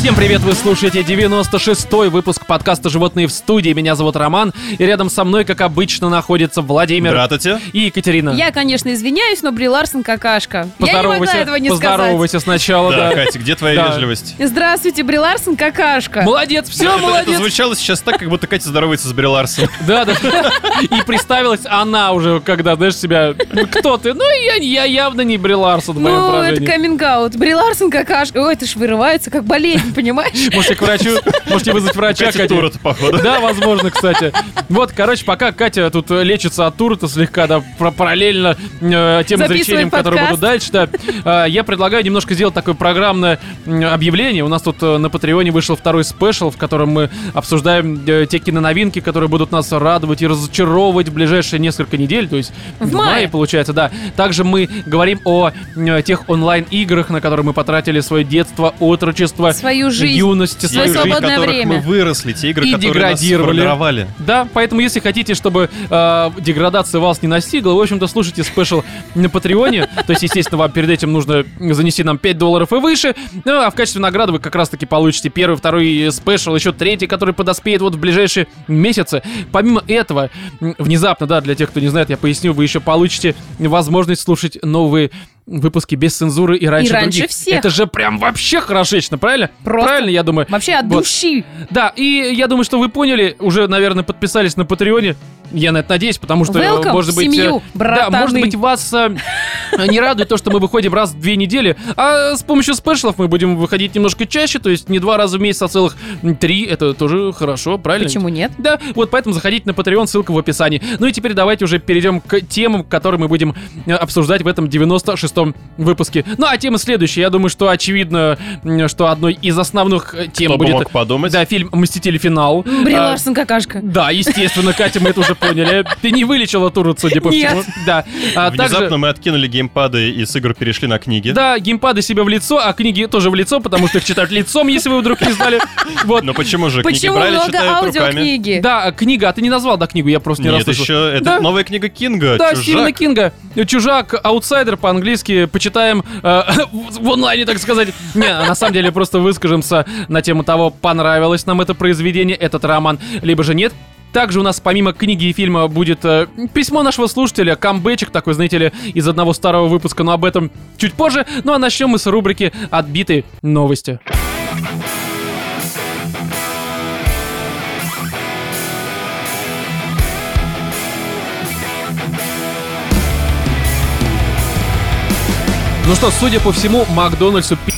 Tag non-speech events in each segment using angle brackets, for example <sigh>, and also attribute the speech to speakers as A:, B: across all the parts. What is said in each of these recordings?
A: Всем привет, вы слушаете 96-й выпуск подкаста «Животные в студии». Меня зовут Роман, и рядом со мной, как обычно, находится Владимир
B: Здравствуйте.
A: и Екатерина.
C: Я, конечно, извиняюсь, но Бри Ларсон какашка. Я не могла этого не сказать.
A: поздоровайся сначала,
B: Да,
A: Ну да.
B: Катя, где твоя
A: Да.
B: вежливость?
C: Здравствуйте, Бри Ларсон какашка.
A: Молодец, все,
B: Это- Это
A: молодец.
B: звучало сейчас так, как будто Катя здоровается с Бри Ларсон.
A: Да, да. И представилась она уже, когда, знаешь, себя... «Ну, Кто ты? Ну, я, я явно не Бри Ларсон, в моем
C: Ну, это
A: поражении.
C: каминг-аут. Бри Ларсон какашка. Ой, это ж вырывается, как болезнь, понимаешь?
A: Можете к врачу, можете вызвать врача,
B: Катя
A: А Катя.
B: Турат, походу.
A: Да, возможно, кстати. Вот, короче, пока Катя тут э, лечится от тура-то слегка, да, пр- параллельно э, тем
C: Записываем
A: изречениям, которые
C: подкаст.
A: будут дальше, да, э, я предлагаю немножко сделать такое программное м, объявление. У нас тут э, на Патреоне вышел второй спешл, в котором мы обсуждаем э, те киноновинки, которые будут нас радовать и разочаровывать в ближайшие несколько недель, то есть
C: В
A: мае,
C: мае.
A: получается, да. Также мы говорим о м, тех онлайн-играх, на которые мы потратили свое детство, отрочество,
C: Свою жизнь.
A: юность, свою
C: Свою
B: игры,
A: жизнь.
B: в
C: свободное
B: которых
C: время.
B: мы выросли, те игры,
A: И
B: которые нас
A: деградировали.
B: сформировали.
A: Да, поэтому если хотите, чтобы э, деградация вас не настигла, в общем-то, слушайте спешл на Патреоне. То есть, естественно, вам перед этим нужно занести нам 5 долларов и выше. Ну, а в качестве награды вы как раз-таки получите первый, второй э, спешл, еще третий, который подоспеет вот в ближайшие месяцы. Помимо этого, м, внезапно, да, для тех, кто не знает, я поясню, вы еще получите возможность слушать новые выпуски без цензуры и раньше,
C: раньше
A: других.
C: всех.
A: Это же прям вообще хорошечно, правильно?
C: Просто.
A: Правильно, я думаю.
C: Вообще от
A: Вот.
C: души.
A: Да, и я думаю, что вы поняли, уже, наверное, подписались на Патреоне. Я на это надеюсь, потому что, э,
C: Welcome
A: может
C: в
A: быть, э,
C: семью,
A: да,
C: братаны.
A: может быть, вас э, не радует то, что мы выходим раз в две недели, а с помощью спешлов мы будем выходить немножко чаще, то есть не два раза в месяц, а целых три. Это тоже хорошо, правильно?
C: Почему нет?
A: Да, вот поэтому заходите на Patreon, ссылка в описании. Ну и теперь давайте уже перейдем к темам, которые мы будем э, обсуждать в этом 96-м выпуске. Ну а тема следующая. Я думаю, что очевидно, м, что одной из основных э, тем
B: Кто бы
A: будет...
B: мог подумать.
A: Да, фильм «Мстители. Финал».
C: Бри
A: А,
C: Ларсон какашка.
A: Да, естественно, Катя, мы это уже поняли. Ты не вылечила Туру, судя по
C: Нет.
A: всему. Да. А
B: Внезапно
A: также...
B: мы откинули геймпады и с игр перешли на книги.
A: Да, геймпады себе в лицо, а книги тоже в лицо, потому что их читают лицом, если вы вдруг не знали. Вот.
B: Но почему же?
C: Почему
B: книги брали,
C: много
B: читают руками.
C: аудиокниги?
A: Да, книга, а ты не назвал, да, книгу, я просто не
B: Нет,
A: расслышал.
B: еще это
A: Да.
B: новая книга Кинга.
A: Да,
B: «Чужак». А
A: Стивена Кинга. Чужак, аутсайдер по-английски. Почитаем э, <laughs> в в онлайне, так сказать. Не, а на самом деле просто выскажемся на тему того, понравилось нам это произведение, этот роман, либо же нет. Также у нас помимо книги и фильма будет э, письмо нашего слушателя, камбэчик такой, знаете ли, из одного старого выпуска, но об этом чуть позже. Ну а начнем мы с рубрики «Отбитые новости». Ну что, судя по всему, Макдональдсу пи***ц.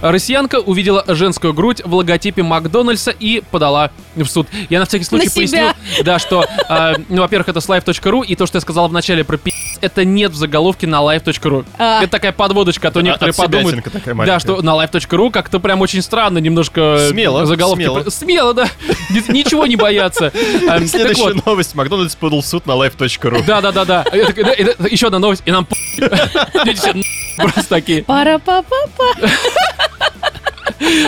A: Россиянка увидела женскую грудь в логотипе Макдональдса и подала в суд. Я на всякий случай
C: На
A: поясню,
C: себя.
A: да, что, э, ну, во-первых, это с live.ru, и то, что я сказал в начале про пи***ц, это нет в заголовке на live.ru.
C: А.
A: Это такая подводочка, а то
B: А-
A: некоторые
B: отсебятинка
A: подумают, да,
B: такая маленькая.
A: что на live.ru как-то прям очень странно немножко э,
B: Смело,
A: заголовки.
B: смело.
A: при- Смело, да. Ни- Ничего не
B: <laughs>
A: бояться. Э, так вот.
B: Следующая новость. Макдональдс подал в суд на live.ru.
A: Да, да, да, да. Еще одна новость, и нам п***. <laughs> Дети все на***, просто такие.
C: пара па па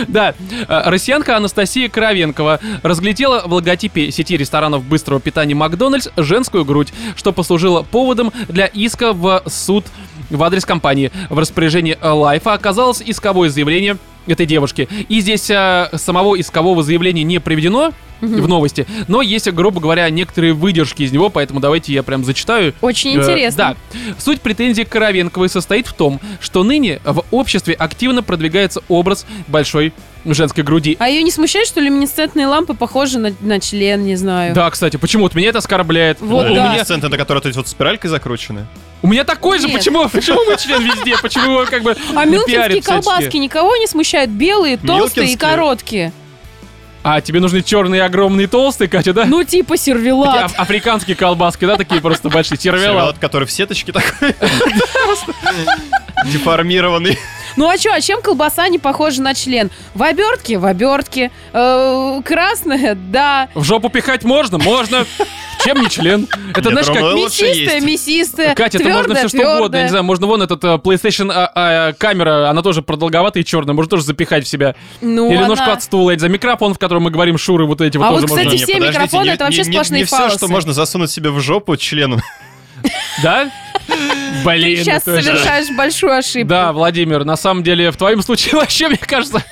A: Да, Э, россиянка Анастасия Кравенкова разглядела в логотипе сети ресторанов быстрого питания Макдональдс женскую грудь, что послужило поводом для иска в суд в адрес компании. В распоряжении э, Лайфа оказалось исковое заявление этой девушки. И здесь э, самого искового заявления не приведено в новости, но есть, грубо говоря, некоторые выдержки из него, поэтому давайте я прям зачитаю.
C: Очень
A: Э,
C: интересно.
A: Да. Суть претензий к Коровенковой состоит в том, что ныне в обществе активно продвигается образ большой женской груди.
C: А ее не смущает, что люминесцентные лампы похожи на, на член, не знаю.
A: Да, кстати, почему-то меня это оскорбляет.
C: Вот
A: Ну, у,
C: да.
A: меня,
B: Люминесценты, на которые, то есть, вот спиралькой закручены.
A: у меня такой же,
C: Нет.
A: почему, почему мой член везде, почему его как бы
C: <laughs> А
A: не
C: мюнхенские
A: пиарят всячески?
C: колбаски никого не смущают? Белые, толстые и
B: Мюнхенские?
C: короткие.
A: А тебе нужны черные, огромные, толстые, Катя, да?
C: Ну, типа
A: Такие
C: сервелат.
A: аф- африканские колбаски, да, такие просто большие, сервела.
B: Сервелат, который в сеточке такой. Деформированный.
C: Ну а чё, а чем колбаса не похожа на член? В обертке? В обертке. Э, красная? Да.
A: В жопу пихать можно? Можно. Чем не член? Это,
B: Нет,
A: знаешь, как
B: Рома, Ну, лучше
C: Мясистая,
B: есть.
C: мясистая.
A: Катя, это
C: твердая,
A: можно все что
C: твердая.
A: угодно. Я не знаю, можно вон этот э, PlayStation а, а, камера, она тоже продолговатая и черная, можно тоже запихать в себя.
C: Ну,
A: Или
C: она-
A: ножку от стула, я не знаю, микрофон, в котором мы говорим шуры, вот эти вот
C: А
A: тоже
C: вот, кстати,
A: можно.
C: с- все микрофоны
B: Ну, не-
C: это вообще
B: не- не-
C: сплошные
B: Не все,
C: фалосы.
B: что можно засунуть себе в
A: <laughs>
B: жопу членом.
A: Да?
C: Ты
A: Блин,
C: сейчас
A: это же-
C: совершаешь большую ошибку. А
A: <laughs> Да, Владимир, на самом деле, в твоем случае вообще, мне кажется,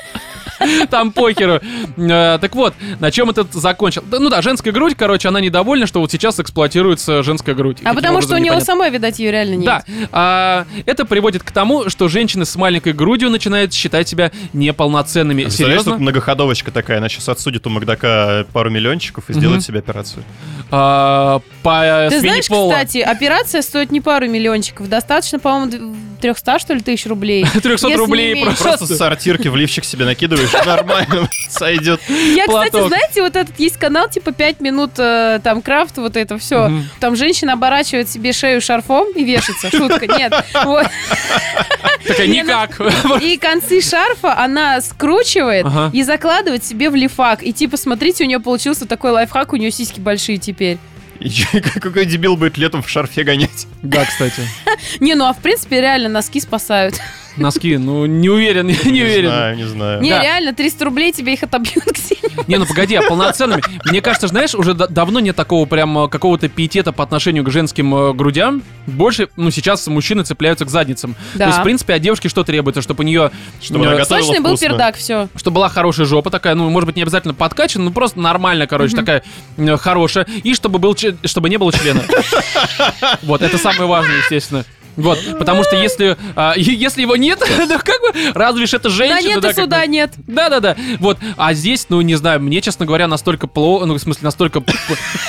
A: Там похеру. Э, Так вот, на чем этот закончил? Да, Ну да, женская грудь, короче, она недовольна, что вот сейчас эксплуатируется женская грудь. И
C: А
A: каким
C: потому
A: образом,
C: что у него
A: непонятно.
C: самой, видать, ее реально нет.
A: Да, а, это приводит к тому, что женщины с маленькой грудью начинают считать себя неполноценными.
B: Представляешь, тут
A: Серьезно?
B: многоходовочка такая, она сейчас отсудит у Макдака пару миллиончиков и сделает
A: Мгм.
B: себе операцию.
A: А, по смене
C: Ты знаешь,
A: пола.
C: кстати, операция стоит не пару миллиончиков. Достаточно, по-моему, д- 300, что ли, тысяч
A: <laughs>
C: рублей.
A: 300
C: если
A: рублей
C: не
A: просто.
B: Просто с сортирки в лифчик себе накидываешь, нормально, <laughs> сойдет.
C: Я, кстати,
A: Платок.
C: знаете, вот этот есть канал, типа 5 минут, э, там, крафт, вот это все.
A: Мгм.
C: Там женщина оборачивает себе шею шарфом и вешается. Шутка, нет. Вот.
A: Такая,
C: Не, ну-
A: никак.
C: <laughs> И концы шарфа она скручивает
A: Ага.
C: и закладывает себе в лифак. И типа, смотрите, у нее получился такой лайфхак, у нее сиськи большие теперь.
B: И чё, Какой дебил будет летом в шарфе гонять?
A: Да, кстати.
C: Не, ну а в принципе реально носки спасают.
A: Носки, ну, не уверен, <laughs> не
B: Не
A: уверен.
B: знаю, не знаю.
C: Не,
A: Да.
C: реально, 300 рублей тебе их отобьют <laughs> к себе.
A: Не, ну погоди, а полноценными? Мне кажется, знаешь, уже да- давно нет такого прям э, какого-то пиетета по отношению к женским э, грудям. Больше, ну, сейчас мужчины цепляются к задницам. То есть, в
C: Да.
A: принципе, от девушки что требуется? Чтобы у э, нее...
B: Чтобы она готовила
C: Сочный был
B: вкусно.
C: пердак, все.
A: Чтобы была хорошая жопа такая, ну, может быть, не обязательно подкачана, но просто нормально, короче, такая э, хорошая. И чтобы, был, че- чтобы не было
C: <laughs>
A: члена. Вот, это самое важное, естественно. Вот, потому что если, а, <laughs> е- если его нет, ну как бы, разве ж это женщина?
C: Да нет,
A: да,
C: и
A: как бы.
C: суда нет.
A: Да-да-да, вот. А здесь, ну, не знаю, мне, честно говоря, настолько плохо, ну, в смысле, настолько... п-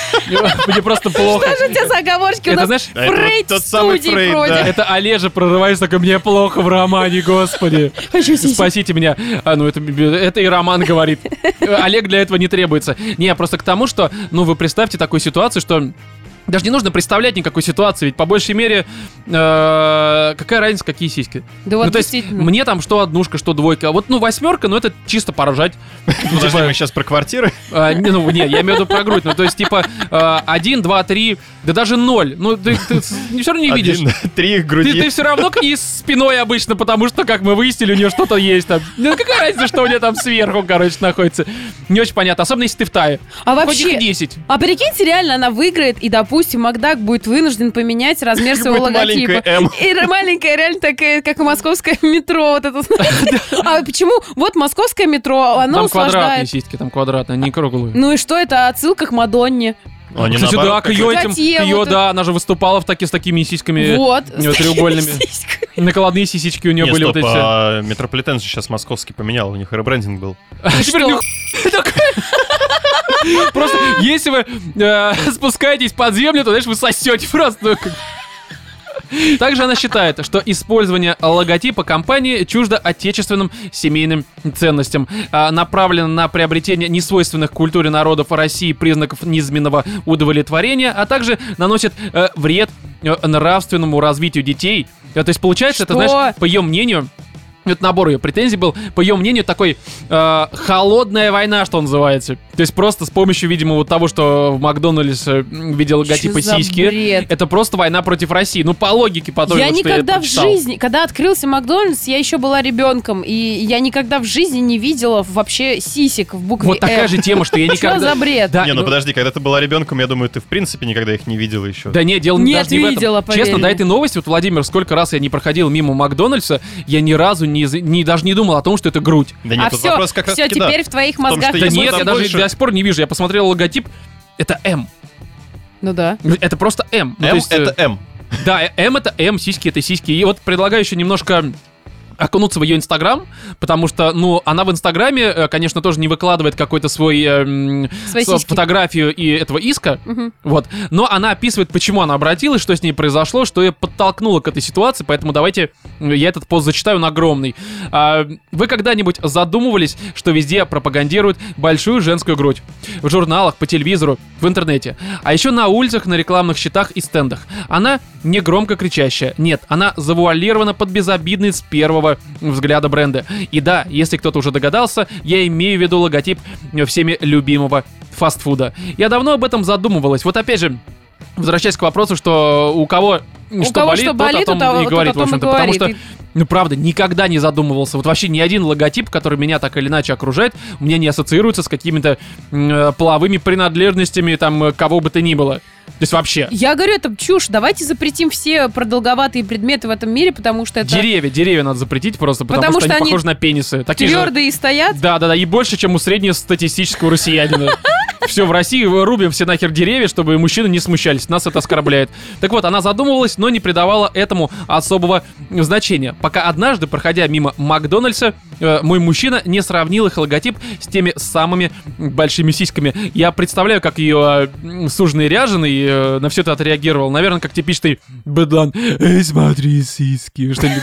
A: <laughs> Мне просто плохо.
C: Что же у тебя заговорщики? У
A: Это,
C: нас
A: знаешь,
B: А это вот
C: Фрейд
B: тот
C: в
B: самый
C: студии
B: Фрейд,
C: против.
B: да.
A: Это Олежа прорывается такой, мне плохо в романе, господи.
C: Хочу сиськи.
A: Спасите меня. А, ну, это, это и Роман говорит. Олег для этого не требуется. Не, просто к тому, что, ну, вы представьте такую ситуацию, что... Даже не нужно представлять никакой ситуации, ведь по большей мере, э, какая разница, какие сиськи.
C: Да вот
A: ну, то есть,
C: действительно.
A: мне там что однушка, что двойка. А вот, ну, восьмерка, ну, это чисто поржать. Ну,
B: Подожди,
A: типа,
B: мы сейчас про квартиры.
A: а, не, ну, не, я имею в виду про грудь. Ну, то есть, типа, э, один, два, три, да даже ноль. Ну, ты, все равно не видишь.
B: Один, <laughs> три их
A: Ты,
B: груди.
A: все равно к ней спиной обычно, потому что, как мы выяснили, у нее что-то есть там. Ну, какая разница, что у нее там сверху, короче, находится. Не очень понятно, особенно если ты в тае.
C: А
A: Хоть их
C: вообще,
A: 10.
C: а прикиньте, реально она выиграет, и, допустим, Макдак будет вынужден поменять
A: <laughs>
C: размер своего
B: Будет маленькая
C: логотипа.
B: М.
C: И р- маленькая, реально такая, как московское метро, вот это,
A: <laughs>
C: знаете? А почему? Вот московское метро, оно
A: там квадратные
C: услаждает.
A: сиськи, там квадратные, не круглые.
C: Ну и что это отсылка к Мадонне?
B: Ну, они
A: Кстати, да,
B: наоборот,
A: к
B: как-
A: ее
C: раз.
A: этим, к
C: Котел,
A: ее,
C: вот
A: да, она же выступала в таки, с такими сиськами,
C: Вот.
A: у нее
C: С <laughs>
A: треугольными.
C: сиськами.
A: накладные сисечки у нее
B: Не,
A: были
B: стоп,
A: вот эти. все.
B: а Метрополитен же сейчас московский поменял, у них ребрендинг был.
A: А теперь
C: что?
A: нюх- такой. Просто если вы э, <laughs> спускаетесь под землю, то, знаешь, вы сосете просто. ну, как- Также она считает, что использование логотипа компании чуждо отечественным семейным ценностям, а, направлено на приобретение несвойственных культуре народов России признаков низменного удовлетворения, а также наносит э, вред э, нравственному развитию детей. Э, То есть получается, это,
C: Что?
A: знаешь, по ее мнению, это набор ее претензий был, по ее мнению, такой э, холодная война, что называется. То есть просто с помощью, видимо, вот того, что в Макдональдс э, м, видел логотипы
C: Чё за
A: сиськи,
C: бред?
A: это просто война против России. Ну, по логике потом.
C: я
A: вот что
C: никогда в
A: прочитал.
C: жизни, когда открылся Макдональдс, я еще была ребенком, и я никогда в жизни не видела вообще сисек в букве
A: Вот такая
C: «Р».
A: же тема, что я
C: <laughs> Что
A: никогда...
C: за бред?
A: Да,
B: Не, ну
A: ну-
B: подожди, когда ты была ребенком, я думаю, ты в принципе никогда их не видела еще.
A: Да не, дело не
C: Нет,
A: даже не в этом.
C: видела, поверь
A: Честно,
C: мне.
A: до этой новости, вот, Владимир, сколько раз я не проходил мимо Макдональдса, я ни разу не, за- не- даже не думал о том, что это грудь.
B: Да
C: а
B: нет, тут
C: все,
B: вопрос как раз
C: все
B: таки, да.
C: теперь в твоих
B: том,
C: мозгах.
B: что
A: Да
B: Если
A: нет,
B: там
A: я даже
B: больше-
A: до сих пор не вижу. Я посмотрел логотип, это М.
C: Ну да.
A: Это просто М. Ну, то
B: М
A: есть, э,
B: это М.
A: Да, э, М это М, сиськи это сиськи. И вот предлагаю еще немножко окунуться в ее Инстаграм, потому что, ну, она в Инстаграме, э, конечно, тоже не выкладывает какой-то свой эм,
C: Свои
A: со-
C: сиськи.
A: фотографию и этого иска,
C: Мгм.
A: вот. Но она описывает, почему она обратилась, что с ней произошло, что ее подтолкнуло к этой ситуации, поэтому давайте э, я этот пост зачитаю, он огромный. А, вы когда-нибудь задумывались, что везде пропагандируют большую женскую грудь? В журналах, по телевизору, в интернете. А еще на улицах, на рекламных щитах и стендах. Она не громко кричащая. Нет, она завуалирована под безобидный с первого взгляда бренда. И да, если кто-то уже догадался, я имею в виду логотип э, всеми любимого фастфуда. Я давно об этом задумывалась. Вот опять же, возвращаясь к вопросу, что у кого
C: У кого что болит,
A: тот о
C: у
A: том
C: того
A: и
C: тот
A: говорит,
C: о том
A: в общем-то,
C: и
A: потому
C: говорит.
A: что, ну, правда, никогда не задумывался. Вот вообще ни один логотип, который меня так или иначе окружает, мне не ассоциируется с какими-то м, э, половыми принадлежностями, там, э, кого бы то ни было. То есть вообще.
C: Я говорю, это чушь. Давайте запретим все продолговатые предметы в этом мире, потому что это
A: Деревья, деревья надо запретить просто, потому,
C: Потому
A: что,
C: что
A: они
C: они
A: похожи на пенисы. Такие же.
C: твердые стоят.
A: Да, да, да, и больше, чем у среднестатистического россиянина. Все, в России рубим все нахер деревья, чтобы мужчины не смущались. Нас это оскорбляет. Так вот, она задумывалась, но не придавала этому особого значения. Пока однажды, проходя мимо Макдональдса, э, мой мужчина не сравнил их логотип с теми самыми большими сиськами. Я представляю, как ее э, суженый ряженый э, на все это отреагировал. Наверное, как типичный бедлан. Эй, смотри, сиськи. Что-нибудь.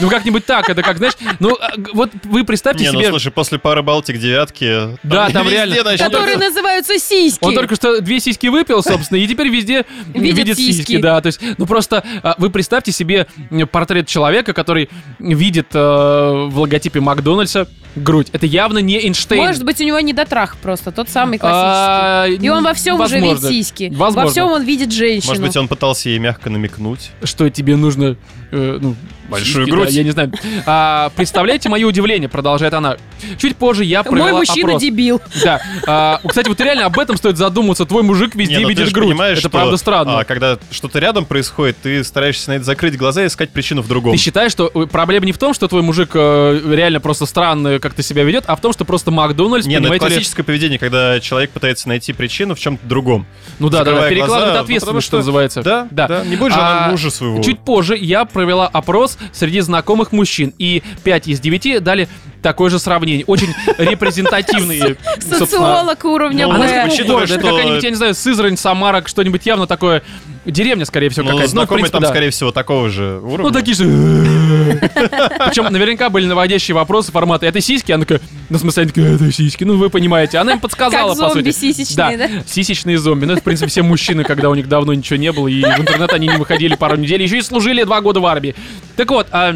A: Ну, как-нибудь так. Это как, знаешь, ну, э, г- вот вы представьте
B: Не, ну
A: себе...
B: слушай, после пары Балтик девятки...
A: <laughs> Да, там
B: везде
A: реально.
B: начнётся-
C: Которые называются сиськи.
A: Он только что две сиськи выпил, собственно, и теперь везде
C: <laughs> Видит
A: видит, сиськи.
C: сиськи.
A: Да, то есть, ну просто а, вы представьте себе м, портрет человека, который видит э, в логотипе Макдональдса грудь. Это явно не Эйнштейн.
C: Может быть, у него недотрах просто, тот самый классический.
A: А,
C: И он во всем уже видит
A: возможно.
C: сиськи. Во
A: Возможно.
C: всем он видит женщину.
B: Может быть, он пытался ей мягко намекнуть.
A: Что тебе нужно... э, ну,
B: Большую
A: сиськи,
B: грудь.
A: да, я не знаю. А, представляете мое удивление, продолжает она. Чуть позже я провела
C: Мой мужчина
A: опрос.
C: дебил.
A: Да. А, кстати, вот реально об этом стоит задуматься. Твой мужик
B: Не,
A: везде
B: ну ты
A: видит
B: же
A: грудь.
B: понимаешь,
A: Это
B: что,
A: правда странно.
B: а, когда что-то рядом происходит, ты стараешься на это закрыть глаза и искать причину в другом.
A: Ты считаешь, что э, проблема не в том, что твой мужик э, реально просто странно как-то себя ведет, а в том, что просто Макдональдс,
B: Не, ну это
A: понимаете ли-
B: классическое поведение, когда человек пытается найти причину в чем-то другом.
A: Ну да, да, да,
B: закрывая
A: перекладывает
B: глаза, ну, потому
A: ответственность,
B: что-
A: что называется. А,
B: Да, да. Не будет же она мужа своего.
A: Чуть позже я провела опрос среди знакомых мужчин, и 5 из 9 дали такое же сравнение.
B: <laughs>
A: Очень репрезентативные. собственно.
C: Социолог уровня
B: Ну,
A: Она
B: Б.
A: с
C: Б.
A: какого
B: Учитывая,
A: города? Это
B: что-
A: какая-нибудь, я не знаю, Сызрань, Самара, что-нибудь явно такое. Деревня, скорее всего,
B: Ну,
A: какая-то. Ну, в
B: знакомый
A: принципе,
B: там,
A: да.
B: скорее всего, такого же уровня.
A: Ну, такие же... Причем наверняка были наводящие вопросы формата «это сиськи?» Она такая, ну, в смысле, они такие, это сиськи, ну, вы понимаете. Она им подсказала,
C: Как
A: по
C: зомби
A: сути.
C: сисечные, да?
A: сисечные зомби. Ну, это, в принципе, все мужчины, когда у них давно ничего не было, и в интернет они не выходили пару недель, еще и служили два года в армии. Так вот, а,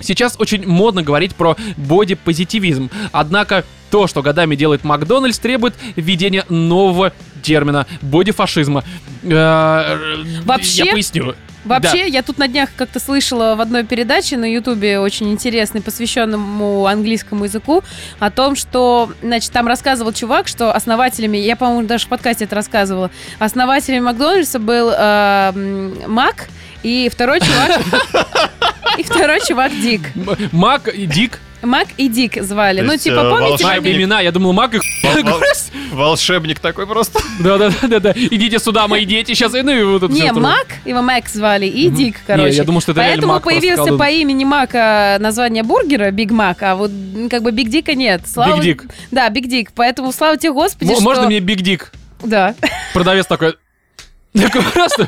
A: сейчас очень модно говорить про бодипозитивизм. Однако то, что годами делает Макдональдс, требует введения нового термина бодифашизма. Э,
C: Вообще-
A: Я поясню.
C: Вообще, я тут на днях как-то слышала в одной передаче на Ютубе очень интересной, посвященному английскому языку, о том, что, значит, там рассказывал чувак, что основателями, я, по-моему, даже в подкасте это рассказывала, основателями Макдональдса был э, м, Мак и
B: <laughs>
C: второй чувак... И второй чувак Дик.
A: М- Мак, и Дик,
C: Мак и Дик звали.
B: То
C: Ну,
B: есть,
C: типа,
B: э,
C: помните,
A: Мак,
B: волшебник.
C: они-
A: имена, я думал, Мак и
B: Вол- Волшебник такой просто.
A: Да, да, да, да, да. Идите сюда, мои дети, сейчас и ну и вот это
C: Не,
A: всё второе.
C: Мак, его Мак звали, и Дик, короче.
A: я думал, что это реально
C: Поэтому
A: Мак просто
C: появился
A: колдун.
C: по имени Мака название бургера, Биг Мак, а вот м, как бы Биг Дика нет. Слава...
A: Биг Дик.
C: Да, Биг Дик. Поэтому слава тебе, Господи,
A: М-
C: что...
A: Можно мне Биг Дик?
C: Да.
A: Продавец такой. Такой просто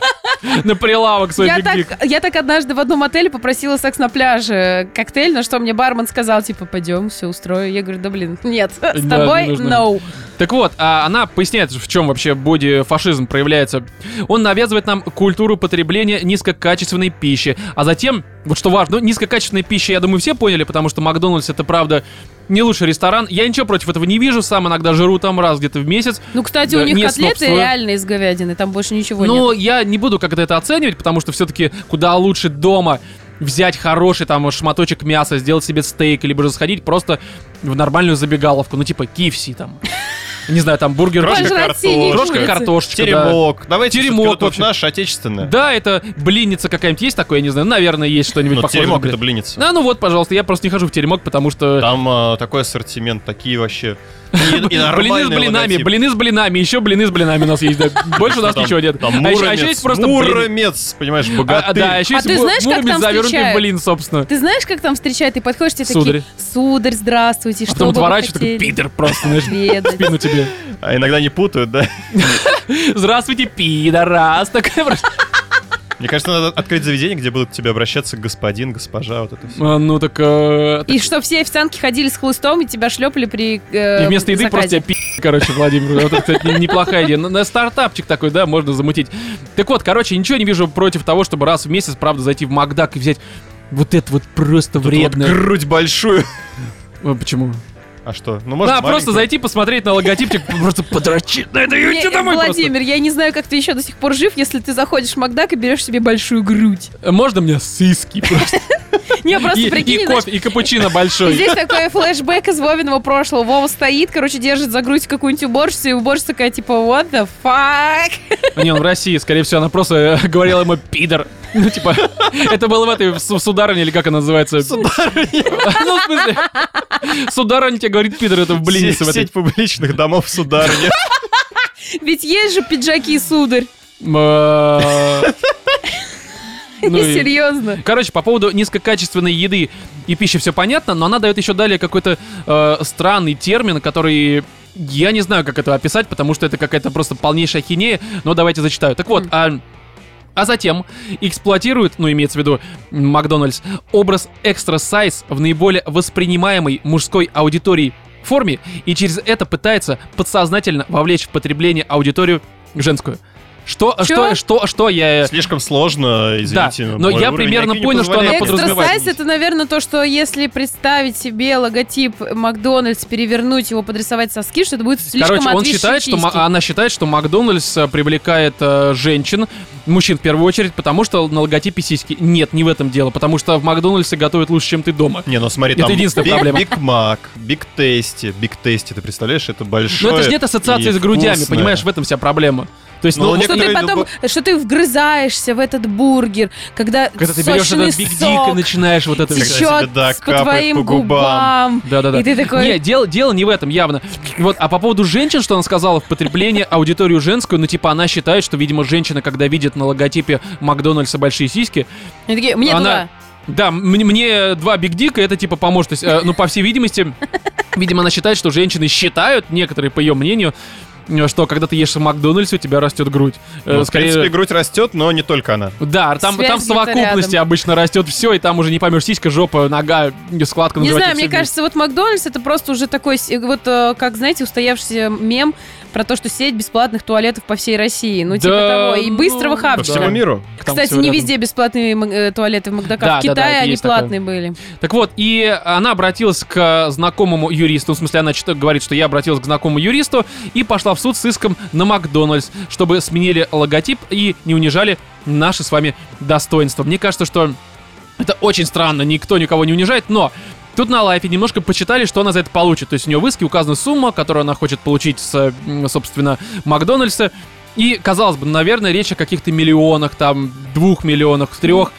A: на прилавок свой
C: Я
A: Биг Дик.
C: так, я так однажды в одном отеле попросила секс на пляже коктейль, на что мне бармен сказал, типа, пойдем, все устрою. Я говорю, да блин, нет, с
A: Да,
C: тобой
A: не нужно.
C: no.
A: Так вот, а она поясняет, в чем вообще боди-фашизм проявляется. Он навязывает нам культуру потребления низкокачественной пищи. А затем, вот что важно, ну, низкокачественная пища, я думаю, все поняли, потому что Макдональдс это правда не лучший ресторан. Я ничего против этого не вижу, сам иногда жру там раз где-то в месяц.
C: Ну, кстати, у
A: Да,
C: них
A: не
C: котлеты
A: снобствую.
C: реально из говядины, там больше ничего нет.
A: Но я не буду как-то это оценивать, потому что все-таки куда лучше дома взять хороший там шматочек мяса, сделать себе стейк, либо же сходить просто в нормальную забегаловку, ну типа KFC там. <laughs> Не знаю, там бургер,
B: Крошка
C: Пожрать синие
A: крошка
B: картошка,
C: курицы.
A: картошечка. да.
B: Теремок. Давайте
A: Теремок
B: всё-таки вот
A: вообще.
B: наше отечественное.
A: Да, это блинница какая-нибудь есть такое, я не знаю. Наверное, есть что-нибудь
B: Ну,
A: похожее.
B: теремок
A: блин.
B: это блинница.
A: Да, ну вот, пожалуйста, я просто не хожу в теремок, потому что...
B: Там а, такой ассортимент, такие вообще. И, и
A: блины
B: нормальный
A: с блинами,
B: логотип.
A: блины с блинами, еще блины с блинами у нас есть.
B: <laughs>
A: да. Больше у нас
B: Там-
A: ничего нет.
B: Там
A: А
B: муромец,
A: еще- а еще есть просто блины.
B: муромец, понимаешь,
A: А, а,
B: богатырь.
A: да, еще
C: А
A: есть
C: ты
A: му-
C: знаешь, как
A: муромец,
C: там
A: завернутый в
C: встречают?
A: блин, собственно.
C: Ты знаешь, как там встречают? И подходишь, тебе
A: Сударь.
C: такие, сударь, здравствуйте,
A: А
C: что
A: потом
C: бы вы
A: отворачивает, такой,
C: хотели?»
A: пидор просто, знаешь, в
C: Обедать.
A: спину
C: <laughs>
A: тебе.
B: А иногда не путают, да?
A: Здравствуйте, пидорас. Такая просто.
B: Мне кажется, надо открыть заведение, где будут к тебе обращаться господин, госпожа, вот это все.
A: А, Ну так... э, так-
C: И что все официантки ходили с хлыстом и тебя шлепали при э,
A: И вместо еды
C: заказе.
A: просто тебя пи***, короче, Владимир. Вот это, кстати, не- неплохая идея. На- На стартапчик такой, да, можно замутить. Так вот, короче, ничего не вижу против того, чтобы раз в месяц, правда, зайти в Макдак и взять вот это вот просто
B: Тут вот
A: вредное.
B: грудь большую.
A: Э, Почему?
B: А что? Ну, можно
A: Да, просто
B: маленькую.
A: зайти, посмотреть на логотипчик, <laughs> просто подрочить на это и
C: Не, э,
A: идти домой просто.
C: Владимир, я не знаю, как ты еще до сих пор жив, если ты заходишь в Макдак и берешь себе большую грудь.
A: Можно мне
C: <laughs>
A: сыски просто?
C: Не, а просто
A: И-
C: прикинь,
A: И
C: знаешь,
A: кофе, и капучино
C: И
A: большой.
C: Здесь такой флешбэк из Вовиного прошлого. Вова стоит, короче, держит за грудь какую-нибудь уборщицу, и уборщица такая, типа, what the fuck? <laughs>
A: Не, он в России, скорее всего, она просто э, <laughs> говорила ему «пидор». Ну, типа, <laughs> это было в этой в су- сударыне, или как она называется? <laughs> Ну, в смысле, сударыня тебе говорит «пидор», это в блинице.
B: Се-
A: в этой.
B: Сеть публичных домов сударыня.
C: Ведь есть же пиджаки, сударь. <laughs>
A: Э, ну и-
C: Серьезно.
A: Короче, по поводу низкокачественной еды и пищи все понятно, но она дает еще далее какой-то э, странный термин, который... Я не знаю, как это описать, потому что это какая-то просто полнейшая хинея, но давайте зачитаю. Так вот, а... А затем эксплуатирует, ну имеется в виду м, Макдональдс, образ экстра сайз в наиболее воспринимаемой мужской аудитории форме и через это пытается подсознательно вовлечь в потребление аудиторию женскую. Что,
C: Чё?
A: что, что, что я...
B: Слишком сложно, извините.
A: но
B: мой
A: я
B: уровень
A: примерно
B: IQ не
A: понял, что она
B: позволяет мне
C: Экстра
A: подразумевает.
C: сайз это, наверное, то, что если представить себе логотип Макдональдс, перевернуть его, подрисовать соски, что это будет слишком
A: Короче, он
C: отвисшие
A: считает, что ма-
C: сиськи.
A: она считает, что Макдональдс э, привлекает э, женщин, мужчин в первую очередь, потому что на логотипе сиськи. Нет, не в этом дело, потому что в Макдональдсе готовят лучше, чем ты дома.
B: Не, ну смотри,
A: Это
B: там
A: единственная
B: Биг-
A: проблема.
B: Биг Мак, Биг Тейсти, Биг Тейсти, ты представляешь, это
A: Но
B: большое
A: Ну, это же нет ассоциации
B: и
A: с грудями,
B: вкусное.
A: понимаешь, в этом вся проблема. То есть,
B: Ну,
A: ну,
B: вот
A: вот
C: Что
B: некоторые
C: ты потом, что ты вгрызаешься в этот бургер, когда
A: когда ты берешь
C: сочный
A: этот Биг Дик и
C: сок
A: начинаешь вот это...
B: Когда
A: все.
B: Тихо. тебе,
C: течет
B: да,
C: по
B: капает
C: твоим
B: по губам.
C: губам.
A: Да-да-да.
C: И ты такой-
A: Не, дело, дело не в этом, явно. Вот, а по поводу женщин, что она сказала в потреблении аудиторию женскую, ну, типа, она считает, что, видимо, женщина, когда видит на логотипе Макдональдса большие сиськи,
C: И такие, Мне
A: Она-
C: два.
A: Да, мне, мне два биг дика, это типа поможет. То есть, э, ну, по всей видимости, <laughs> видимо, она считает, что женщины считают, некоторые, по ее мнению, э, что когда ты ешь в Макдональдсе, у тебя растет грудь. Э,
B: Ну, в принципе, грудь растет, но не только она.
A: Да, там,
C: Связь
A: там в
C: где-то
A: совокупности
C: рядом.
A: обычно растет все, и там уже не поймешь, сиська, жопа, нога, э, складка.
C: Не
A: называйте все
C: знаю, мне
A: вместе.
C: кажется, вот Макдональдс это просто уже такой, си- вот э, как, знаете, устоявшийся мем про то, что сеть бесплатных туалетов по всей России. Ну, типа
A: Да,
C: того. И
A: ну, по
C: быстрого
B: По
A: Да.
C: хапчика.
B: всему миру.
A: К тому
C: Кстати,
A: всего
C: не
A: рядом.
C: везде бесплатные м- э, туалеты в Макдаках.
A: Да, да, да,
C: в Китае
A: это
C: они
A: есть такое.
C: платные были.
A: Так вот, и она обратилась к знакомому юристу, в смысле, она чит- говорит, что я обратилась к знакомому юристу и пошла в суд с иском на Макдональдс, чтобы сменили логотип и не унижали наши с вами достоинства. Мне кажется, что это очень странно, никто никого не унижает, но тут на лайфе немножко почитали, что она за это получит. То есть у нее в иске указана сумма, которую она хочет получить с, м, собственно, Макдональдса. И, казалось бы, наверное, речь о каких-то миллионах, там, двух миллионах, трех.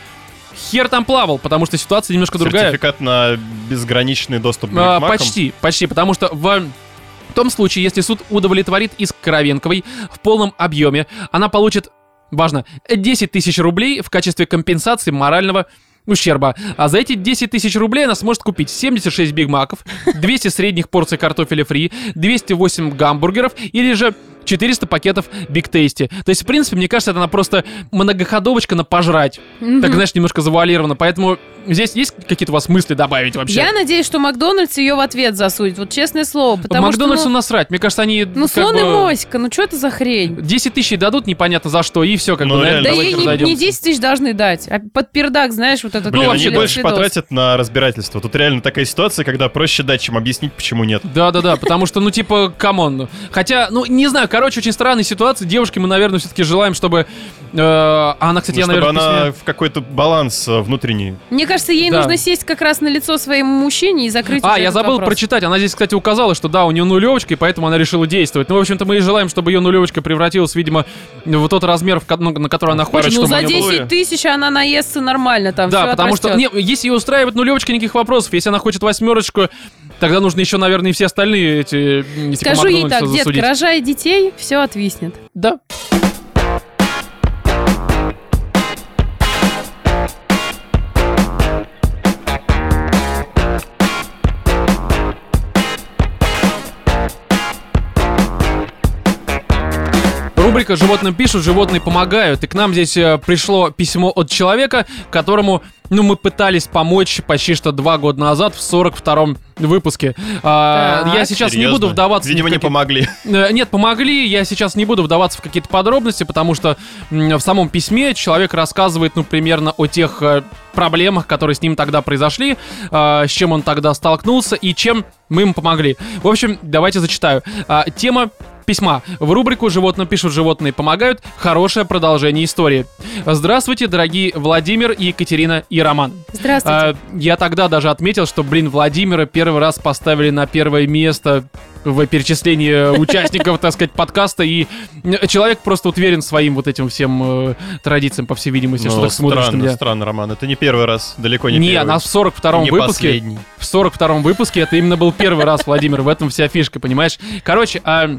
A: Хер там плавал, потому что ситуация немножко другая.
B: Сертификат на безграничный доступ к
A: А,
B: Бигмакам.
A: Почти, почти, потому что в том случае, если суд удовлетворит иск Коровенковой в полном объеме, она получит, важно, 10 тысяч рублей в качестве компенсации морального ущерба. А за эти 10 тысяч рублей она сможет купить 76 бигмаков, 200 средних порций картофеля фри, 208 гамбургеров или же 400 пакетов Биг Тейсти. То есть, в принципе, мне кажется, это она просто многоходовочка на пожрать. Так, знаешь, немножко завуалировано. Поэтому здесь есть какие-то у вас мысли добавить вообще?
C: Я надеюсь, что Макдональдс ее в ответ засудит. Вот честное слово. Потому
A: Макдональдсу
C: что, ну,
A: насрать. Мне кажется, они...
C: ну,
A: как
C: слон и
A: бы,
C: моська, ну что это за хрень?
A: 10 тысяч ей дадут, непонятно за что, и все, как
B: Ну,
A: бы, на этом
B: реально,
C: Да
A: давайте
C: ей не,
A: разойдёмся.
C: не 10 тысяч должны дать, а под пердак, знаешь, вот этот...
B: Блин,
A: Ну,
B: они
A: вообще, да.
B: больше потратят на разбирательство. Тут реально такая ситуация, когда проще дать, чем объяснить, почему нет.
A: Да-да-да, потому что, ну, типа, камон. Хотя, ну, не знаю, короче, очень странная ситуация. Девушке мы, наверное, все-таки желаем, чтобы... э, а она, кстати,
B: Ну,
A: я,
B: чтобы
A: наверное,
B: она
A: письме-
B: в какой-то баланс э, внутренний.
C: Мне кажется, ей
A: Да.
C: нужно сесть как раз на лицо своему мужчине и закрыть
A: А,
C: уже
A: я
C: этот
A: забыл
C: вопрос.
A: прочитать. Она здесь, кстати, указала, что да, у нее нулевочка, и поэтому она решила действовать. Ну, в общем-то, мы и желаем, чтобы ее нулевочка превратилась, видимо, в тот размер, в ко- ну, на который она
B: Парочка
A: хочет.
C: Ну,
B: чтобы
C: за
B: у неё было-
C: 10 тысяч она наестся нормально там.
A: да,
C: всё
A: потому что,
C: отрастёт.
A: не, если ее устраивает нулевочка, никаких вопросов. Если она хочет восьмерочку, тогда нужно еще, наверное, и все остальные эти... м, типа,
C: Скажу ей
A: Макдональдса
C: так, детка,
A: засудить.
C: рожай детей, все отвиснет.
A: Да. Рубрика «Животным пишут, животные помогают». И к нам здесь э, пришло письмо от человека, которому, ну, мы пытались помочь почти что два года назад в 42-м выпуске. А,
C: Так.
A: я сейчас не
B: Серьезно?
A: буду вдаваться... ни в
B: Видимо, не
A: какие-
B: помогли.
A: Э, Нет, помогли. Я сейчас не буду вдаваться в какие-то подробности, потому что м, в самом письме человек рассказывает, ну, примерно о тех э, проблемах, которые с ним тогда произошли, э, с чем он тогда столкнулся и чем мы ему помогли. В общем, давайте зачитаю. А, Тема письма. В рубрику «Животным пишут, животные помогают» хорошее продолжение истории. Здравствуйте, дорогие Владимир, Екатерина и Роман.
C: Здравствуйте.
A: А, я тогда даже отметил, что, блин, Владимира первый раз поставили на первое место в перечислении э, участников, так сказать, подкаста, и э, человек просто вот уверен своим вот этим всем э, традициям, по всей видимости, что
B: Ну,
A: так смотришь на
B: Странно,
A: меня.
B: странно, Роман. Это не первый раз, далеко не
A: Не,
B: первый.
A: нас в 42-м
B: Не
A: выпуске...
B: последний.
A: В 42-м выпуске это именно был первый раз, Владимир, в этом вся фишка, понимаешь? Короче, а,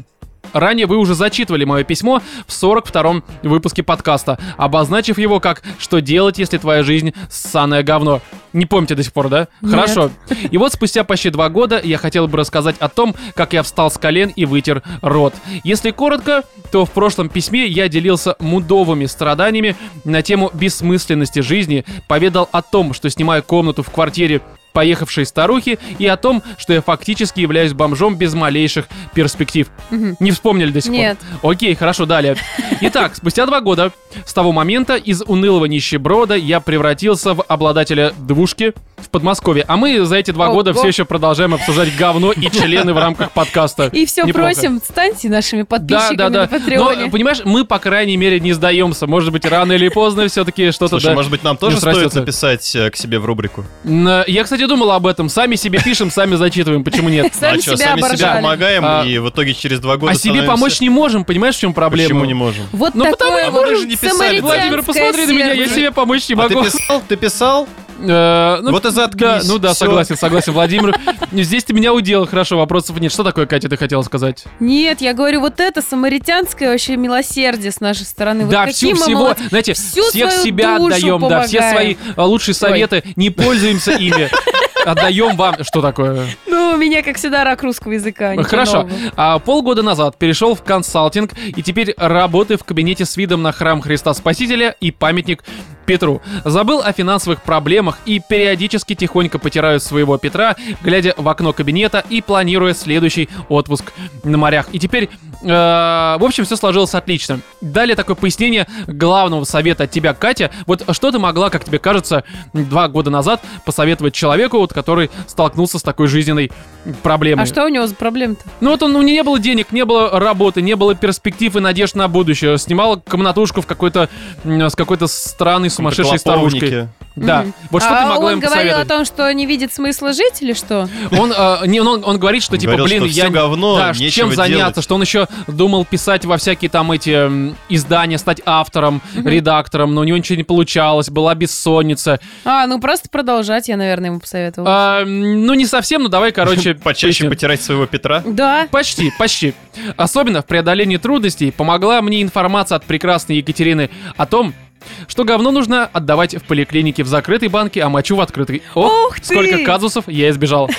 A: Ранее вы уже зачитывали мое письмо в 42-м выпуске подкаста, обозначив его как «Что делать, если твоя жизнь – ссаное говно?». Не помните до сих пор, да?
C: Нет.
A: Хорошо. И вот спустя почти два года я хотел бы рассказать о том, как я встал с колен и вытер рот. Если коротко, то в прошлом письме я делился мудовыми страданиями на тему бессмысленности жизни, поведал о том, что снимаю комнату в квартире поехавшей старухи и о том, что я фактически являюсь бомжом без малейших перспектив.
C: Мгм.
A: Не вспомнили до сих пор?
C: Нет.
A: Окей, хорошо, далее. Итак, спустя два года с того момента из унылого нищеброда я превратился в обладателя двушки в Подмосковье. А мы за эти два
C: Ого.
A: года все еще продолжаем обсуждать говно и члены в рамках подкаста.
C: И все
A: Неплохо.
C: просим, станьте нашими
A: Да,
C: подписчиками
A: да, да.
C: на Патреоне.
A: Но, понимаешь, мы, по крайней мере, не сдаемся. Может быть, рано или поздно все-таки что-то...
B: Слушай,
A: да.
B: может быть, нам
A: не
B: тоже стоит
A: срастется.
B: записать э, к себе в рубрику?
A: Н- Я, кстати, думал об этом. Сами себе пишем, сами зачитываем. Почему нет?
C: Сами
B: а что,
C: себя
B: сами себе
C: оборжали.
B: помогаем,
A: А-
B: и в итоге через два года
A: А себе
B: становимся-
A: помочь не можем, понимаешь, в чем проблема?
B: Почему не можем?
C: Вот
A: Ну, потому
C: такое
A: что
C: вот
B: мы же не писали.
C: самаритянское
A: Владимир, посмотри на меня, я
C: сердце.
A: себе помочь не
B: А ты
A: могу.
B: писал? Ты писал?
A: Э, ну,
B: Вот и заткнись,
A: Да, ну да,
B: всё.
A: согласен, согласен, Владимир. <laughs> Здесь ты меня удел, хорошо, вопросов нет. Что такое, Катя, ты хотела сказать?
C: Нет, я говорю, вот это самаритянское вообще милосердие с нашей стороны. Ну, Вот
A: да,
C: какие
A: всю
C: мы
A: всего,
C: молодцы.
A: знаете,
C: всю
A: всех
C: свою
A: себя
C: душу
A: отдаем, да, все свои
C: помогаем.
A: э, лучшие советы, не пользуемся
C: <laughs>
A: ими. Отдаем вам. Что такое?
C: Ну, у меня, как всегда, рак русского языка. ничего
A: Хорошо.
C: нового.
A: А, полгода назад перешел в консалтинг и теперь работаю в кабинете с видом на храм Христа Спасителя и памятник Петру. Забыл о финансовых проблемах и периодически тихонько потираю своего Петра, глядя в окно кабинета и планируя следующий отпуск на морях. И теперь, э, в общем, все сложилось отлично. Далее такое пояснение главного совета от тебя, Катя. Вот что ты могла, как тебе кажется, два года назад посоветовать человеку, вот, который столкнулся с такой жизненной проблемой?
C: А что у него за проблема-то?
A: Ну вот он, у него не было денег, не было работы, не было перспектив и надежд на будущее. Снимал комнатушку в какой-то, м, с какой-то странной сумасшедшей старушкой.
B: Клоповники.
A: Да.
C: Мгм.
A: Вот что
C: а
A: ты могла
C: он
A: им
C: говорил о
A: посоветовать?
C: том, что не видит смысла жить или что?
A: Он, э, не, он, он говорит, что типа,
B: Говорил,
A: блин,
B: что
A: я...
B: всё говно,
A: да, ш- чем
B: нечего
A: заняться,
B: делать.
A: что он еще думал писать во всякие там эти м, издания, стать автором, редактором, но у него ничего не получалось, была бессонница.
C: А, ну просто продолжать, я, наверное, ему посоветовала.
A: А, м, ну не совсем, но давай, короче...
B: <laughs> Почаще
A: поясню.
B: потирать своего Петра.
C: Да.
A: Почти, почти. Особенно в преодолении трудностей помогла мне информация от прекрасной Екатерины о том, что говно нужно отдавать в поликлинике в закрытой банке, а мочу в открытой. О,
C: Ух ты!
A: сколько казусов я избежал.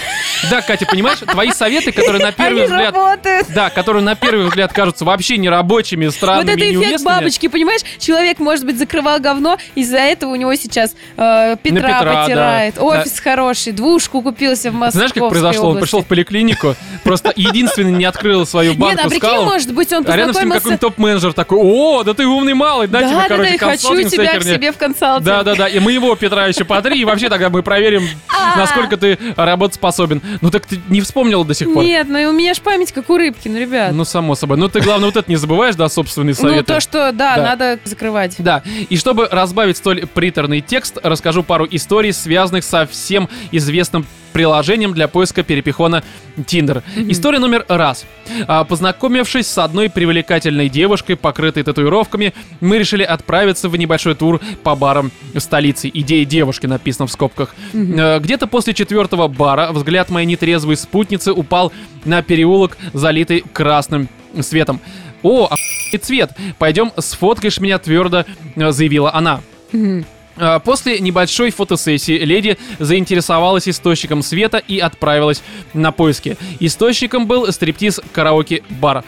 A: Да, Катя, понимаешь, твои советы, которые на
C: Они
A: первый взгляд...
C: работают.
A: Да, которые на первый взгляд кажутся вообще нерабочими,
C: Вот
A: странными
C: это
A: и
C: эффект
A: неуместными.
C: бабочки, понимаешь? Человек, может быть, закрывал говно, из-за этого у него сейчас э, Петра,
A: Петра, да.
C: потирает.
A: Да.
C: Офис хороший, двушку купился в Москве.
A: Знаешь, как произошло? Он пришел в поликлинику, просто единственный не открыл свою
C: Нет, а
A: банку с
C: прикинь,
A: калом.
C: может быть, он
A: А рядом с ним
C: познакомился...
A: какой-нибудь топ-менеджер такой, о, да ты умный малый, да,
C: да,
A: тебе,
C: да,
A: короче,
C: да, и хочу
A: консалтинг, вся
C: тебя к
A: херня».
C: себе в консалтинг.
A: Да, да, да. И мы его, Петра, еще по три. И вообще тогда мы проверим,
C: А.
A: насколько ты работоспособен. Ну так ты не вспомнила до сих пор.
C: Нет, ну и у меня ж память как у рыбки, ну, ребят.
A: Ну, само собой. Ну, ты, главное, вот это не забываешь, да, собственные
C: Ну,
A: советы.
C: то, что, да,
A: Да.
C: надо закрывать.
A: Да, и чтобы разбавить столь приторный текст, расскажу пару историй, связанных со всем известным приложением для поиска перепихона Tinder. История номер раз. А, Познакомившись с одной привлекательной девушкой, покрытой татуировками, мы решили отправиться в небольшой тур по барам столицы. Идея девушки написана в скобках. Э, Где-то после четвертого бара взгляд моей нетрезвой спутницы упал на переулок, залитый красным светом. а О, и цвет. Пойдем, сфоткаешь меня твердо, э, заявила она.
C: Мгм.
A: А, После небольшой фотосессии леди заинтересовалась источником света и отправилась на поиски. Источником был стриптиз-караоке-бар.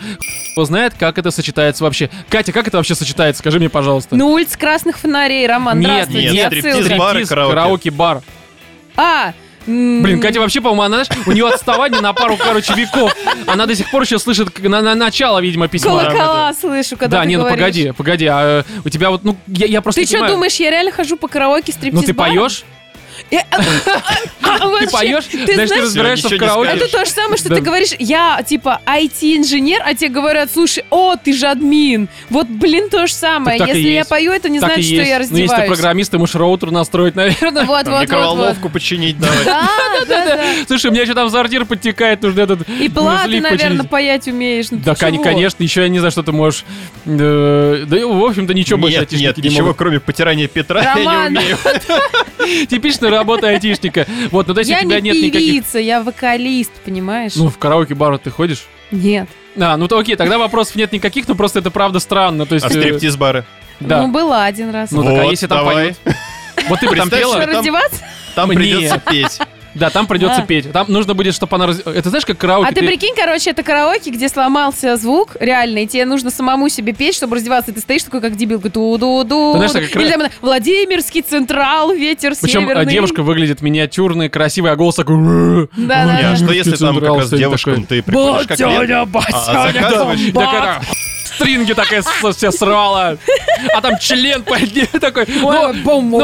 A: Кто знает, как это сочетается вообще. Катя, как это вообще сочетается? Скажи мне, пожалуйста.
C: Ну, улица красных фонарей, Роман,
A: нет,
C: здравствуйте.
A: нет,
B: отсылка.
C: отсылка.
B: Стриптиз-бар и караоке.
A: караоке-бар.
C: А, м,
A: Блин, Катя <laughs> вообще, по-моему, она, знаешь, у нее отставание на пару, короче, веков. Она до сих пор еще слышит к- на, на начало, видимо, письма.
C: колокола слышу, когда
A: да,
C: ты
A: не, ну
C: говоришь.
A: погоди, погоди, а, э, у тебя вот, ну, я, я просто
C: Ты
A: не
C: что
A: понимаю.
C: думаешь, я реально хожу по караоке стриптиз
A: Ну, ты поешь?
C: <laughs>
A: Ты поешь?
C: А, Ты
A: Значит, ты
C: знаешь,
A: разбираешься в
B: ничего не
A: караоке.
C: это то же самое, что
A: Да.
C: ты говоришь, я типа IT-инженер, а тебе говорят, слушай, о, ты же админ. Вот, блин, то же самое.
A: Так так и
C: Если я
A: есть.
C: пою, это не
A: Так
C: значит,
A: и
C: что я
A: есть. Ну, если ты
C: раздеваюсь.
A: программист, ты можешь роутер настроить, наверное.
C: <laughs>
B: Там
C: Вот, <laughs> вот, вот, вот.
B: Микроволновку
A: <laughs>
B: починить давай.
C: Да, да, да.
A: Слушай, у меня еще там сортир подтекает, нужно этот
C: И платы,
A: музлик
C: наверное,
A: починить.
C: паять умеешь. Ну, ты
A: Ну, Да, кон-
C: чего?
A: конечно, еще я не знаю, что ты можешь. э, Да, и, в общем-то, ничего больше
B: Нет,
A: айтишники
B: нет,
A: не
B: ничего,
A: могут.
B: кроме потирания Петра, я
C: Роман.
A: <laughs>
B: не умею.
A: Типичная работа айтишника. Вот, ну то есть у
C: Я
A: тебя
C: не
A: нет никаких...
C: певица, я вокалист, понимаешь?
A: Ну, в караоке-бар ты ходишь?
C: Нет.
A: А, ну то окей, тогда вопросов нет никаких, но просто это правда странно. То есть,
B: А
A: э,
B: стриптиз-бары?
A: да.
C: Ну, была один раз.
A: Ну, так, а если там
B: давай.
A: вот ты бы там
B: представь,
A: пела,
C: Что,
B: там-
C: раздеваться?
B: Там
A: Нет.
B: придется петь.
A: да, там придется
C: А.
A: петь. Там нужно будет, чтобы она... раз- Это знаешь, как караоке?
C: А ты прикинь, короче, это караоке, где сломался звук, реально, и тебе нужно самому себе петь, чтобы раздеваться. И ты стоишь такой, как дебил, ду ду ду
A: Ты знаешь, так как
C: Или
A: раз-
C: там Владимирский Централ, ветер
A: Причем э,
C: северный.
A: девушка выглядит миниатюрной, красивой, а голос такой... «Рррр».
C: Да, да,
B: Не, а
C: да.
B: что если там как раз
A: Централ
B: девушкам
A: стоит
B: ты приходишь как лет, а заказываешь?
A: такая, «Ах, стринги такая с- вся срала, а там член поднял <laughs> такой, ну,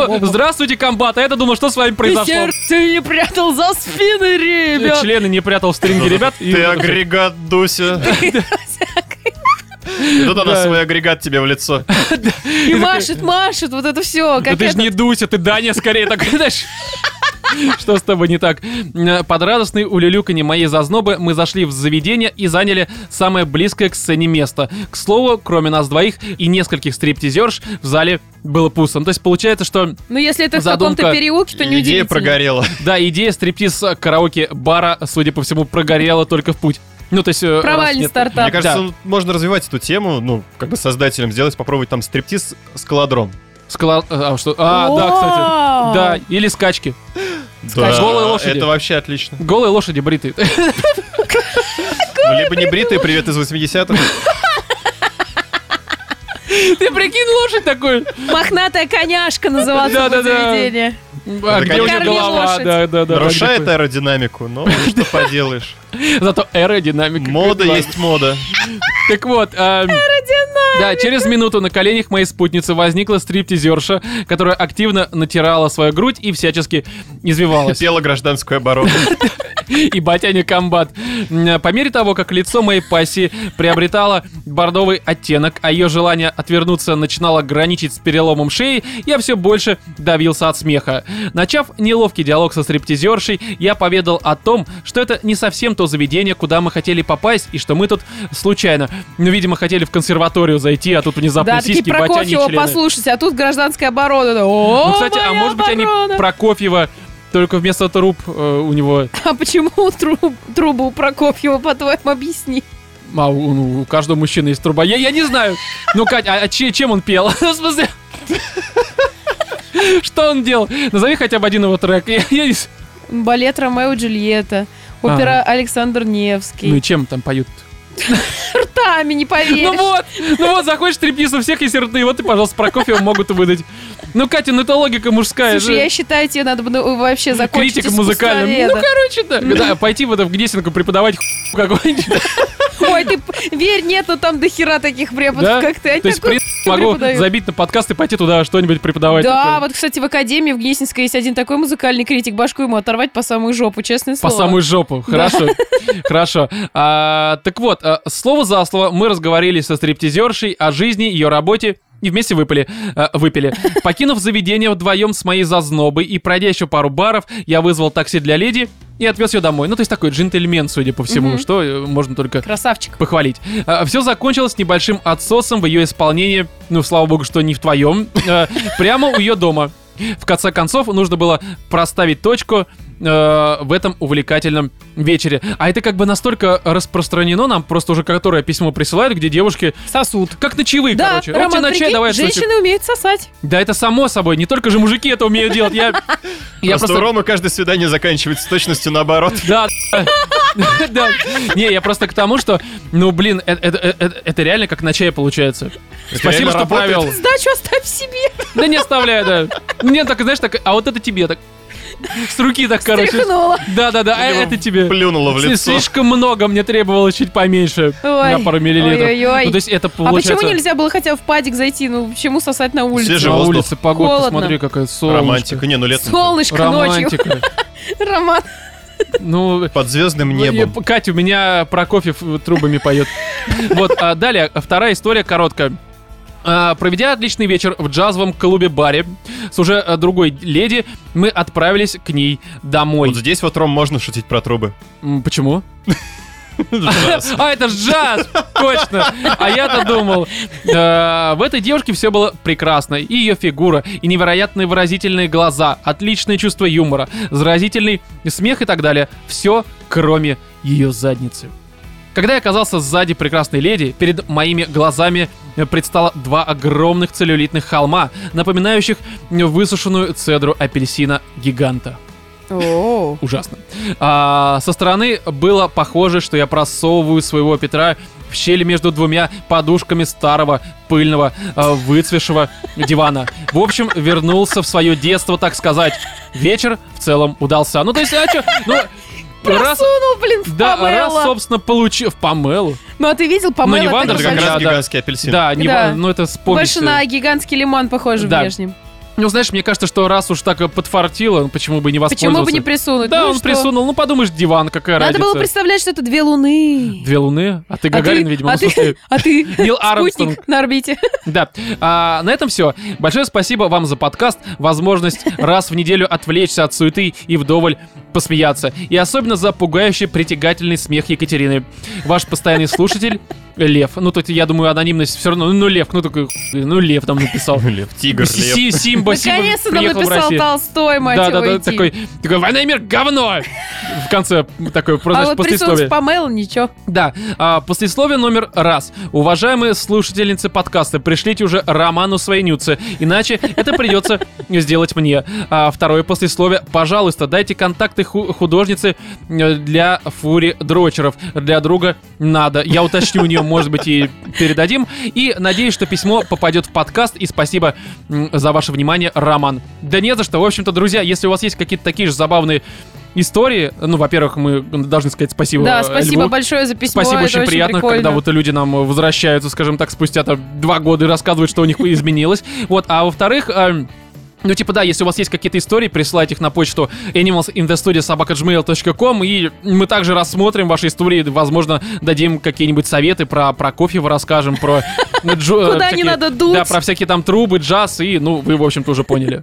A: ну, здравствуйте, комбат, а я-то думал, что с вами
C: Ты
A: произошло?
C: сердце не прятал за спиной, ребят.
A: Члены не прятал в стринге, ребят. и-
B: Ты агрегат,
A: <laughs>
B: Дуся. И Тут она
A: Да.
B: свой агрегат тебе в лицо.
C: И машет, машет, вот это все.
A: Да
C: Как
A: ты же
C: это.
A: не Дуся, ты Даня скорее такой, <laughs> знаешь. Что с тобой не так? Э, Под радостный улюлюканье моей зазнобы мы зашли в заведение и заняли самое близкое к сцене место. К слову, кроме нас двоих и нескольких стриптизерш, в зале было пусто. Ну, То есть получается, что
C: Ну, если это в
A: Задумка.
C: каком-то переулке, то не
B: Идея прогорела.
A: Да, идея стриптиз-караоке-бара, судя по всему, прогорела только в путь. Ну, то есть... э, раз
C: Провальный
A: нет-
B: Мне
C: стартап.
B: кажется, ну, можно развивать эту тему, ну, как бы создателям сделать, попробовать там стриптиз с колодром.
A: Скала... А, что? А, да, кстати.
C: Вау.
A: Да, или скачки.
B: Да,
A: голые лошади.
B: Это вообще отлично.
A: Голые лошади бритые.
B: Ну, Либо не бритые, привет из 80-х.
A: Ты прикинь, лошадь такой.
C: Мохнатая коняшка называлась
A: Да, да,
C: это
A: да.
C: заведение.
A: А где у
B: конечно.
A: нее голова?
C: Корми лошадь.
A: Да, <laughs> да, да.
B: Нарушает
A: Где
B: аэродинамику, но что
A: <laughs>
B: поделаешь.
A: такое? Зато аэродинамика.
B: Мода
A: Класс.
B: есть мода.
A: Так вот. эм, Да, через минуту на коленях моей спутницы возникла стриптизерша, которая активно натирала свою грудь и всячески извивалась.
B: Тело гражданскую оборону.
A: и батяня комбат. М, По мере того, как лицо моей пассии приобретало бордовый оттенок, а ее желание отвернуться начинало граничить с переломом шеи, я все больше давился от смеха. Начав неловкий диалог со стриптизершей, я поведал о том, что это не совсем то заведение, куда мы хотели попасть, и что мы тут случайно, ну, видимо, хотели в консерваторию зайти, а тут внезапно
C: Да, такие
A: сиськи, батяне и
C: Прокофьева
A: члены.
C: послушать, а тут гражданская оборона. Да, О,
A: Ну, кстати, а
C: моя
A: может быть они
C: оборона.
A: Прокофьева, только вместо труб э, у него...
C: А почему труб, трубу у Прокофьева, по-твоему, объясни?
A: А у, ну, у каждого мужчины есть труба. Я, я не знаю. Ну, Кать, а, а че- чем он пел? <laughs> В смысле? Что он делал? Назови хотя бы один его трек. Я- я не с-
C: Балет Ромео и Джульетта, опера Александр Невский.
A: А. Ну и чем там поют?
C: Ртами, не поверишь.
A: Ну вот, ну вот, заходишь трепниз у всех есть рты, вот и, пожалуйста, Прокофьева могут выдать. Ну, Катя, ну это логика мужская
C: Слушай, я
A: же.
C: считаю, тебе надо бы ну, вообще закончить
A: Критика музыкальная. Ну,
C: искусствоведа.
A: короче, да. Да, Пойти в это в Гнесинку преподавать хуй
C: <laughs>
A: какой-нибудь.
C: Ой, ты п- верь, нет, ну там до хера таких преподов,
A: Да?
C: как ты. Они
A: То есть, в
C: такой-
A: принципе, могу
C: преподают.
A: забить на подкаст и пойти туда что-нибудь преподавать.
C: Да,
A: Такое.
C: вот, кстати, в Академии в Гнесинской есть один такой музыкальный критик, башку ему оторвать по самую жопу, честное
A: По
C: слово.
A: самую жопу. Хорошо. Хорошо. А, так вот, а, слово за слово мы разговаривали со стриптизершей о жизни, ее работе. И вместе выпили, а, выпили. Покинув заведение вдвоем с моей зазнобой и пройдя еще пару баров, я вызвал такси для леди и отвез ее домой. Ну, то есть такой джентльмен, судя по всему,
C: Мгм.
A: что э, можно только
C: Красавчик.
A: похвалить. все закончилось небольшим отсосом в ее исполнении, ну, слава богу, что не в <laughs> а, твоем, э, прямо у ее дома. В конце концов, нужно было проставить точку э, в этом увлекательном вечере. А это как бы настолько распространено, нам просто уже которое письмо присылают, где девушки
C: Сосуд.
A: как ночевые,
C: да,
A: короче.
C: Роман,
A: Эти на чай,
C: прикинь,
A: давай отсосем.
C: женщины умеют сосать.
A: Да это само собой, не только же мужики это умеют делать. Я, я
B: просто, у Ромы каждое свидание заканчивается с точностью наоборот.
A: Да, <laughs> да. Не, я просто к тому, что, ну, блин, э- э- э- э- это реально как на чае получается.
B: Это
A: Спасибо,
B: реально
A: что
B: работает.
A: провел.
C: Сдачу оставь себе. <laughs>
A: Да не оставляю, да. Мне так, знаешь, так, а вот это тебе так. С руки так, короче.
C: Тряхнула.
A: Да-да-да, а
B: Ему
A: это тебе.
B: Плюнуло в
A: Сли-
B: лицо.
A: Слишком много, мне требовалось чуть поменьше.
C: Ой.
A: На пару миллилитров.
C: Ой-ой-ой.
A: Ну, то есть это
C: А
A: получается...
C: почему нельзя было хотя бы в падик зайти? Ну, почему сосать на улице?
B: Свежий
A: На
B: воздух.
A: улице погода,
C: Холодно.
A: смотри, какая солнышко.
B: Романтика. Не, ну летом.
C: <laughs> Солнышко ночью.
A: Романтика.
C: <laughs> Роман.
A: Ну,
B: Под звездным
A: Ну,
B: небом.
A: я- Катя, у меня Прокофьев э, трубами поет. Вот, а далее, вторая история короткая. А, Проведя отличный вечер в джазовом клубе-баре с уже а, другой леди, мы отправились к ней домой.
B: Вот здесь вот, Ром, можно шутить
A: <laughs>
B: про трубы. <laughs>
A: М, Почему?
B: Раз.
A: А, это ж джаз! Точно! А я-то думал. Э, В этой девушке все было прекрасно. И ее фигура, и невероятные выразительные глаза, отличное чувство юмора, заразительный смех и так далее. Все, кроме ее задницы. Когда я оказался сзади прекрасной леди, перед моими глазами э, предстало два огромных целлюлитных холма, напоминающих высушенную цедру апельсина гиганта.
C: О,
A: Ужасно. А, со стороны было похоже, что я просовываю своего Петра в щель между двумя подушками старого, пыльного, а, выцвешего дивана. В общем, вернулся в свое детство, так сказать. Вечер в целом удался. Ну, то есть, а чё? Ну, раз...
C: Просунул, блин, в
A: Да, раз,
C: Памело.
A: собственно, получил... В Памелу?
C: Ну, а ты видел,
A: Ну, не
C: Памела
A: Вандер,
B: Это как
A: Да, да.
B: раз гигантский апельсин.
A: Да, не
C: Да.
A: ва- ну это вспомнить.
C: Больше на гигантский лимон похоже
A: Да.
C: внешне.
A: Ну, знаешь, мне кажется, что раз уж так э, подфартило, ну, почему бы не воспользоваться?
C: Почему бы не присунуть?
A: Да,
C: Ну,
A: он
C: что?
A: присунул. Ну, подумаешь, диван, какая
C: Надо
A: разница.
C: было представлять, что это две луны.
A: Две луны? А ты
C: А ты-
A: Гагарин, видимо.
C: а
A: ну,
C: ты-
A: слушай.
C: А ты
A: Нил Армстронг.
C: спутник на орбите.
A: Да. А, на этом все. Большое спасибо вам за подкаст, возможность раз в неделю отвлечься от суеты и вдоволь посмеяться. И особенно за пугающий притягательный смех Екатерины. Ваш постоянный слушатель Лев. Ну, тут, я думаю, анонимность все равно. Ну, Лев, ну такой, ну, Лев там написал.
B: Лев, тигр, лев.
A: Си- Симба, Симба
C: Наконец-то нам
A: приехал в
C: написал
A: Россию.
C: Толстой, мать
A: Да,
C: его,
A: да, да,
C: идти. А
A: такой, такой, война и мир, говно! В конце такой, просто,
C: А
A: знаешь,
C: вот
A: послесловие.
C: присунуть Памела, ничего.
A: Да, а, послесловие номер раз. Уважаемые слушательницы подкаста, пришлите уже Роману свои нюцы, иначе это придется сделать мне. А, второе послесловие. Пожалуйста, дайте контакты ху- художницы э, для Фури Дрочеров. Для друга надо. Я уточню у нее, может быть, и передадим. И надеюсь, что письмо попадет в подкаст. И спасибо м, за ваше внимание, Роман. Да не за что. В общем-то, друзья, если у вас есть какие-то такие же забавные истории, ну, во-первых, мы должны сказать спасибо
C: Да,
A: э,
C: спасибо
A: Льву.
C: большое за письмо.
A: Спасибо,
C: это
A: очень приятно,
C: прикольно.
A: когда вот люди нам э, возвращаются, скажем так, спустя там два года и рассказывают, что у них изменилось. Вот, а во-вторых, эм, ну, типа, да, если у вас есть какие-то истории, присылайте их на почту animalsinthestudiosobakajmail.com, и мы также рассмотрим ваши истории, возможно, дадим какие-нибудь советы про, про кофе, расскажем про... ну, джу- э,
C: Куда не
A: всякие-
C: надо дуть.
A: Да, про всякие там трубы, джаз, и, ну, вы, в общем-то, уже поняли.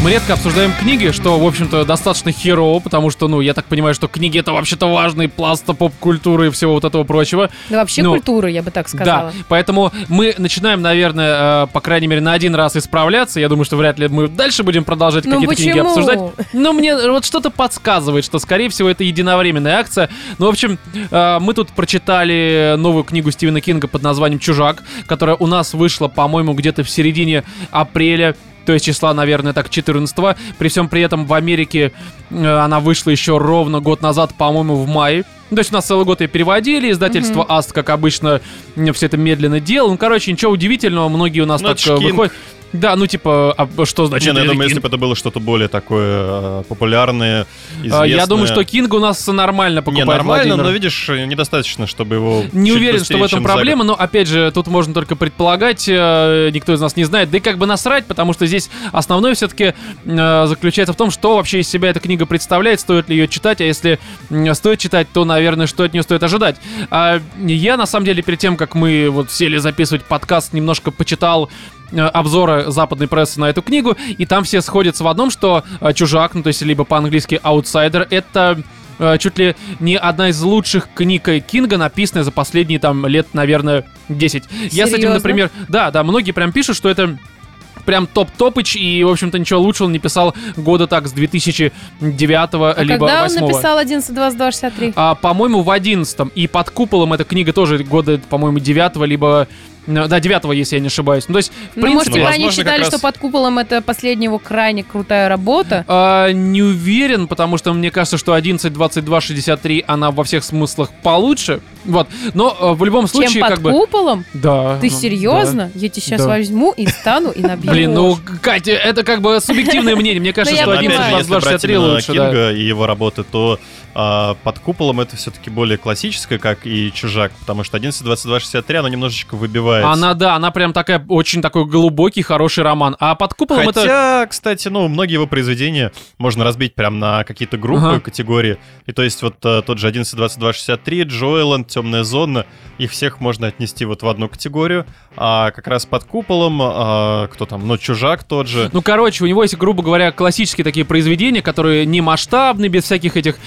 A: Мы редко обсуждаем книги, что, в общем-то, достаточно херово, потому что, ну, я так понимаю, что книги — это вообще-то важный пласт поп-культуры и всего вот этого прочего.
C: Да вообще
A: Ну,
C: культура, я бы так сказала.
A: Да, поэтому мы начинаем, наверное, э, по крайней мере, на один раз исправляться. Я думаю, что вряд ли мы дальше будем продолжать
C: Ну
A: какие-то книги
C: почему?
A: обсуждать. Но Ну, мне вот что-то подсказывает, что, скорее всего, это единовременная акция. Ну, в общем, э, мы тут прочитали новую книгу Стивена Кинга под названием «Чужак», которая у нас вышла, по-моему, где-то в середине апреля. То есть числа, наверное, так 14 При всем при этом в Америке э, она вышла еще ровно год назад, по-моему, в мае. Ну, То есть у нас целый год ее переводили, издательство Аст, как обычно, э, все это медленно делало. Ну, короче, ничего удивительного, многие у нас
B: Ну,
A: так
B: это ж
A: э,
B: Кинг.
A: выходят. Да, ну типа, а что
B: Не,
A: значит?
B: ну, я
A: это
B: думаю,
A: Кинг?
B: если бы это было что-то более такое э, популярное,
A: А,
B: известное.
A: Я думаю, что Кинга у нас нормально
B: Не,
A: покупает
B: нормально,
A: Владимир.
B: но, видишь, недостаточно, чтобы его...
A: Не
B: чуть
A: уверен,
B: быстрее,
A: что в этом
B: чем за год.
A: проблема, но опять же, тут можно только предполагать, э, никто из нас не знает, да и как бы насрать, потому что здесь основное все-таки заключается в том, что вообще из себя эта книга представляет, стоит ли ее читать, а если м, стоит читать, то, наверное, что от нее стоит ожидать. А я, на самом деле, перед тем, как мы вот сели записывать подкаст, немножко почитал э, обзоры западной прессы на эту книгу, и там все сходятся в одном, что э, чужак, ну то есть либо по-английски аутсайдер, это э, чуть ли не одна из лучших книг Кинга, написанная за последние там лет, наверное, 10. Я с этим,
C: Серьезно?
A: например, да, да, многие прям пишут, что это прям топ-топыч, и, в общем-то, ничего лучше он не писал года так с 2009
C: А
A: либо
C: когда он
A: 2008.
C: написал 11, 22, 63?
A: А, по-моему, в 11 И под куполом эта книга тоже года, по-моему, 9 либо... э, Да, 9 если я не ошибаюсь. Ну, то есть, в
C: Ну, может
A: принципе...
C: быть, они
B: возможно, как
C: считали,
B: раз-
C: что под куполом это последняя его крайне крутая работа.
A: а, не уверен, потому что мне кажется, что 11, 22, 63, она во всех смыслах получше. Вот. Но э, в любом случае,
C: Чем под
A: как бы...
C: куполом?
A: Да.
C: Ты
A: ну,
C: серьезно? Я тебя сейчас
A: Да.
C: возьму и встану и
A: да.
C: набью.
A: Блин, ну, Катя, это как бы субъективное мнение.
C: <laughs>
A: Мне кажется,
C: Ну,
A: что
B: Но
C: я
B: опять же,
A: 11,
C: понимаю.
B: если
A: 22,
B: брать
A: 63
B: именно
A: лучше, да.
B: Кинга и его работы, то а, под куполом это все-таки более классическое, как и Чужак, потому что 11, 22, 63, оно немножечко выбивается.
A: Она, да, она прям такая, очень такой глубокий, хороший роман. А под куполом это...
B: Хотя, кстати, ну, многие его произведения можно разбить прям на какие-то группы,
A: Ага.
B: категории. И то есть вот э, тот же 11, 22, 63, Джоэланд, Темная зона, их всех можно отнести вот в одну категорию. А как раз под куполом, а, кто там, ну, Чужак тот же.
A: Ну, короче, у него есть, грубо говоря, классические такие произведения, которые не масштабны, без всяких этих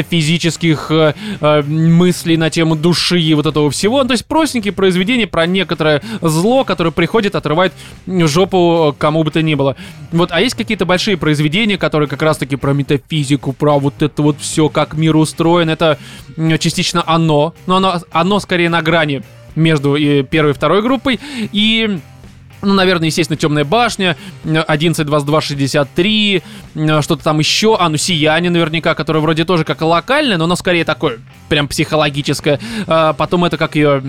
A: метафизических э, э, мыслей на тему души и вот этого всего. Ну, то есть простенькие произведения про некоторое зло, которое приходит, отрывает жопу э, кому бы то ни было. Вот, а есть какие-то большие произведения, которые как раз-таки про метафизику, про вот это вот все, как мир устроен. Это м, частично оно, но оно, оно скорее на грани между э, первой и второй группой. И ну, наверное, естественно, Темная башня, э, 11, 22, 63, э, что-то там еще, а ну Сияние наверняка, которое вроде тоже как локальное, но оно скорее такое, прям психологическое. А Потом это как ее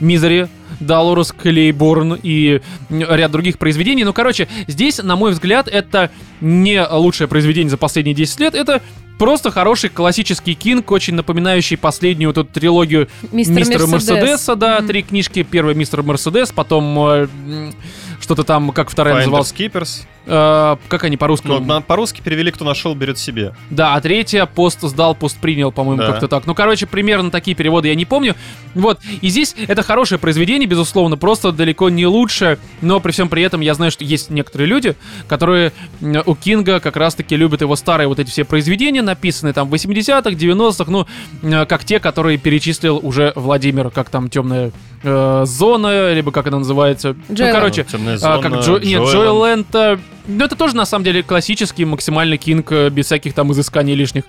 A: Мизери, Долорес Клейборн и м, ряд других произведений. Ну, короче, здесь, на мой взгляд, это не лучшее произведение за последние 10 лет, это просто хороший классический кинг, очень напоминающий последнюю вот эту трилогию
C: Мистер
A: мистера
C: Мерседес.
A: Мерседеса, да,
C: Мгм.
A: три книжки. Первая мистер Мерседес, потом э, м, что-то там, как вторая называлась,
B: Finders Keepers.
A: Э, как они по-русски?
B: Ну, на- по-русски перевели «Кто нашел, берет себе».
A: Да, а третья пост сдал, пост принял, по-моему,
B: Да.
A: как-то так. Ну, короче, примерно такие переводы я не помню. Вот. И здесь это хорошее произведение, безусловно, просто далеко не лучше. Но при всем при этом я знаю, что есть некоторые люди, которые м, у Кинга как раз-таки любят его старые вот эти все произведения, написанные там в 80-х, 90-х, ну, э, как те, которые перечислил уже Владимир, как там темная э, зона, либо как она называется.
C: Джейла.
A: Ну, короче,
B: «Темная
A: а,
B: зона»,
A: как Джо... Нет,
B: Джоэланд.
A: Джоэленд... Ну, это тоже, на самом деле, классический, максимально кинг, э, без всяких там изысканий лишних.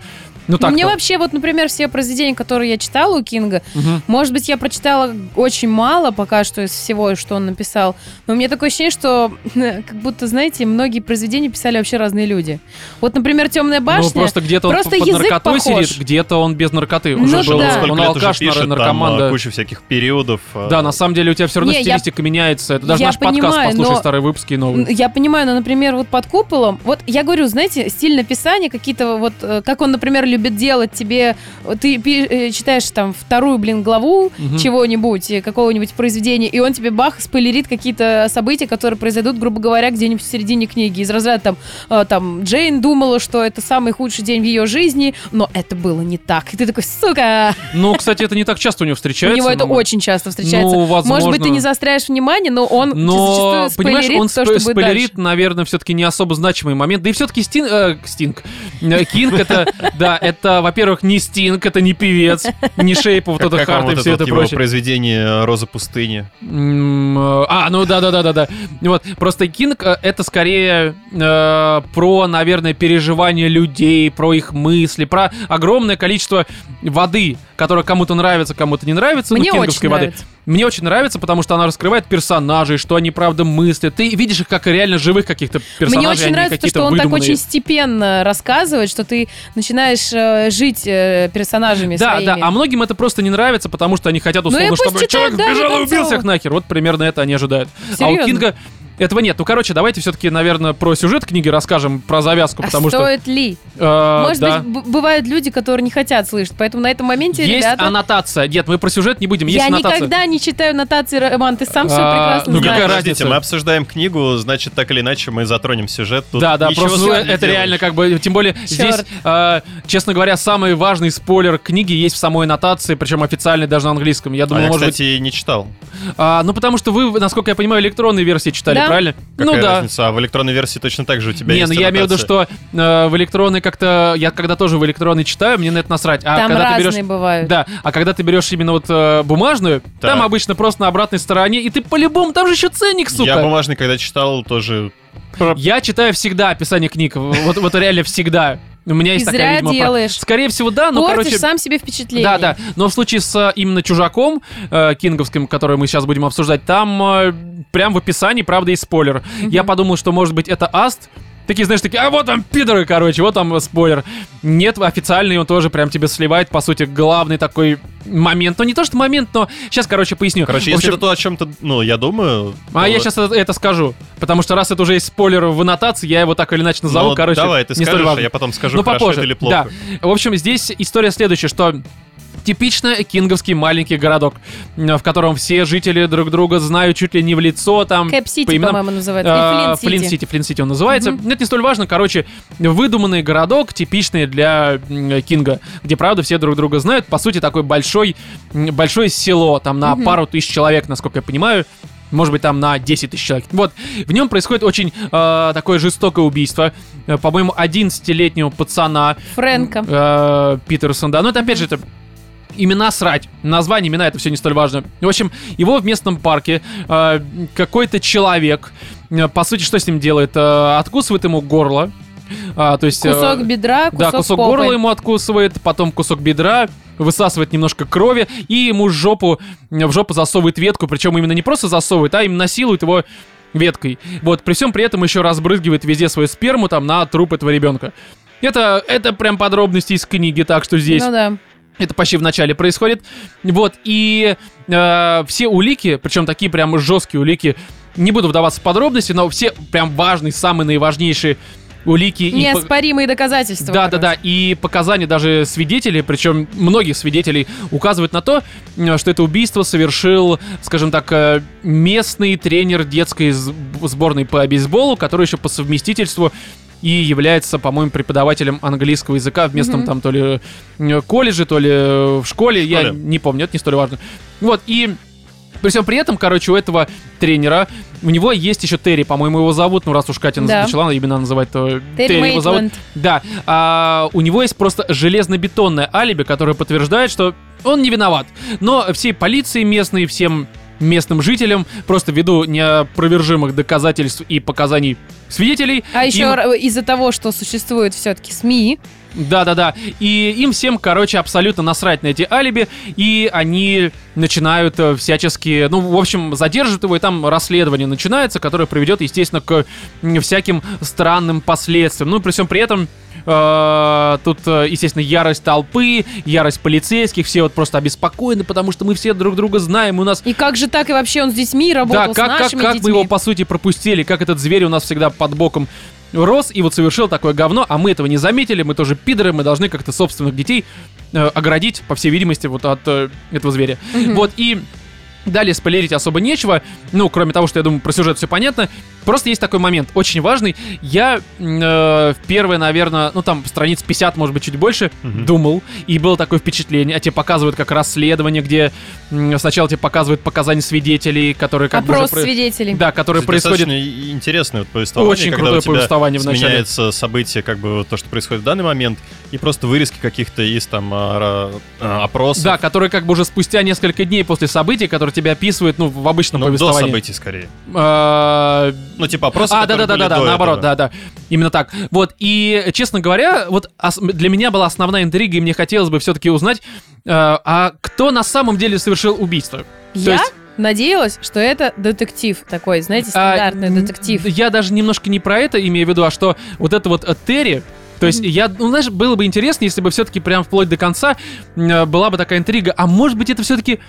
A: Ну, так
C: Мне вообще, вот, например, все произведения, которые я читала у Кинга,
A: Мгм.
C: Может быть, я прочитала очень мало пока что из всего, что он написал, но у меня такое ощущение, что <laughs> как будто, знаете, многие произведения писали вообще разные люди. Вот, например, «Темная башня».
A: Ну, просто где-то он
C: Просто
A: под
C: язык
A: наркотой
C: похож.
A: сидит, где-то он без наркоты.
C: Ну
A: уже
C: да.
A: был,
B: Уже
C: да.
B: сколько
A: он
B: лет уже
A: алкаш,
B: пишет,
A: наверное,
B: там
A: наркоман,
B: а,
A: да.
B: куча всяких периодов. а,
A: Да, на самом деле у тебя все равно
C: Не, я-
A: стилистика меняется. Это даже
C: Я
A: наш
C: понимаю,
A: подкаст, послушай
C: но-
A: старые выпуски и
C: Н-
A: новые.
C: Я понимаю, но, например, вот под куполом, вот я говорю, знаете, стиль написания, какие-то вот, э, как он, например, любит делать тебе, вот ты пи- э, читаешь там вторую, блин, главу
A: Мгм.
C: чего-нибудь, э, какого-нибудь произведения, и он тебе бах, спойлерит какие-то события, которые произойдут, грубо говоря, где-нибудь в середине книги, из разряда там, э, там, Джейн думала, что это самый худший день в ее жизни, но это было не так. И ты такой, сука!
A: Ну, кстати, это не так часто у него встречается.
C: У него это
A: но-
C: очень часто встречается.
A: Ну, возможно.
C: Может быть, ты не застряешь внимание, но он
A: Но,
C: Ну, зачастую спойлерит
A: понимаешь, он
C: то,
A: спо-
C: что будет дальше.
A: спойлерит, наверное, все-таки не особо значимый момент. Да и все-таки Стинг... Стинг. Э, Кинг это, <laughs> да, это, во-первых, не Стинг, это не певец, не Шейп, вот
B: Как,
A: это
B: как вам
A: Харт и
B: вот
A: все это
B: это вот его
A: прочее.
B: произведение «Роза пустыни»?
A: М, э, А, ну да, да, да, да, да. Вот. Просто Кинг э, это скорее э, про, наверное, переживания людей, про их мысли, про огромное количество воды, которая кому-то нравится, кому-то не нравится. Ну,
C: Мне
A: кинговской
C: очень
A: воды.
C: нравится.
A: Мне очень нравится, потому что она раскрывает персонажей, что они правда мыслят. Ты видишь их как реально живых каких-то персонажей,
C: Мне
A: а
C: очень
A: не
C: нравится то,
A: какие-то
C: что он так
A: выдуманные.
C: очень степенно рассказывает, что ты начинаешь э, жить э, персонажами
A: Да,
C: своими.
A: да, а многим это просто не нравится, потому что они хотят условно,
C: и пусть
A: чтобы
C: читают,
A: человек
C: да,
A: бежал
C: до
A: и убил
C: конца.
A: всех нахер. Вот примерно это они ожидают. А
C: Серьезно?
A: у Кинга этого нет. Ну, короче, давайте все-таки, наверное, про сюжет книги расскажем, про завязку,
C: А
A: потому что...
C: стоит ли?
A: э,
C: Может
A: да.
C: быть, б- бывают люди, которые не хотят слышать, поэтому на этом моменте,
A: Есть
C: ребята,
A: аннотация. Нет, мы про сюжет не будем. Есть
C: я
A: аннотация.
C: никогда не читаю нотации, Роман, ты сам все
A: А,
C: прекрасно
A: ну,
C: знаешь.
A: какая
B: Подождите,
A: разница?
B: мы обсуждаем книгу, значит, так или иначе мы затронем сюжет. Тут
A: да, да,
B: ничего
A: просто ну, э, это
B: сложного не делаешь.
A: реально как бы, тем более здесь, э, честно говоря, самый важный спойлер книги есть в самой аннотации, причем официальный даже на английском. Я
B: А
A: думаю,
B: я,
A: может
B: кстати, не читал.
A: быть, а, ну потому что вы, насколько я понимаю, электронные версии читали
C: Да.
A: правильно?
B: Какая
A: ну да.
B: разница? А в электронной версии точно так же у тебя
A: Не,
B: есть
A: ну я имею в виду,
B: аннотация.
A: что э, в электронной как-то... Я когда тоже в электронной читаю, мне на это насрать. А
C: Там
A: когда ты
C: разные
A: берешь...
C: бывают.
A: Да, а когда ты берешь именно вот э, бумажную, там
B: Так.
A: обычно просто на обратной стороне, и ты по-любому, там же еще ценник, сука.
B: Я бумажный, когда читал, тоже... про-
A: Я читаю всегда описание книг, вот, вот реально всегда. У меня есть
C: И
A: такая,
C: зря
A: видимо, прак-
C: делаешь.
A: Скорее всего, да, но,
C: Портишь
A: ну, короче...
C: сам себе впечатление.
A: Да, да. Но в случае с э, именно чужаком э, кинговским, который мы сейчас будем обсуждать, там э, прям в описании, правда, есть спойлер. Я подумал, что может быть это Аст. Такие, знаешь, такие, а вот там пидоры, короче, вот там э, спойлер. Нет, официальный он тоже прям тебе сливает, по сути, главный такой момент. Ну, не то, что момент, но сейчас, короче, поясню.
B: Короче,
A: В
B: если
A: общем,
B: это то, о чем-то, ну, я думаю...
A: а
B: то-
A: я сейчас это, это скажу, потому что раз это уже есть спойлер в аннотации, я его так или иначе назову,
B: Ну,
A: короче,
B: Давай, ты
A: не столь
B: скажешь, а
A: важно.
B: я потом скажу,
A: Ну,
B: хорошо
A: попозже.
B: это или плохо.
A: Да. В общем, здесь история следующая, что типично кинговский маленький городок, э, в котором все жители друг друга знают чуть ли не в лицо, там...
C: Кэп-сити,
A: по именам.
C: по-моему, называется.
A: Э,
C: И Флинт-сити.
A: Флинт-Сити, Флинт-Сити он называется.
C: Мгм.
A: Но Это не столь важно, короче, выдуманный городок, типичный для м, Кинга, где, правда, все друг друга знают. По сути, такой большой, м, большое село, там на
C: Мгм.
A: пару тысяч человек, насколько я понимаю. Может быть, там на 10 тысяч человек. Вот, в нем происходит очень э, такое жестокое убийство. Э, По-моему, 11-летнего пацана
C: Фрэнка.
A: э, Питерсон, да. Ну, это опять же, это имена срать. Название, имена, это все не столь важно. В общем, его в местном парке э, какой-то человек, э, по сути, что с ним делает? Э, откусывает ему горло. А, то есть, э,
C: Кусок бедра, кусок
A: да, кусок
C: попы.
A: горла ему откусывает, потом кусок бедра, высасывает немножко крови, и ему жопу, в жопу засовывает ветку, причем именно не просто засовывает, а именно насилует его веткой. Вот, при всем при этом еще разбрызгивает везде свою сперму там на труп этого ребенка. Это, это прям подробности из книги, так что здесь
C: Ну да.
A: это почти в начале происходит. Вот, и э, все улики, причем такие прям жесткие улики, не буду вдаваться в подробности, но все прям важные, самые наиважнейшие улики. и по-
C: Неоспоримые доказательства.
A: да, да, да. И показания даже свидетелей, причем многих свидетелей, указывают на то, э, что это убийство совершил, скажем так, э, местный тренер детской сб- сборной по бейсболу, который еще по совместительству и является, по-моему, преподавателем английского языка в местном
C: Мгм.
A: там то ли э, колледже, то ли э, в школе, я
B: школе.
A: не помню, это не столь важно. Вот, и при всем при этом, короче, у этого тренера, у него есть еще Терри, по-моему, его зовут, ну раз уж Катя
C: Да.
A: начала именно называть, то
C: Терри
A: его зовут.
C: Мейтленд.
A: Да, а, у него есть просто железно-бетонное алиби, которое подтверждает, что он не виноват. Но всей полиции местной, всем местным жителям, просто ввиду неопровержимых доказательств и показаний свидетелей.
C: А еще
A: им-
C: р- из-за того, что существуют все-таки СМИ,
A: Да-да-да. И им всем, короче, абсолютно насрать на эти алиби, и они начинают э, всячески, ну, в общем, задерживают его, и там расследование начинается, которое приведет, естественно, к м, всяким странным последствиям. Ну, при всем при этом э, тут, э, естественно, ярость толпы, ярость полицейских, все вот просто обеспокоены, потому что мы все друг друга знаем, и у нас
C: И как же так и вообще он с детьми
A: да, как,
C: работал, с
A: как,
C: нашими
A: как мы
C: детьми?
A: его, по сути, пропустили, как этот зверь у нас всегда под боком рос и вот совершил такое говно, а мы этого не заметили, мы тоже пидоры, мы должны как-то собственных детей э, оградить, по всей видимости, вот от э, этого зверя.
C: Мгм.
A: Вот, и далее спойлерить особо нечего, ну, кроме того, что я думаю, про сюжет все понятно, просто есть такой момент, очень важный, я м, э, в первое, наверное, ну, там, страниц 50, может быть, чуть больше,
B: Мгм.
A: думал, и было такое впечатление, а тебе показывают как расследование, где м, сначала тебе показывают показания свидетелей, которые как бы уже
C: Опрос
A: про-
C: свидетелей.
A: да, которые
B: То есть
A: происходят...
B: Достаточно и- интересное вот повествование,
A: Очень
B: когда
A: крутое
B: у тебя
A: повествование в начале.
B: сменяется событие, как бы вот то, что происходит в данный момент, и просто вырезки каких-то из там а, ра- а, опросов.
A: Да, которые как бы уже спустя несколько дней после событий, которые тебе описывают, ну, в обычном
B: Ну, до
A: повествовании.
B: событий скорее.
A: Э,
B: Ну, типа опросы,
A: А, да, да,
B: которые
A: да, да,
B: были
A: да,
B: до
A: наоборот,
B: этого.
A: да, да. Именно так. Вот, и, честно говоря, вот ос- для меня была основная интрига, и мне хотелось бы все-таки узнать, э, а кто на самом деле совершил убийство?
C: Я
A: есть-
C: надеялась, что это детектив такой, знаете,
A: А,
C: стандартный
A: н-
C: детектив.
A: Я даже немножко не про это имею в виду, а что вот это вот э, Терри. То есть,
C: Мгм.
A: я, ну, знаешь, было бы интересно, если бы все-таки прям вплоть до конца э, была бы такая интрига. А может быть, это все-таки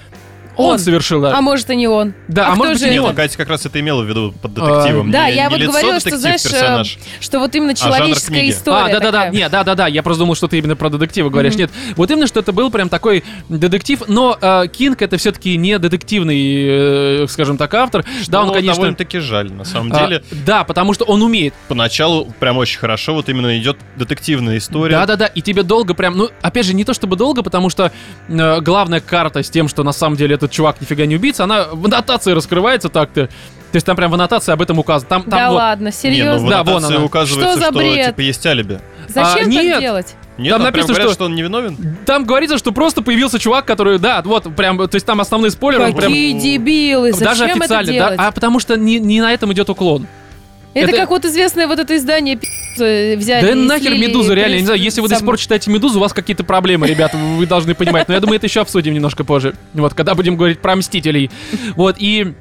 A: он,
C: Он.
A: совершил, да?
C: А может и не он.
A: да,
C: а
A: а,
C: кто
A: может быть,
C: же
A: и не
B: Нет,
C: это?
A: он.
B: ну, Катя как раз это имела в виду под
A: А,
B: детективом.
C: Да,
B: Не-
C: я
B: не
C: вот
B: лицо
C: говорила, что,
B: детектив,
C: знаешь, э,
B: персонаж.
C: Что вот именно
B: А, жанр
C: человеческая
B: книги?
C: история.
A: А, да, да, да.
C: такая.
A: Не, да, да, да. Я просто думал, что ты именно про детектива говоришь.
C: Мгм.
A: Нет, вот именно, что это был прям такой детектив. Но э, Кинг это все-таки не детективный, э, скажем так, автор. да, он,
B: Ну,
A: конечно.
B: довольно-таки жаль, на самом
A: а,
B: деле.
A: да, потому что он умеет.
B: Поначалу прям очень хорошо, вот именно идет детективная история.
A: Да, да, да. И тебе долго прям. Ну, опять же, не то чтобы долго, потому что э, главная карта с тем, что на самом деле этот чувак нифига не убийца, она в нотации раскрывается так-то. То есть там прям в аннотации об этом указано. Там, там
C: да
A: вот,
C: ладно,
B: Не, ну в
A: Да,
C: серьезно?
A: вон
B: аннотации
A: она.
B: указывается,
C: Что
B: что,
C: за бред?
B: типа есть алиби.
A: А,
C: Зачем
A: нет.
C: так делать?
B: Нет,
A: Там
B: там,
A: написано,
B: прям говорят,
A: что-
B: что... он невиновен.
A: Там говорится, что просто появился чувак, который, да, вот, прям, то есть там основные спойлеры, он прям...
C: Какие дебилы, зачем
A: Даже
C: это
A: официально,
C: делать?
A: да, а потому что не, не на этом идет уклон.
C: это,
A: это-
C: как вот известное вот это издание пи***, э, взяли
A: да
C: и
A: нахер
C: слили,
A: медузу,
C: и
A: реально, я не знаю,
C: перес-
A: если вы до сих
C: сам-
A: пор читаете медузу, у вас какие-то проблемы, ребята, вы вы должны понимать. Но я думаю, это еще обсудим немножко позже. Вот, когда будем говорить про мстителей. Вот, и.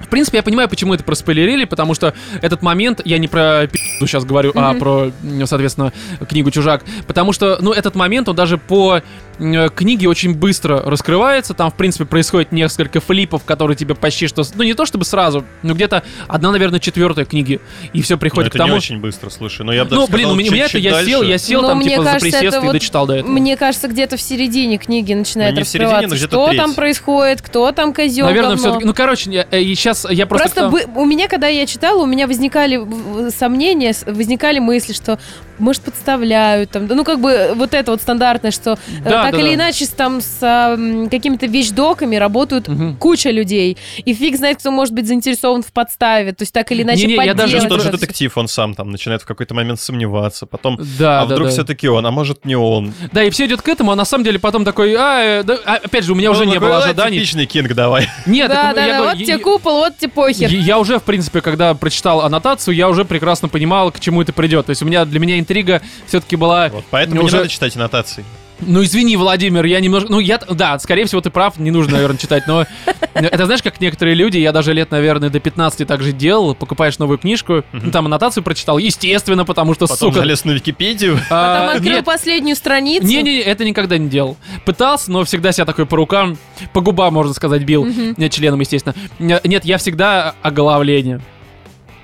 A: В принципе, я понимаю, почему это проспойлерили, потому что этот момент, я не про пи***ду сейчас говорю, а
C: Мгм.
A: про, м, соответственно, книгу «Чужак», потому что, ну, этот момент, он даже по м, э, книге очень быстро раскрывается, там, в принципе, происходит несколько флипов, которые тебе почти что, с- ну, не то чтобы сразу, но где-то одна, наверное, четвертая книги, и все
B: Но
A: приходит
B: Ну,
A: к
B: это
A: тому,
B: не очень быстро, слушай. Но я бы даже
A: ну, блин,
B: сказал,
A: у меня, у меня это
B: чуть-чуть
A: я сел, я
B: дальше.
A: сел
C: Ну,
A: там
C: мне
A: типа за
C: кажется, это
A: присест и
C: вот
A: дочитал до этого.
C: Мне кажется, где-то в середине книги начинает
B: Ну, не в середине,
C: раскрываться,
B: но где-то
C: что
B: треть.
C: там происходит, кто там козел
A: Наверное, все-таки. Ну, короче, сейчас я просто.
C: Просто,
A: там- <laughs>
C: бы- у меня, когда я читала, у меня возникали в- в- сомнения, с- возникали мысли, что, может, подставляют, там, да, ну, как бы вот это вот стандартное, что э,
A: Да,
C: так
A: да,
C: или
A: да.
C: иначе с, там с а, м, какими-то вещдоками работают
A: Мгм.
C: куча людей, и фиг знает, кто может быть заинтересован в подставе, то есть так или иначе
A: Не-не, я даже
B: Даже
A: делать
B: тот же
A: это.
B: детектив, он сам там начинает в какой-то момент сомневаться, потом...
A: Да,
B: а
A: да,
B: вдруг
A: да.
B: все-таки он, а может не он?
A: Да, и все идет к этому, а на самом деле потом такой, а, э, да, а, опять же, у меня уже
B: Ну,
A: не
B: такой,
A: было
B: «Ай,
A: ожиданий.
B: Типичный Кинг,
A: <laughs>
B: давай.
A: Нет,
C: Да,
A: так,
C: да,
A: я
C: да,
A: говорю,
C: вот
A: я-
C: тебе купол, вот тебе похер.
A: я- я уже, в принципе, когда прочитал аннотацию, я уже прекрасно понимал, к чему это придет. То есть у меня для меня интрига все-таки была.
B: Вот, поэтому
A: Уже-
B: не надо читать аннотации.
A: Ну извини, Владимир, я немножко. Ну, я. Да, скорее всего, ты прав, не нужно, наверное, читать, но. Это знаешь, как некоторые люди, я даже лет, наверное, до 15 так же делал, покупаешь новую книжку, ну, там аннотацию прочитал, естественно, потому что,
B: Потом
A: сука.
B: залез на Википедию.
A: а,
C: Потом открыл
A: нет,
C: последнюю страницу.
A: не-не-не, это никогда не делал. Пытался, но всегда себя такой по рукам, по губам, можно сказать, бил.
C: Мгм.
A: Не, Членом, естественно. Не- Нет, я всегда оголовление.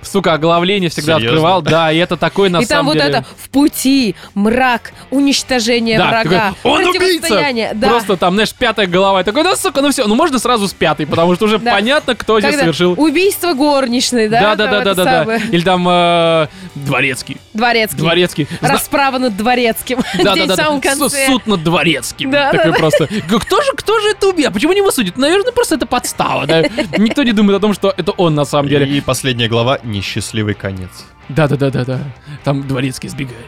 A: Сука, оголовление всегда
B: Серьезно?
A: открывал. Да, и это такой на
C: и там
A: самом
C: вот
A: деле.
C: это в пути, мрак, уничтожение
A: Да,
C: врага,
A: такой, он убийца!
C: противостояние. Да.
A: Просто там, знаешь, пятая голова. Я такой, да, сука, ну все, ну можно сразу с пятой, потому что уже
C: Да.
A: понятно, кто здесь
C: Когда
A: совершил.
C: Убийство горничной,
A: Да, да,
C: да?
A: да,
C: там
A: да,
C: это
A: да, да.
C: самое.
A: Или там э, дворецкий.
C: Дворецкий.
A: Дворецкий. Зна-
C: Расправа над дворецким.
A: <laughs> Да, да,
C: Здесь
A: да,
C: в самом
A: да. Су-
C: конце.
A: Суд над дворецким.
C: Да,
A: Такой
C: да, да.
A: просто. Г- Кто же, кто же это убил? Почему не его судят? Наверное, просто это подстава. да. Никто не думает о том, что это он на самом деле.
B: И последняя глава
A: <laughs>
B: «Несчастливый конец».
A: Да, да, да, да, да. Там дворецкий сбегает.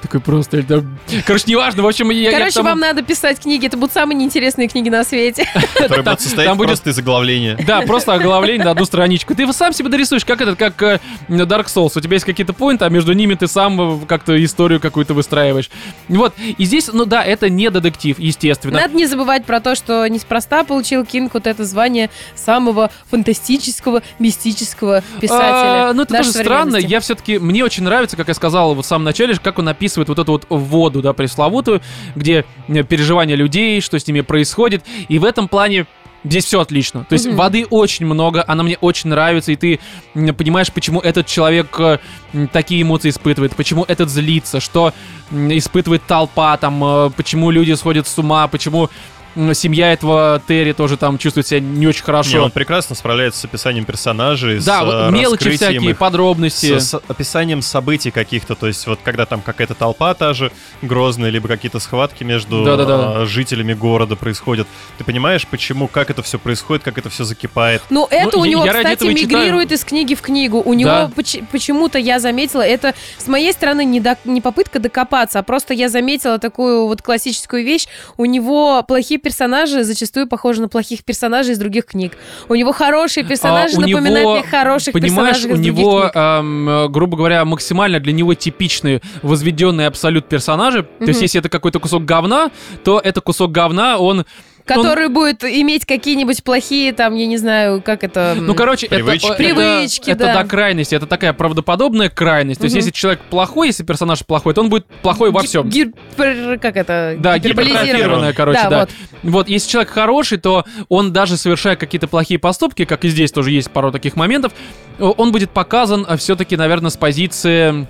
A: Такой просто. это- Короче, неважно. В общем, я. я к
C: Короче,
A: тому-
C: вам надо писать книги. Это будут самые неинтересные книги на свете.
B: Который будет состоять
A: там будет-
B: просто из оглавления.
A: Да, просто оглавление на одну страничку. Ты сам себе дорисуешь, как этот, как э, Dark Souls. У тебя есть какие-то поинты, а между ними ты сам э, как-то историю какую-то выстраиваешь. Вот. И здесь, ну да, это не детектив, естественно.
C: <laughs> Надо не забывать про то, что неспроста получил Кинг вот это звание самого фантастического, мистического писателя.
A: А, ну, это
C: нашей
A: тоже странно.
C: современности.
A: Я все-таки... Мне очень нравится, как я сказал вот в самом начале, как он описывает вот эту вот воду, да, пресловутую, где э, переживания людей, что с ними происходит. И в этом плане Здесь все отлично. То есть
C: Мгм.
A: воды очень много, она мне очень нравится, и ты м, понимаешь, почему этот человек э, м, такие эмоции испытывает, почему этот злится, что м, испытывает толпа, там, э, почему люди сходят с ума, почему м, семья этого Терри тоже там чувствует себя не очень хорошо.
B: Не, он прекрасно справляется с описанием персонажей,
A: да,
B: Ну, с
A: вот
B: э,
A: мелочи
B: раскрытием
A: всякие,
B: их,
A: подробности.
B: с, с описанием событий каких-то, то есть вот когда там какая-то толпа та же грозная, либо какие-то схватки между
A: Да-да-да.
B: э, жителями города происходят. Ты понимаешь, почему, как это все происходит, как это все закипает?
C: Ну, это у
A: я-
C: него,
A: я ради
C: кстати,
A: этого и читаю.
C: мигрирует из книги в книгу. У него
A: Да.
C: поч- почему-то я заметила, это с моей стороны не, док- не попытка докопаться, а просто я заметила такую вот классическую вещь. У него плохие персонажи зачастую похожи на плохих персонажей из других книг. У него хорошие персонажи
A: А, у него,
C: напоминают мне хороших
A: Понимаешь,
C: персонажей
A: у
C: из других
A: него,
C: книг.
A: эм, э, грубо говоря, максимально для него типичные возведенные абсолют персонажи. То есть,
C: Мгм.
A: если это какой-то кусок говна, то это кусок говна, он.
C: Который будет иметь какие-нибудь плохие, там, я не знаю, как это... м,
A: Ну, короче, это-
B: Привычки.
A: это.
C: Привычки,
A: это
C: да.
A: до крайности. Это такая правдоподобная крайность. То есть,
C: Мгм.
A: если человек плохой, если персонаж плохой, то он будет плохой во
C: гип-
A: всем.
C: гипер- Как это?
A: Да,
C: Гиперболизированный.
A: гипертрофированная, короче, да.
C: Да, вот.
A: Вот, если человек хороший, то он даже совершая какие-то плохие поступки, как и здесь тоже есть пару таких моментов, э, он будет показан все-таки, наверное, с позиции...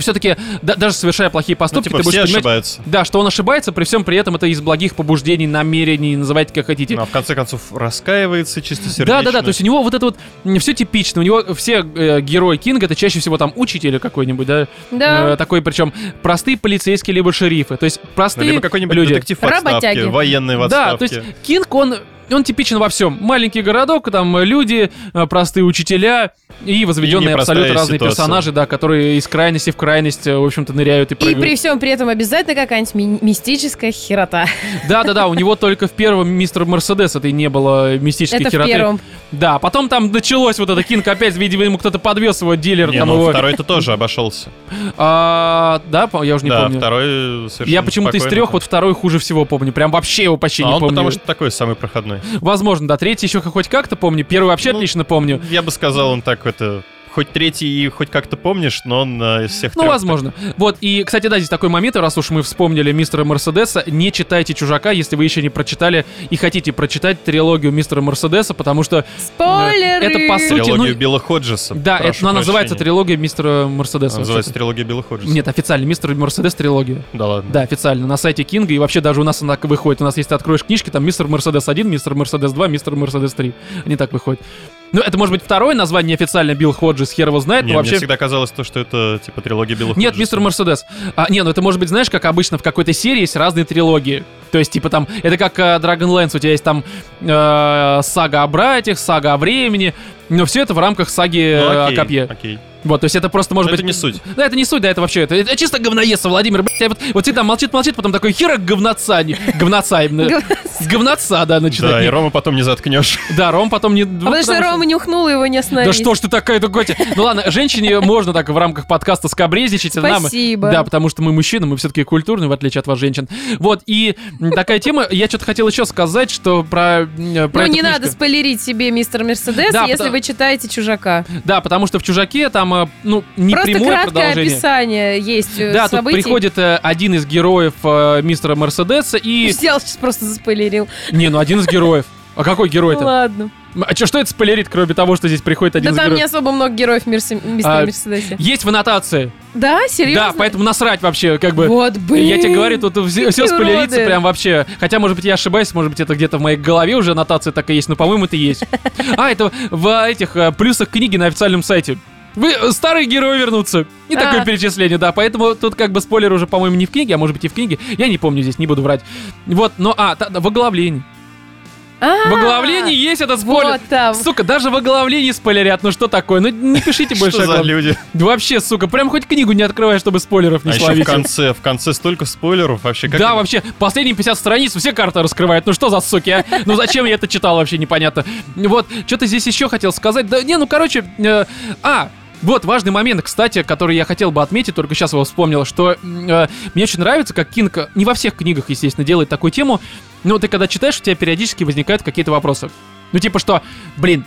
A: Все-таки, даже совершая плохие
B: Ну,
A: поступки,
B: типа,
A: ты будешь
B: все
A: понимать,
B: ошибаются.
A: да, что он ошибается, при всем при этом это из благих побуждений, намерений, называйте как хотите.
B: Ну, а в конце концов раскаивается чистосердечно.
A: Да, да, да, то есть у него вот это вот все типично, у него все э, герои Кинга, это чаще всего там учитель какой-нибудь, да,
C: Да.
A: Э, такой, причем простые полицейские либо шерифы, то есть
B: Ну,
A: простые
B: либо какой-нибудь
A: люди.
B: детектив в отставке,
C: Работяги.
B: военный в отставке.
A: Да, то есть Кинг, он он типичен во всем. Маленький городок, там люди, э, простые учителя и возведенные
B: непростая
A: абсолютно разные
B: ситуация.
A: персонажи, да, которые из крайности в крайность, э, в общем-то, ныряют и
C: И
A: прыгают.
C: при всем при этом обязательно какая-нибудь ми- мистическая херота.
A: Да-да-да, у него только в первом мистер Мерседес это и не было мистических
C: Это в
A: хероты.
C: первом.
A: Да, потом там началось вот это Кинг опять, видимо, ему кто-то подвез его дилер,
B: Не,
A: там
B: ну
A: его...
B: второй-то тоже обошелся.
A: А, да, по- я уже <laughs> не
B: да,
A: помню.
B: второй совершенно
A: Я почему-то из
B: спокойно.
A: трех вот второй хуже всего помню. Прям вообще его почти
B: А
A: не
B: он
A: помню.
B: потому что такой самый проходной.
A: Возможно, да. Третий еще хоть как-то помню. Первый вообще
B: Ну,
A: отлично помню.
B: Я бы сказал, он так это... Хоть третий и хоть как-то помнишь, но он э, из всех
A: Ну,
B: трёх
A: возможно. Вот, и, кстати, да, здесь такой момент, раз уж мы вспомнили мистера Мерседеса, не читайте «Чужака», если вы еще не прочитали и хотите прочитать трилогию мистера Мерседеса, потому что,
C: Спойлеры!
A: Это
C: <laughs>
A: по сути- ну,
B: Трилогию Билла Ходжеса.
A: да,
B: прошу
A: это, ну, она называется
B: прощения.
A: трилогия мистера Мерседеса.
B: Она называется трилогия Билла Ходжеса.
A: Нет, официально, мистер Мерседес трилогия.
B: Да ладно.
A: Да, официально, на сайте Кинга, и вообще даже у нас она к- выходит. У нас, если ты откроешь книжки, там мистер Мерседес 1, мистер Мерседес 2, мистер Мерседес 3. Они так выходят. Ну, это может быть второе название неофициально Билл Ходжес, хер его знает,
B: Не,
A: но вообще...
B: Мне всегда казалось то, что это типа трилогия Билла
A: Нет,
B: Ходжеса.
A: мистер Мерседес. А, не, ну это может быть, знаешь, как обычно в какой-то серии есть разные трилогии. То есть, типа там, это как э, Dragonlance, у тебя есть там э, сага о братьях, сага о времени, но все это в рамках саги э,
B: Ну,
A: о
B: окей,
A: копье. <laughs>
B: Окей.
A: Вот, то есть это просто может
B: Но
A: быть...
B: это не суть.
A: Да, это не суть, да, это вообще, это, это чисто говноедство, Владимир, блядь, я вот, вот всегда молчит-молчит, потом такой хера говноца, не- говноца
C: <laughs>
A: именно, говноца, да,
B: Да, и
A: начинает.
B: Рома потом
A: <laughs>
B: не заткнешь.
A: Да, Ром потом не...
C: А потому что Рома нюхнул его не
A: Да
C: остановить.
A: что ж ты такая, то Готя? Ну ладно, женщине можно так в рамках подкаста скобрезичить, а нам...
C: Спасибо.
A: Да, потому что мы мужчины, мы все-таки культурные, в отличие от вас, женщин. Вот, и м, такая тема. Я что-то хотел еще сказать, что про... м, про
C: Ну
A: эту
C: не надо
A: книжку.
C: спойлерить себе мистер Мерседес,
A: Да,
C: если
A: потому-
C: вы читаете «Чужака».
A: Да, потому что в «Чужаке» там, э, ну, не
C: Просто
A: прямое
C: краткое
A: продолжение.
C: описание есть э,
A: Да, тут
C: событий.
A: приходит э, один из героев э, мистера Мерседеса
C: <laughs>
A: и...
C: Взял, сейчас просто заспойлерил.
A: Не, ну один из героев. А какой герой-то?
C: Ладно.
A: М, А чё- что это спойлерит, кроме того, что здесь приходит один
C: Да
A: из
C: там не
A: героев?
C: особо много героев мистера
A: А,
C: Мерседеса.
A: Есть в аннотации.
C: Да, серьезно?
A: Да, поэтому насрать вообще, как бы.
C: Вот, блин.
A: Я тебе говорю, тут все,
C: какие
A: спойлерится
C: уроды.
A: прям вообще. Хотя, может быть, я ошибаюсь, может быть, это где-то в моей голове уже аннотация такая есть, но, по-моему, это есть. А, это в этих э, плюсах книги на официальном сайте. Вы э, старые герои вернутся. И
C: А.
A: такое перечисление, да. Поэтому тут как бы спойлер уже, по-моему, не в книге, а может быть и в книге. Я не помню здесь, не буду врать. Вот, но, а, та- в оглавлении.
C: А,
A: В оглавлении есть этот спойлер.
C: Вот там.
A: Сука, даже в оглавлении спойлерят, ну что такое? Ну не пишите больше
B: <laughs> Что за
A: оглавлений.
B: люди?
A: Да Вообще, сука, прям хоть книгу не открывай, чтобы спойлеров не
B: А еще в
A: словить.
B: конце, в конце столько спойлеров вообще. Как
A: да,
B: это?
A: вообще, последние 50 страниц все карты раскрывают. Ну что за суки, а? Ну зачем я это читал, вообще непонятно. Вот, что-то здесь еще хотел сказать. Да не, ну короче, э, а, вот важный момент, кстати, который я хотел бы отметить, только сейчас его вспомнил, что м, э, мне очень нравится, как Кинг, э, не во всех книгах, естественно, делает такую тему, но ты когда читаешь, у тебя периодически возникают какие-то вопросы. Ну типа что, блин,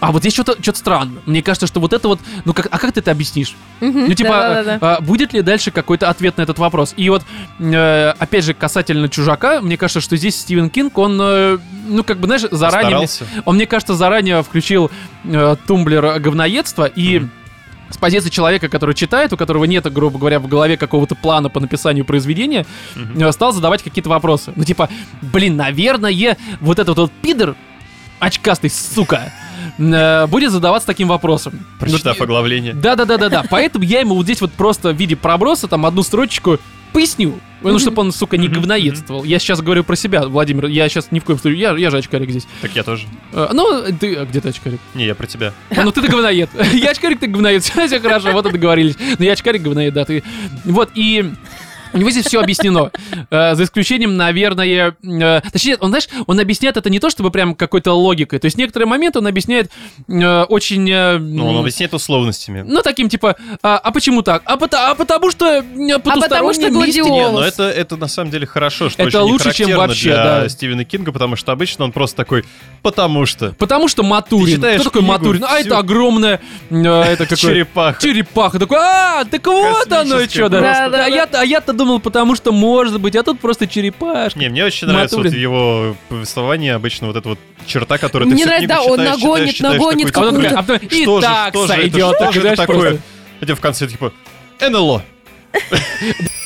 A: а вот здесь что-то что странно. Мне кажется, что вот это вот, ну как, а как ты это объяснишь?
C: Мгм,
A: Ну, типа,
C: да-да-да.
A: а, будет ли дальше какой-то ответ на этот вопрос? И вот, э, опять же, касательно чужака, мне кажется, что здесь Стивен Кинг, он, э, ну, как бы, знаешь, заранее.
B: Старался.
A: Он, мне кажется, заранее включил э, тумблер говноедства и.
B: Мгм.
A: С позиции человека, который читает, у которого нет, грубо говоря, в голове какого-то плана по написанию произведения,
B: Мгм.
A: э, стал задавать какие-то вопросы. Ну, типа, блин, наверное, вот этот вот пидор, очкастый, сука, э, будет задаваться таким вопросом.
B: Прочитав
A: Ну,
B: оглавление.
A: да, да, да, да, да. Поэтому я ему вот здесь вот просто в виде проброса там одну строчку поясню. Ну, чтобы он, сука, не
B: Мгм,
A: говноедствовал. Я сейчас говорю про себя, Владимир. Я сейчас ни в коем случае. Я, я же очкарик здесь.
B: Так я тоже.
A: Э, Ну, ты а где ты очкарик?
B: Не, я про тебя.
A: А, ну ты-то говноед. <laughs> Я очкарик, ты говноед. <laughs> Все, хорошо, вот и договорились. Но я очкарик, говноед, да, ты. Вот, и... У него здесь все объяснено. Э, за исключением, наверное... э, точнее, он, знаешь, он объясняет это не то, чтобы прям какой-то логикой. То есть некоторые моменты он объясняет э, очень... э,
B: Ну, он объясняет условностями.
A: ну, таким типа, а, а почему так? А, пота- а потому что э, потусторонние
C: что
A: мистики».
C: гладиолус.
B: Не, но это, это на самом деле хорошо, что
A: Это
B: очень не
A: лучше, чем
B: характерно
A: вообще,
B: для
A: да.
B: Стивена Кинга, потому что обычно он просто такой, потому что
A: Потому что Матурин.
B: Ты читаешь
A: Кто такой
B: книгу,
A: Матурин? А
B: всю-
A: это огромная... э,
B: <laughs>
A: это какое-
B: черепаха.
A: Черепаха. Такой, а, так вот оно что, да.
C: просто.
A: Да, я-то- А я-то думал, потому что может быть, а тут просто черепашка.
B: Не, мне очень нравится вот
A: Матурин.
B: в его повествовании обычно вот эта вот черта, которую ты
C: Мне
B: всю
C: нравится,
B: книгу
C: да, он
B: читаешь,
C: нагонит,
B: читаешь, читаешь,
C: нагонит
A: А
B: такой,
A: потом,
C: какую-то.
A: бля, а потом, и
B: Что же,
A: так
B: что же это,
A: сойдет.
B: что
A: Так,
B: же
A: знаешь,
B: это такое?
A: просто.
B: Хотя в конце типа НЛО.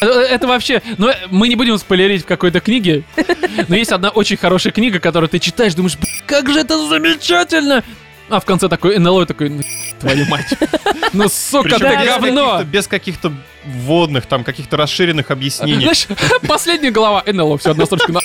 A: Э, Это вообще... Ну, э, мы не будем спойлерить в какой-то книге, но есть одна очень хорошая книга, которую ты читаешь, думаешь, «Блин, как же это замечательно! А в конце такой НЛО такой, «Ну, твою мать. Ну, сука,
B: Причем
A: ты
B: без
A: говно!
B: каких-то- Без каких-то вводных, там, каких-то расширенных
A: <laughs>
B: объяснений.
A: Знаешь, последняя глава НЛО, все, одна строчка. на-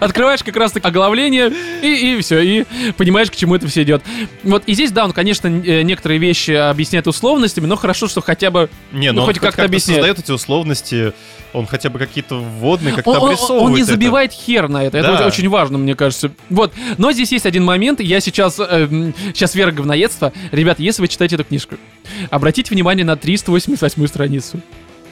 A: Открываешь как раз таки оглавление, и, и все, и понимаешь, к чему это все идет. Вот, и здесь, да, он, конечно, э, некоторые вещи объясняет условностями, но хорошо, что хотя бы
B: Не,
A: Ну,
B: но он
A: хоть
B: хоть
A: как-то
B: как-то
A: объясняет.
B: создает эти условности, он хотя бы какие-то вводные как-то
A: он, он- он-
B: обрисовывает.
A: он не
B: это.
A: забивает хер на это. Это
B: Да.
A: очень- очень важно, мне кажется. Вот. Но здесь есть один момент. Я сейчас... эм, сейчас вера говноедства. Ребят, если вы читаете эту книжку, обратите внимание на 388 страницу.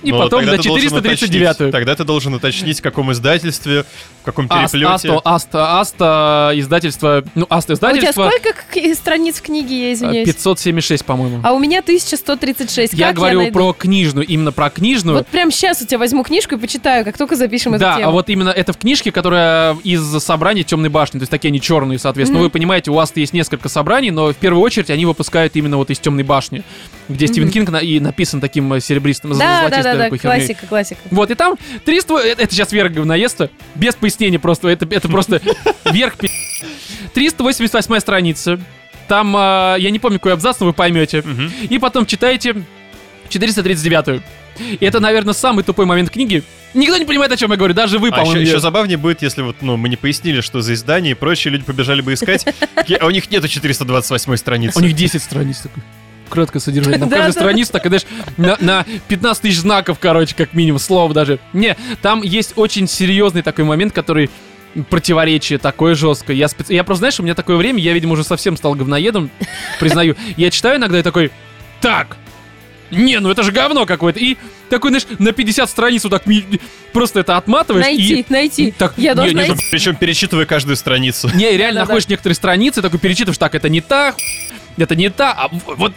A: И
B: Но
A: потом
B: Ну, тогда
A: на
B: ты должен
A: 439
B: уточнить- Тогда ты должен уточнить, в каком издательстве, в каком
A: Аст-
B: переплете.
A: Асто, Аста, Аста, издательство, ну, Аста
C: А у тебя
A: издательство,
C: сколько к- страниц в книге, я извиняюсь?
A: 576, по-моему.
C: А у меня 1136.
A: я
C: Как
A: говорю
C: найду?
A: про книжную, именно про книжную.
C: Вот прям сейчас у тебя возьму книжку и почитаю, как только запишем
A: да,
C: эту тему.
A: а вот именно это в книжке, которая из собраний Темной башни, то есть такие они черные, соответственно.
C: Мгм.
A: Вы понимаете, у вас есть несколько собраний, но в первую очередь они выпускают именно вот из Темной башни, где Стивен
C: Мгм.
A: Кинг на- и написан таким э, серебристым, зл-
C: да, да,
A: золотистой
C: да, да,
A: такой херней.
C: классика, классика.
A: Вот, и там 300... Это, это сейчас Вера говноедство. Без пояснений просто. Это, это
C: <laughs>
A: просто верх пи... 388 страница. Там, а, я не помню, какой абзац, но вы поймете.
B: Мгм.
A: И потом читаете 439-ю. И это, наверное, самый тупой момент книги. Никто не понимает, о чем я говорю, даже вы,
B: А
A: по-моему.
B: еще,
A: не-
B: еще забавнее будет, если вот, ну, мы не пояснили, что за издание, и прочие люди побежали
A: <laughs>
B: бы искать. Я- А у них нету 428 страницы.
A: У
B: <laughs>
A: них 10 страниц такой. Краткое содержание. Ну, Там
C: Да,
A: каждая
C: да.
A: страница такая, знаешь, на, на 15 тысяч знаков, короче, как минимум, слов даже. Не, там есть очень серьезный такой момент, который противоречие такое жесткое. Я, спец- я просто, знаешь, у меня такое время, я, видимо, уже совсем стал говноедом, <laughs> признаю. Я читаю иногда и такой, так, не, ну это же говно какое-то. И такой, знаешь, на 50 страниц вот так ми- просто это отматываешь.
C: Найти,
A: и...
C: найти.
A: Так,
C: я
A: не,
C: должна
A: не,
C: найти.
B: Причем перечитывая каждую страницу.
A: Не, реально
C: Да-да.
A: находишь некоторые страницы, такой перечитываешь, так, это не та, ху- это не та, а в- вот...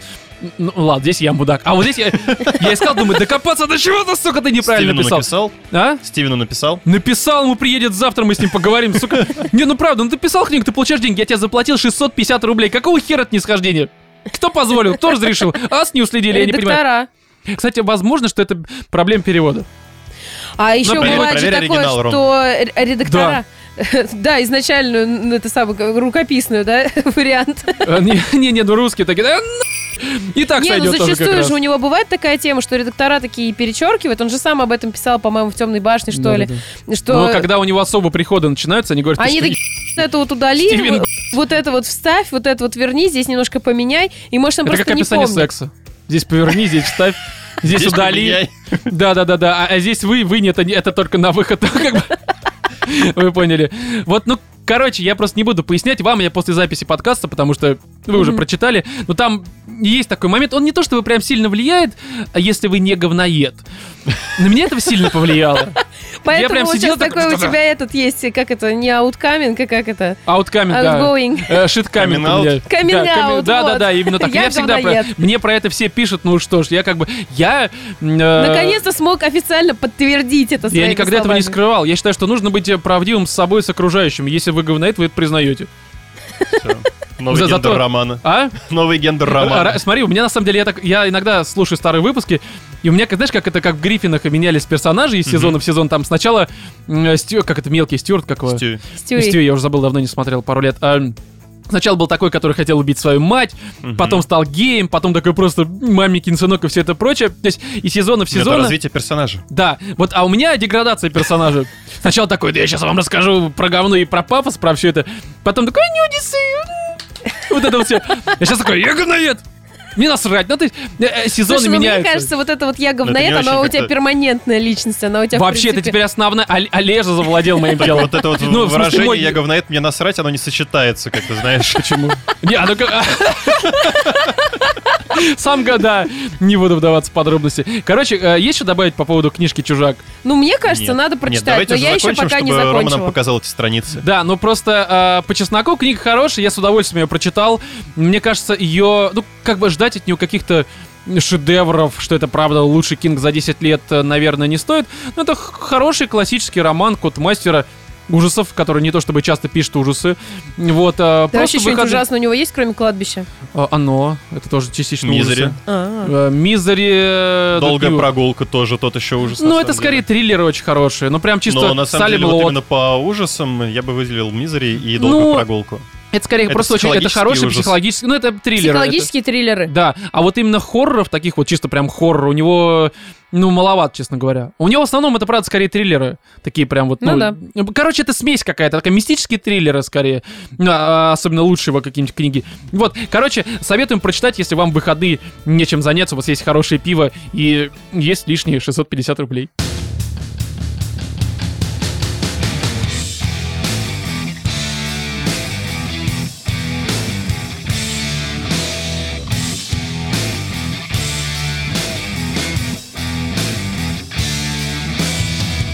A: Ну ладно, здесь я мудак. А вот здесь я, я искал, думаю, докопаться до чего-то, сука, ты <laughs> неправильно
B: Стивену
A: написал.
B: написал.
A: А?
B: Стивену написал.
A: Написал, ему приедет завтра, мы с ним поговорим, сука. Не, ну правда, ну ты писал книгу, ты получаешь деньги, я тебе заплатил 650 рублей. Какого хера от нисхождения? Кто позволил? Кто разрешил? Ас не уследили, я не понимаю.
C: Редактора.
A: Кстати, возможно, что это проблема перевода.
C: А
A: Ну,
C: еще
B: проверь-
C: бывает же
B: проверь
C: такое,
B: оригинал, Ром.
C: что р- редактора... <laughs> Да, изначальную, ну, это самое, как рукописную, да, <laughs> вариант.
A: Э, Не, не, не, ну русские такие, да, на- и так
C: Не,
A: сойдет
C: ну
A: тоже как
C: зачастую
A: раз.
C: же у него бывает такая тема, что редактора такие перечеркивают. Он же сам об этом писал, по-моему, в «Темной башне», что ли.
A: Да-да-да.
C: Что
A: Но когда у него особо приходы начинаются, они говорят,
C: Они
A: что
C: такие, это вот удали,
A: Стивен,
C: вот, вот это вот вставь, вот это вот верни, здесь немножко поменяй, и может он
A: Это
C: просто
A: как
C: не
A: описание
C: помнит.
A: секса. Здесь поверни, здесь вставь, здесь удали. <laughs>
B: поменяй.
A: Да, да, да, да. А, а здесь вы, вы нет, это, не- это только на выход. <laughs> как бы. Вы поняли. Вот, ну, короче, я просто не буду пояснять вам, я после записи подкаста, потому что вы уже
C: Мгм.
A: прочитали. Но там есть такой момент. Он не то, чтобы прям сильно влияет, а если вы не говноед. На меня это сильно повлияло.
C: <laughs> Поэтому
A: прям
C: вот
A: сидел
C: сейчас
A: такой,
C: такой у
A: «Да-да».
C: тебя этот есть, как это, не ауткаминг, а как это,
A: Ауткаминг, да.
C: outgoing.
A: Шиткаминг
B: Coming out.
A: Да,
C: Coming
A: да,
C: out,
A: да,
C: вот.
A: да, именно так.
C: Я
A: Меня всегда про-
C: говноед.
A: мне про это все пишут, ну что ж, я как бы, я... Наконец
C: Наконец-то смог официально подтвердить это
A: Э, Я
C: своими
A: никогда этого не
C: словами.
A: скрывал. Я считаю, что нужно быть э, правдивым с собой, и с окружающим. Если вы говноед, вы это признаете.
B: Всё. Новый
A: За-
B: гендер
A: зато-
B: романа.
A: А?
B: Новый гендер
A: Р-
B: романа.
A: р- Смотри, у меня на самом деле, я, так, я иногда слушаю старые выпуски, и у меня, как- знаешь, как это, как в Гриффинах и менялись персонажи из сезона в сезон, там сначала, м, э, Стю- как это, мелкий Стюарт, как его?
B: Стю.
C: Стюри.
A: Стю, я уже забыл, давно не смотрел, пару лет. А, м, Сначала был такой, который хотел убить свою мать,
B: Мгм.
A: потом стал геем, потом такой просто маменькин сынок и все это прочее. То есть и сезона в
B: Это
A: сезон.
B: развитие персонажа.
A: Да, вот, а у меня деградация персонажа. Сначала такой, да я сейчас вам расскажу про говно и про пафос, про все это. Потом такой, нюдисы. м. Вот это вот все. Я сейчас такой, я говноед. Мне насрать, ну ты, э, э, сезоны
C: Слушай, ну, мне
A: меняются.
C: кажется, вот это вот я
B: это не
C: говноед, она
B: очень
C: у тебя
B: как-то-
C: перманентная личность, она у тебя в
A: Вообще, это
C: принципе-
A: теперь основная... Оле- Олежа завладел моим
B: Так
A: делом.
B: вот это вот
A: Ну, в смысле,
B: выражение
A: мой-
B: «я говноед, мне насрать», оно не сочетается, как ты знаешь.
A: <laughs> Почему? Не, а ну как... <laughs> Сам года. Не буду вдаваться в подробности. Короче, э, есть что добавить по поводу книжки «Чужак»?
C: Ну, мне кажется,
B: Нет.
C: надо
B: Нет,
C: прочитать,
B: давайте
C: но
B: уже
C: я еще
B: закончим,
C: пока не
B: чтобы Рома нам
C: закончила.
B: показал эти страницы.
A: Да, ну просто э, по чесноку книга хорошая, я с удовольствием ее прочитал. Мне кажется, ее, ну, как бы ждать от нее каких-то шедевров, что это правда лучший Кинг за 10 лет, э, наверное, не стоит. Но это х- хороший классический роман Кот Мастера ужасов, который не то чтобы часто пишет ужасы. Вот, э,
C: Да вообще
A: просто
C: что-нибудь
A: выходные-
C: ужасное у него есть, кроме кладбища?
A: Э, Оно, это тоже частично
B: Мизери.
A: ужасы.
C: А,
A: Э, Мизери... э,
B: Долгая
A: Докью.
B: прогулка тоже, тот еще ужас. на
A: Ну,
B: самом
A: это
B: деле.
A: скорее триллеры очень хорошие. Ну, прям чисто
B: Но на самом
A: Салли
B: деле,
A: Блоуд.
B: вот именно по ужасам я бы выделил Мизери и долгую
A: Ну,
B: прогулку.
A: Это скорее
B: Это
A: просто очень... Это
B: психологический
A: хороший
B: ужас.
A: психологический... Ну, это триллер. это-
C: Психологические триллеры.
A: Да, а вот именно хорроров, таких вот чисто прям хоррор, у него, ну, маловато, честно говоря. У него в основном это, правда, скорее триллеры. Такие прям вот, ну...
C: Ну да.
A: Короче, это смесь какая-то, такая мистические триллеры скорее. Ну, а, а, Особенно лучшие его какие-нибудь книги. Вот, короче, советуем прочитать, если вам в выходные нечем заняться, у вас есть хорошее пиво и есть лишние 650 рублей.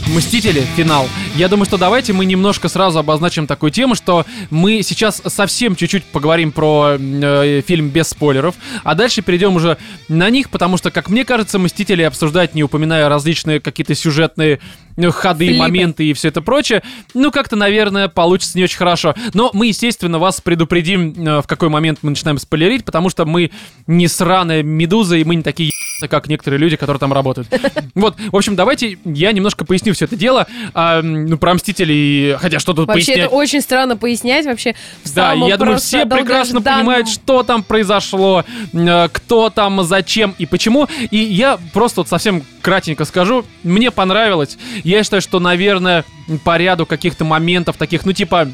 A: Мстители, финал. Я думаю, что давайте мы немножко сразу обозначим такую тему, что мы сейчас совсем чуть-чуть поговорим про э, фильм без спойлеров, а дальше перейдем уже на них, потому что, как мне кажется, Мстители обсуждать, не упоминая различные какие-то сюжетные э, ходы,
C: Флипы.
A: моменты и все это прочее, ну, как-то, наверное, получится не очень хорошо. Но мы, естественно, вас предупредим, э, в какой момент мы начинаем спойлерить, потому что мы не сраная медуза, и мы не такие ебаные, как некоторые люди, которые там
C: <laughs>
A: работают. Вот, в общем, давайте я немножко поясню все это дело. А, м, ну, про Мстителей, хотя что тут
C: Вообще,
A: пояснять?
C: это очень странно пояснять вообще. в
A: Да,
C: самом
A: я думаю,
C: просто
A: все прекрасно
C: долгожданном-
A: понимают, что там произошло, э, кто там, зачем и почему. И я просто вот совсем кратенько скажу, мне понравилось. Я считаю, что, наверное, по ряду каких-то моментов таких, ну, типа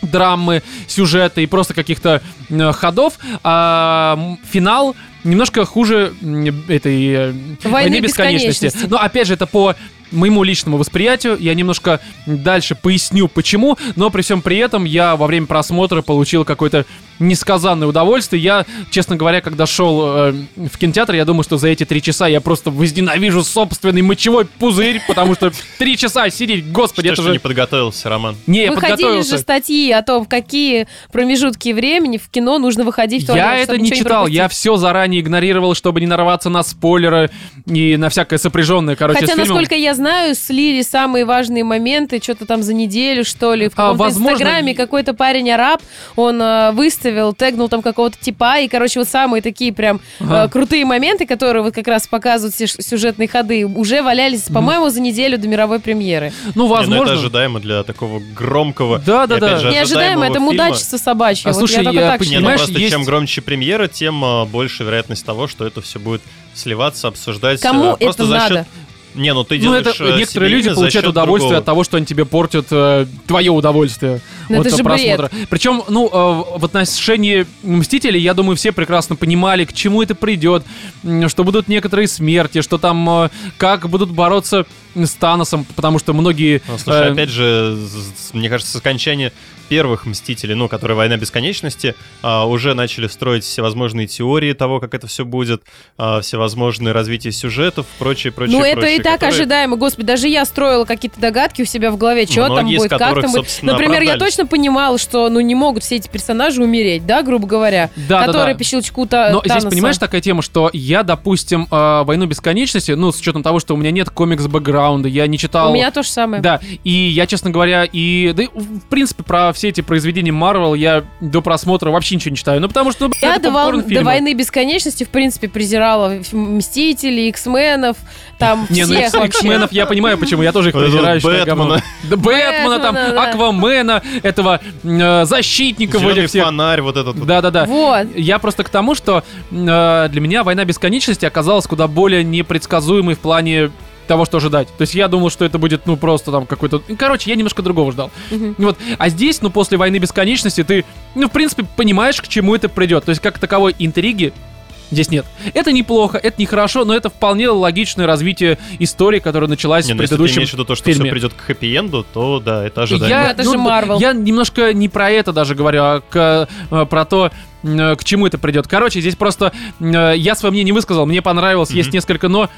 A: драмы, сюжета и просто каких-то э, ходов, а, м, финал немножко хуже м, этой э,
C: Войны
A: «Войны бесконечности.
C: бесконечности.
A: Но опять же, это по моему личному восприятию. Я немножко дальше поясню, почему. Но при всем при этом я во время просмотра получил какое-то несказанное удовольствие. Я, честно говоря, когда шел э, в кинотеатр, я думал, что за эти три часа я просто возненавижу собственный мочевой пузырь, потому что три часа сидеть, господи,
B: Считаешь,
A: это
B: что
A: же...
B: не подготовился, Роман.
A: Не, я
C: Выходили же
A: подготовился.
C: статьи о том, в какие промежутки времени в кино нужно выходить в туалет,
A: Я
C: чтобы
A: это не
C: ничего
A: читал,
C: пропустить.
A: я все заранее игнорировал, чтобы не нарваться на спойлеры и на всякое сопряженное, короче, с
C: Хотя,
A: фильмом.
C: насколько я знаю, слили самые важные моменты, что-то там за неделю, что ли. В
A: А,
C: каком-то
A: возможно,
C: инстаграме
A: и-
C: какой-то парень араб, он э, выставил, тегнул там какого-то типа, и, короче, вот самые такие прям э,
A: Ага.
C: крутые моменты, которые вот как раз показывают все ш- сюжетные ходы, уже валялись, по-моему, за неделю до мировой премьеры.
A: Ну,
B: Не, ну это
A: возможно.
B: ожидаемо для такого громкого.
A: Да, да,
B: и опять
A: да.
B: же,
C: Неожидаемо,
B: ожидаемого
C: это
B: фильма.
C: мудачество собачье.
A: А,
C: вот
A: слушай,
C: я только
A: я
C: так
A: пони-
B: Не,
C: считаю.
B: ну
A: Понимаешь,
B: просто
A: есть-
B: чем громче премьера, тем э, больше вероятность того, что это все будет сливаться, обсуждать. э,
C: Кому
B: просто
C: это
B: за счет-
C: надо?
B: Не, ну ты
A: Ну,
B: делаешь
A: это
B: э, себе
A: некоторые люди
B: имя за
A: получают
B: счет
A: удовольствие
B: другого.
A: от того, что они тебе портят э, твое удовольствие
C: Ну,
A: от
C: это же
A: просмотра. Причем, ну, э, в отношении мстителей, я думаю, все прекрасно понимали, к чему это придет, м, что будут некоторые смерти, что там э, как будут бороться с Таносом, потому что многие.
B: Ну, слушай,
A: э,
B: опять же, с- с- мне кажется, с окончания первых «Мстителей», ну, которые «Война бесконечности», а, уже начали строить всевозможные теории того, как это все будет, а, всевозможные развития сюжетов, прочее, прочее,
C: Ну, это и
B: прочее,
C: так
B: которые-
C: ожидаемо. Господи, даже я строила какие-то догадки у себя в голове, что там
B: Многие из
C: будет, как
B: которых,
C: там будет.
B: собственно,
C: Например, я
B: оправдались.
C: точно понимала, что ну не могут все эти персонажи умереть, да, грубо говоря.
A: Да, да,
C: которые
A: да.
C: по щелчку та-
A: Но
C: Таноса.
A: здесь, понимаешь, такая тема, что я, допустим, э, «Войну бесконечности», ну, с учетом того, что у меня нет комикс-бэкграунда, я не читал...
C: У меня то же самое.
A: Да, и я, честно говоря, и да, и, в принципе про все эти произведения Марвел я до просмотра вообще ничего не читаю. Ну потому что ну,
C: Я
A: это
C: до, вол-
A: попкорн
C: до
A: фильма.
C: войны бесконечности, в принципе, презирала ф- Мстителей, Иксменов, там
A: Не, ну
C: всех
A: Икс-
C: вообще.
A: Иксменов я понимаю, почему я тоже их
B: Вот это вот
A: презираю. считаю
B: Бэтмена.
A: говном. Да, Бэтмена, там,
C: Бэтмена, да.
A: Аквамена, этого э, защитника вот
B: Зелёный
A: этих всех.
B: фонарь, вот этот вот.
A: Да-да-да.
C: Вот.
A: Я просто к тому, что э, для меня война бесконечности оказалась куда более непредсказуемой в плане того, что ожидать. То есть я думал, что это будет, ну, просто там какой-то... Короче, я немножко другого ждал.
C: Мгм.
A: Вот. А здесь, ну, после войны бесконечности, ты, ну, в принципе, понимаешь, к чему это придет. То есть, как таковой интриги здесь нет. Это неплохо, это нехорошо, но это вполне логичное развитие истории, которая началась
B: Не,
A: в
B: ну, если ты
A: предыдущем
B: имеешь в виду то, что
A: фильме.
B: все придет к хэппи-энду, то да, это
A: я,
B: ожидаемо.
C: Это же Marvel.
A: Я немножко не про это даже говорю, а к, э, про то, м, э, к чему это придет. Короче, здесь просто э, я свое мнение высказал, мне понравилось, есть
B: Мгм.
A: несколько но.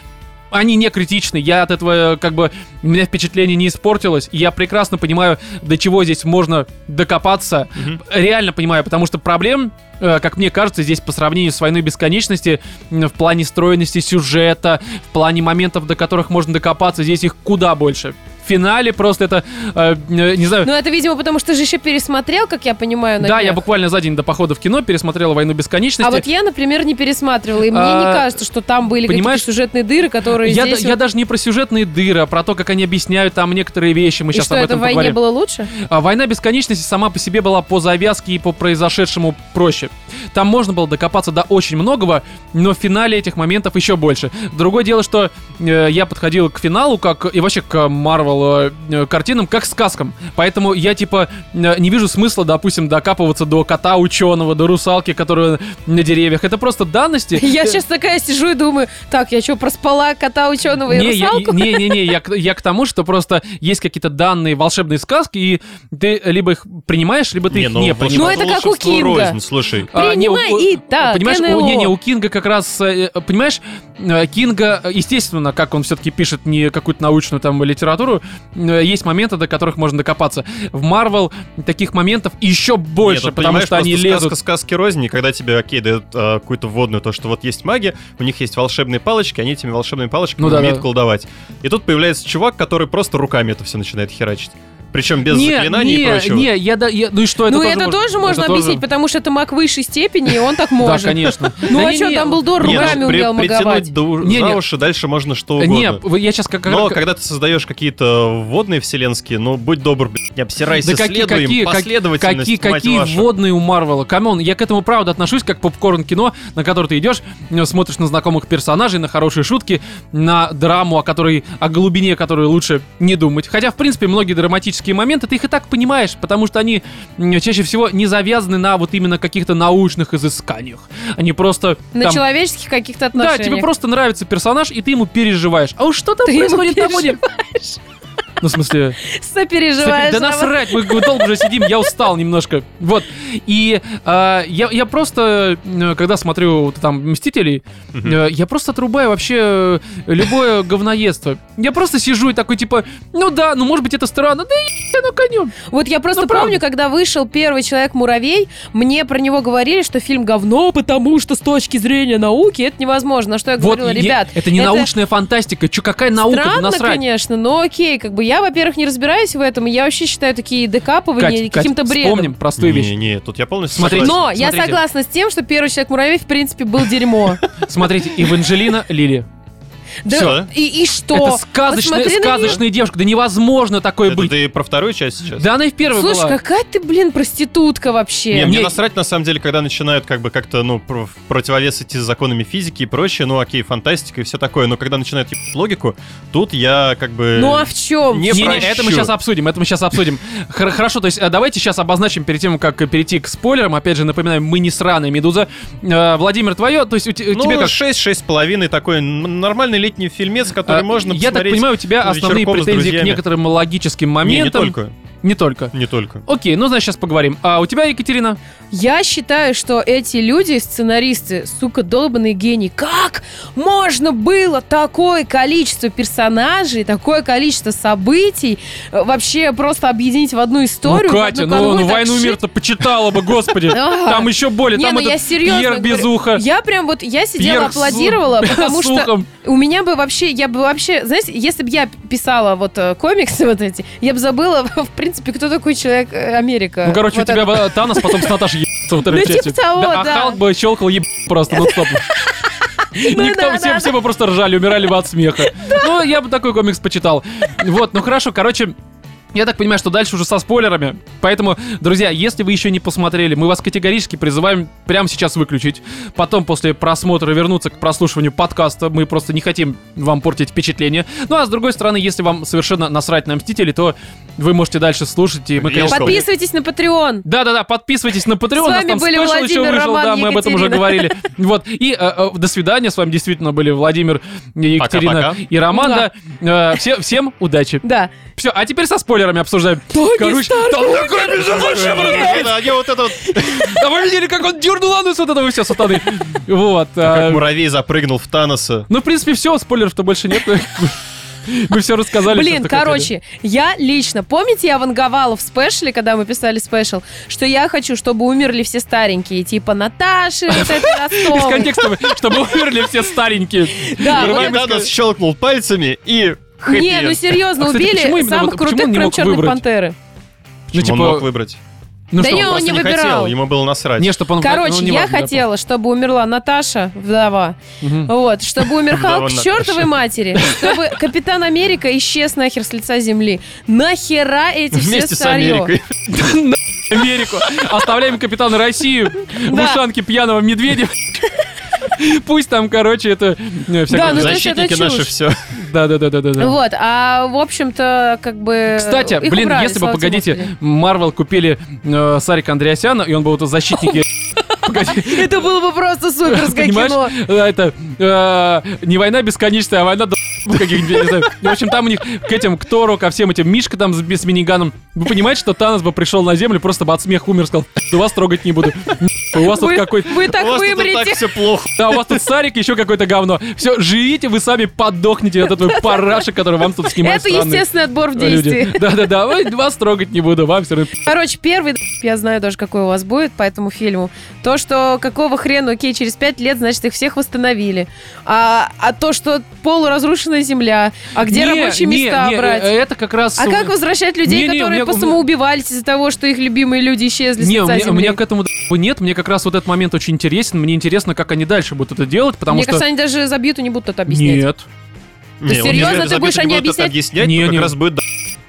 A: Они не критичны, я от этого э, как бы, у меня впечатление не испортилось, и я прекрасно понимаю, до чего здесь можно докопаться,
B: Мгм.
A: реально понимаю, потому что проблем, э, как мне кажется, здесь по сравнению с «Войной бесконечности» м, в плане стройности сюжета, в плане моментов, до которых можно докопаться, здесь их куда больше. финале просто это, э, э, не знаю...
C: Ну, это, видимо, потому что ты же еще пересмотрел, как я понимаю, на
A: Да, я
C: днях.
A: буквально за день до похода в кино пересмотрела «Войну бесконечности».
C: А вот я, например, не пересматривала, и мне
A: А,
C: не кажется, что там были какие-то
A: понимаешь,
C: сюжетные дыры, которые
A: я,
C: здесь...
A: да- я
C: вот-
A: даже не про сюжетные дыры, а про то, как они объясняют там некоторые вещи. Мы
C: и
A: сейчас
C: что,
A: об
C: это
A: этом
C: в войне
A: поговорим.
C: было лучше?
A: А, Война бесконечности сама по себе была по завязке и по произошедшему проще. Там можно было докопаться до очень многого, но в финале этих моментов еще больше. Другое дело, что э, я подходил к финалу, как и вообще к Марвел э, картинам, как к сказкам. Поэтому я типа э, не вижу смысла, допустим, докапываться до кота ученого, до русалки, которая на деревьях. Это просто данности.
C: <laughs> Я сейчас такая сижу и думаю, так, я что, проспала кота ученого и
A: Не, я-
C: русалку?
A: не, не, не, я, к- я к тому, что просто есть какие-то данные волшебные сказки, и ты либо их принимаешь, либо ты их не
B: понимаешь,
A: принимаешь.
C: Ну, это как у
B: волшебство
C: Кинга.
B: рознь, слушай.
A: А, не, у-
C: Принимай
A: у-
C: и так,
A: Понимаешь, у,
C: НЛО.
A: не, не, у Кинга как раз, э, э, понимаешь, э, Кинга, э, естественно, как он все-таки пишет не какую-то научную там литературу, э, есть моменты, до которых можно докопаться. В Марвел таких моментов еще больше,
B: Нет, вот
A: потому
B: понимаешь,
A: что они
B: просто
A: лезут.
B: Сказка, сказки розни, когда тебе, окей, дают а, какую-то вводную, то, что вот есть маги, у них есть волшебные палочки, они этими волшебными палочками
A: Ну да,
B: умеют
A: да.
B: колдовать. И тут появляется чувак, который просто руками это все начинает херачить. Причем без
A: не,
B: заклинаний
A: не,
B: и прочего.
A: не, я, да, я- ну и что, это
C: Ну,
A: тоже
C: это
A: можно,
C: тоже можно
A: это тоже-
C: объяснить, потому что это маг высшей степени, и он так
A: Да,
C: может.
A: конечно.
C: <laughs> Ну,
A: Да
C: а
A: не,
C: что,
A: не,
C: Дамблдор
B: Не, ну,
C: руками
B: при-
C: умел маговать?
B: притянуть до, у-
A: Не,
B: за
A: не.
B: уши дальше можно что угодно.
A: Не, вы- я сейчас как
B: ну, Но
A: как-
B: когда ты создаешь какие-то вводные вселенские, ну будь добр, блядь, не обсирайся,
A: Да какие,
B: следуй им,
A: какие, как-
B: последовательность,
A: какие,
B: мать
A: какие
B: вашу.
A: вводные у Марвела? Камон, я к этому правда отношусь как попкорн кино, на который ты идешь, э, смотришь на знакомых персонажей, на хорошие шутки, на драму, о которой, о глубине которой лучше не думать. Хотя, в принципе, многие драматические моменты ты их и так понимаешь, потому что они м, чаще всего не завязаны на вот именно каких-то научных изысканиях. Они просто
C: На
A: там-
C: человеческих каких-то
A: да,
C: отношениях.
A: тебе просто нравится персонаж, и ты ему переживаешь. А уж что там
C: Ты ему
A: происходит на фоне? Ну, в смысле...
C: Сопереживаешь.
A: Да
C: за вас.
A: насрать, мы долго уже сидим, я устал немножко. Вот. И а, я, я просто, э, когда смотрю вот там «Мстителей»,
B: Мгм.
A: э, я просто отрубаю вообще э, любое говноедство. Я просто сижу и такой, типа, ну да, ну может быть это странно, да и ну конем.
C: Вот я просто
A: Ну, правда.
C: помню, когда вышел первый человек-муравей, мне про него говорили, что фильм говно, потому что с точки зрения науки это невозможно. На что я
A: Вот,
C: говорила,
A: и-
C: ребят,
A: это не научная фантастика, чё, какая наука, да
C: Странно,
A: насрать.
C: конечно, но окей, как бы я, во-первых, не разбираюсь в этом, и я вообще считаю такие декапывания
A: Кать, Кать,
C: каким-то бредом.
A: вспомним простую вещь.
B: Не, не, тут я полностью
A: Смотри,
B: согласен.
C: Но я
A: Смотрите.
C: согласна с тем, что первый человек муравей в принципе
A: <laughs>
C: был дерьмо.
A: Смотрите, Эванжелина Лили.
B: Всё.
C: и, и что?
A: Это сказочная,
C: Посмотри на неё.
A: сказочная девушка, да невозможно такое
B: Это
A: быть.
B: ты про вторую часть сейчас?
A: Да она и в первой
C: Слушай,
A: была.
C: какая ты, блин, проститутка вообще.
B: Не, мне
A: Не-
B: насрать, на самом деле, когда начинают как бы как-то, ну, про- в противовес идти с законами физики и прочее, ну, окей, фантастика и все такое, но когда начинают ебать логику, тут я как бы...
C: Ну а в чем?
B: не
A: Не-не,
B: прощу.
A: это мы сейчас обсудим, это мы сейчас обсудим. Хор- Хорошо, то есть э, давайте сейчас обозначим перед тем, как э, перейти к спойлерам. Опять же, напоминаем, мы не сраные, Медуза. Э, Владимир, твое, то есть у те-
B: Ну,
A: тебе как...
B: 6, 6,5, такой н- нормальный летний фильмец, который
C: А,
A: э,
B: можно
A: Я так
B: посмотреть
A: понимаю, у тебя
B: вечерком
A: основные
B: с
A: претензии к
B: друзьями.
A: некоторым логическим
B: Не, не
A: моментам.
B: только,
A: Не только.
B: не
C: Э,
B: только.
A: Окей, ну, значит, сейчас поговорим. А у тебя, Екатерина?
C: Я считаю, что эти люди, сценаристы, сука, долбанные гении. Как можно было такое количество персонажей, такое количество событий э, вообще просто объединить в одну историю?
A: ну, Катя,
C: в одну
A: ну,
C: канву
A: ну
C: и так
A: «Войну
C: сшить?
A: мир-то почитала бы,
C: <laughs>
A: господи.
C: Ага.
A: Там еще более,
C: Не,
A: там
C: ну я
A: этот
C: серьезно
A: Пьер
C: говорю.
A: Безуха.
C: Я прям вот, я сидела,
A: Пьер с- <laughs>
C: аплодировала, потому
A: с
C: что
A: ухом.
C: у меня бы вообще, я бы вообще, знаете, если бы я писала вот э, комиксы вот эти, я бы забыла, <laughs> в принципе, кто такой человек э, Америка.
A: Ну, короче,
C: Вот
A: у тебя
C: это.
A: бы Танос потом с Наташей
C: <laughs>
A: ебется вот этой
C: Ну, типа
A: частью.
C: того,
A: а
C: да.
A: Халк бы щелкал еб просто, ну
C: <laughs>
A: стоп. Никто,
C: Ну да,
A: все,
C: да,
A: все бы просто ржали, умирали бы от смеха.
C: <laughs>
A: Ну, я бы такой комикс почитал. Вот, ну хорошо, короче, я так понимаю, что дальше уже со спойлерами. Поэтому, друзья, если вы еще не посмотрели, мы вас категорически призываем прямо сейчас выключить. Потом, после просмотра, вернуться к прослушиванию подкаста. Мы просто не хотим вам портить впечатление. Ну а с другой стороны, если вам совершенно насрать на мстители, то вы можете дальше слушать, и мы,
B: Я
A: конечно,
C: Подписывайтесь на Patreon.
A: да-да-да, подписывайтесь на Patreon.
C: С
A: у нас
C: вами
A: там
C: были
A: спешл еще
C: Владимир,
A: вышел,
C: Роман,
A: да, мы об этом уже
C: Екатерина. <laughs>
A: говорили. Вот, и э, э, до свидания, с вами действительно были Владимир, э, Екатерина
B: Пока-пока.
A: и
C: Ну
A: Роман, да. Э, все- всем удачи.
C: Да.
A: Все, а теперь со спойлерами обсуждаем.
C: Тони
A: там
C: Старк
A: такой безумный брат.
B: Да, Они вот это вот,
A: А вы видели, как он дернул анус вот этого все сатаны? Вот. а,
B: как муравей запрыгнул в Таноса.
A: Ну, в принципе, все, спойлеров-то больше нет. Мы все рассказали.
C: Блин,
A: всё, что хотели.
C: короче, я лично, помните, я ванговала в спешле, когда мы писали спешл, что я хочу, чтобы умерли все старенькие, типа Наташи, вот
A: <laughs>
C: этой
A: Из
C: Ростовой.
A: контекста, чтобы умерли все старенькие.
C: Да,
A: Вырываем
C: вот
B: Муравей
A: из-
B: Танос щелкнул пальцами и
C: Не, ну серьезно,
A: А, кстати, почему
C: убили
A: именно
C: самых
A: вот- почему он
C: крутых,
A: не
C: кроме
A: мог
C: черной
A: выбрать?
C: пантеры.
A: Ну,
B: Почему он мог
A: типа,
B: выбрать?
A: ну
C: Да
A: что,
C: не, он
B: Просто
C: не
B: хотел,
C: выбирал.
B: ему было насрать.
A: не, чтобы он... ну,
C: Короче, я
A: неважно, да,
C: хотела, чтобы умерла Наташа, вдова.
A: Мгм.
C: Вот, чтобы умер
B: Вдова
C: Халк к
B: Наташа.
C: чертовой матери. Чтобы Капитан Америка исчез нахер с лица земли. Нахера эти все
B: Вместе с
C: сорьё?
B: Америкой.
A: Америку. Оставляем капитана России в
C: Да.
A: ушанке пьяного медведя. Пусть там, короче, это... э,
C: Да,
A: всякое-
C: ну то есть это
B: Защитники наши
C: чушь.
B: все.
A: Да, да, да, да, да. да.
C: Вот, а в общем-то, как бы...
A: Кстати,
C: их
A: блин,
C: убрали,
A: если бы,
C: слава тебе,
A: погодите,
C: Господи.
A: Марвел купили э, Сарика Андреасяна, и он был вот
C: <laughs>
A: защитники... Погоди,
C: Это было бы просто суперское кино.
A: Понимаешь, э, это э, не война бесконечная, а война до <laughs> ну, каких-нибудь, я не знаю. В общем, там у них к этим, к Тору, ко всем этим Мишка там с, с миниганом. Вы понимаете, что Танос бы пришел на землю, просто бы от смеха умер, сказал, «Да вас трогать не буду. <laughs> У вас тут
C: Вы-
A: какой-то...
C: Вы
B: У
C: так
B: вас тут и так
C: вымрете.
B: все плохо.
A: Да, у вас тут Сарик, еще какое-то говно. Все, живите, вы сами подохнете от этого параша, который вам тут снимает
C: Это
A: странные
C: естественный отбор в действии.
A: люди. Да-да-да, вы- вас трогать не буду, вам все равно...
C: Короче, первый, я знаю даже, какой у вас будет по этому фильму. То, что какого хрена, окей, через пять лет, значит, их всех восстановили. А, а то, что полуразрушенная земля, а где
A: Не,
C: рабочие
A: не,
C: места
A: не,
C: брать?
A: э, Это как раз...
C: а как возвращать людей,
A: Не-не, у
C: которые
A: меня-
C: посамоубивались из-за того, что их любимые люди исчезли
A: Не, у
C: с лица
A: меня, у
C: земли?
A: меня к этому д***у нет. Мне как раз вот этот момент очень интересен. Мне интересно, как они дальше будут это делать, потому
C: Мне
A: что...
C: кажется, они даже забьют и не будут это объяснять.
A: нет.
B: Не, он не
C: серьезно,
B: знает,
C: ты
B: забит,
C: будешь
B: не
C: они
B: будет это объяснять,
A: Не,
B: но
A: не.
B: как раз будет... да.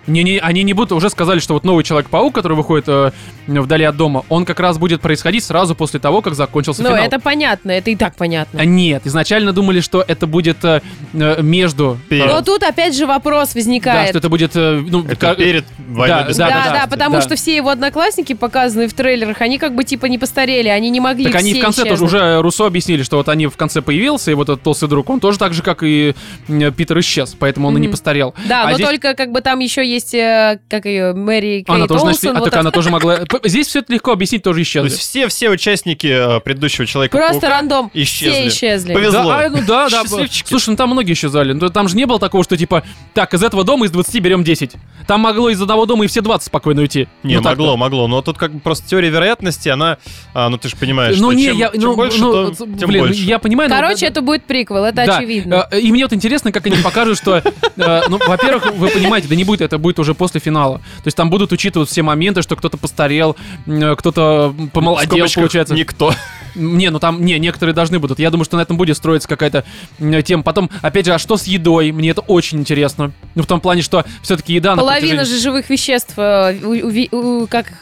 A: Не-не, они не будут. Уже сказали, что вот новый Человек-паук, который выходит э, вдали от дома, он как раз будет происходить сразу после того, как закончился
C: Ну,
A: финал.
C: это понятно, это и так понятно.
A: А, Нет, изначально думали, что это будет э, э, между...
B: Перед.
C: Но тут опять же вопрос
A: Да,
C: возникает.
A: что это будет... э, ну,
B: Это
A: как-
B: перед войной без
A: Да,
C: Да,
A: да,
C: да,
A: да,
C: потому
A: да.
C: что все его одноклассники, показанные в трейлерах, они как бы типа не постарели, они не могли
A: Так они
C: все
A: в конце тоже
C: исчезнуть.
A: уже Руссо объяснили, что вот они в конце появился, и вот этот толстый друг, он тоже так же, как и э, Питер исчез, поэтому он и не
C: Мгм.
A: постарел.
C: Да,
A: А
C: но
A: здесь-
C: только как бы там еще есть, э, как ее, Мэри Кейт
A: Она тоже,
C: Олсен,
A: нашли- а
C: вот
A: так
C: это.
A: она тоже могла... П- Здесь все это легко объяснить, тоже
B: То
A: исчезли.
B: есть все, все участники э, предыдущего человека
C: Просто рандом.
B: исчезли.
C: Все исчезли.
B: Повез- Повезло.
A: Да, а, ну да, да.
B: Счастливчики.
A: Слушай, ну там многие исчезали. Ну, там же не было такого, что типа, так, из этого дома из 20 берем 10. Там могло из одного дома и все 20 спокойно уйти.
B: Не,
A: Ну, так-то.
B: могло, могло. Но тут как бы просто теория вероятности, она... а, ну ты же понимаешь,
A: Ну
B: что
A: не,
B: чем,
A: я,
B: чем
A: ну,
B: больше,
A: ну,
B: то,
A: блин,
B: тем больше.
A: я понимаю. но-
C: Короче, это будет приквел, это
A: Да.
C: очевидно.
A: Э, И мне вот интересно, как они покажут, что, э, ну, во-первых, вы понимаете, да не будет, это будет уже после финала. То есть там будут учитывать все моменты, что кто-то постарел, м, э, кто-то
B: В
A: помолодел,
B: скобочках
A: получается.
B: Никто.
A: Не, ну там, не, некоторые должны будут. Я думаю, что на этом будет строиться какая-то м, тема. Потом, опять же, а что с едой? Мне это очень интересно. Ну, в том плане, что все-таки еда... на
C: Половина
A: протяжении-
C: же живых веществ, э, у- у ви- у- как их,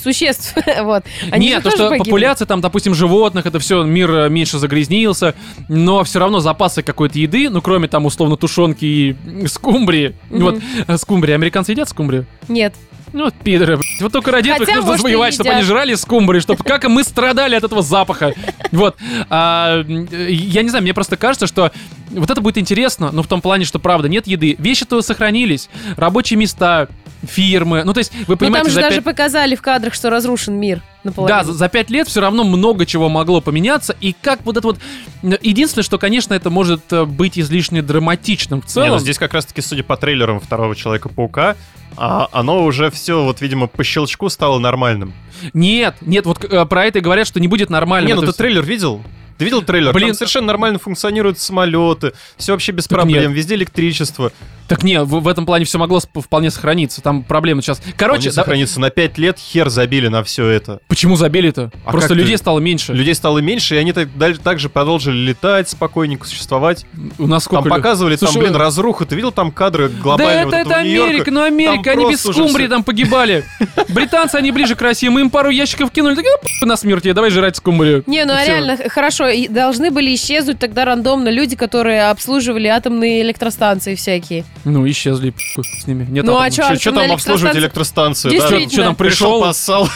C: существ, <laughs> вот. Они
A: Нет,
C: же
A: то,
C: тоже
A: что
C: погибли.
A: популяция там, допустим, животных, это все, мир э, меньше загрязнился, но все равно запасы какой-то еды, ну, кроме там, условно, тушенки и м, скумбрии.
C: Мгм.
A: Вот, э, скумбрии, американцы едят скумбрию?
C: Нет.
A: Ну, вот пидоры, блядь. Вот только ради
C: Хотя,
A: этого их нужно
C: может, и
A: воевать, чтобы
C: едят.
A: они жрали скумбрии, чтобы как мы страдали от этого запаха. Вот. А, м, э, я не знаю, мне просто кажется, что вот это будет интересно, но в том плане, что правда, нет еды. Вещи-то сохранились, рабочие места, фирмы. Ну, то есть, вы
C: Ну
A: понимаете,
C: там же
A: за
C: даже
A: пять-
C: показали в кадрах, что разрушен мир
A: да,
C: наполовину.
A: за, за пять лет все равно много чего могло поменяться. И как вот это вот... Единственное, что, конечно, это может э, быть излишне драматичным в
B: Не, ну
A: целом.
B: здесь как раз-таки, судя по трейлерам второго Человека-паука, а, оно уже все, вот, видимо, по щелчку стало нормальным.
A: Нет, нет, вот э, про это и говорят, что не будет нормально.
B: Не, ну
A: Это
B: ты
A: всё-
B: трейлер видел? Ты видел трейлер?
A: Блин. э,
B: Там совершенно нормально функционируют самолеты, все вообще без
A: Так
B: проблем,
A: нет.
B: везде электричество.
A: Так не, в, в этом плане все могло сп- вполне сохраниться. Там проблемы сейчас.
B: Короче,
A: Короче, да-
B: сохранится на 5 лет, хер забили на все это.
A: почему забили-то?
B: А
A: Просто
B: как
A: людей
B: ты-
A: стало меньше.
B: Людей стало меньше, и они так, даль- так же продолжили летать, спокойненько существовать.
A: У нас сколько?
B: там
A: лю-
B: показывали,
A: Слушай,
B: там, блин, разруху. Ты видел там кадры
A: Да
B: глобального
A: это, это
B: этого Нью-Йорка?
A: Америка, ну Америка, они без
B: просто уже
A: скумбрии
B: всё.
A: там погибали. Британцы, они ближе к России, мы им пару ящиков кинули, так, ну, п- на смерть, я давай жрать скумбрию.
C: Не, ну а
A: Всё.
C: реально, х- хорошо, и должны были исчезнуть тогда рандомно люди, которые обслуживали атомные электростанции всякие.
A: Ну, исчезли, п- с ними. Нет,
C: Ну, а
A: атомов.
C: чё?
B: Чё- чё
C: на
B: там обслуживать электростанцию? да?
C: Действительно.
A: Чё там, пришёл?
B: Пришёл, поссал.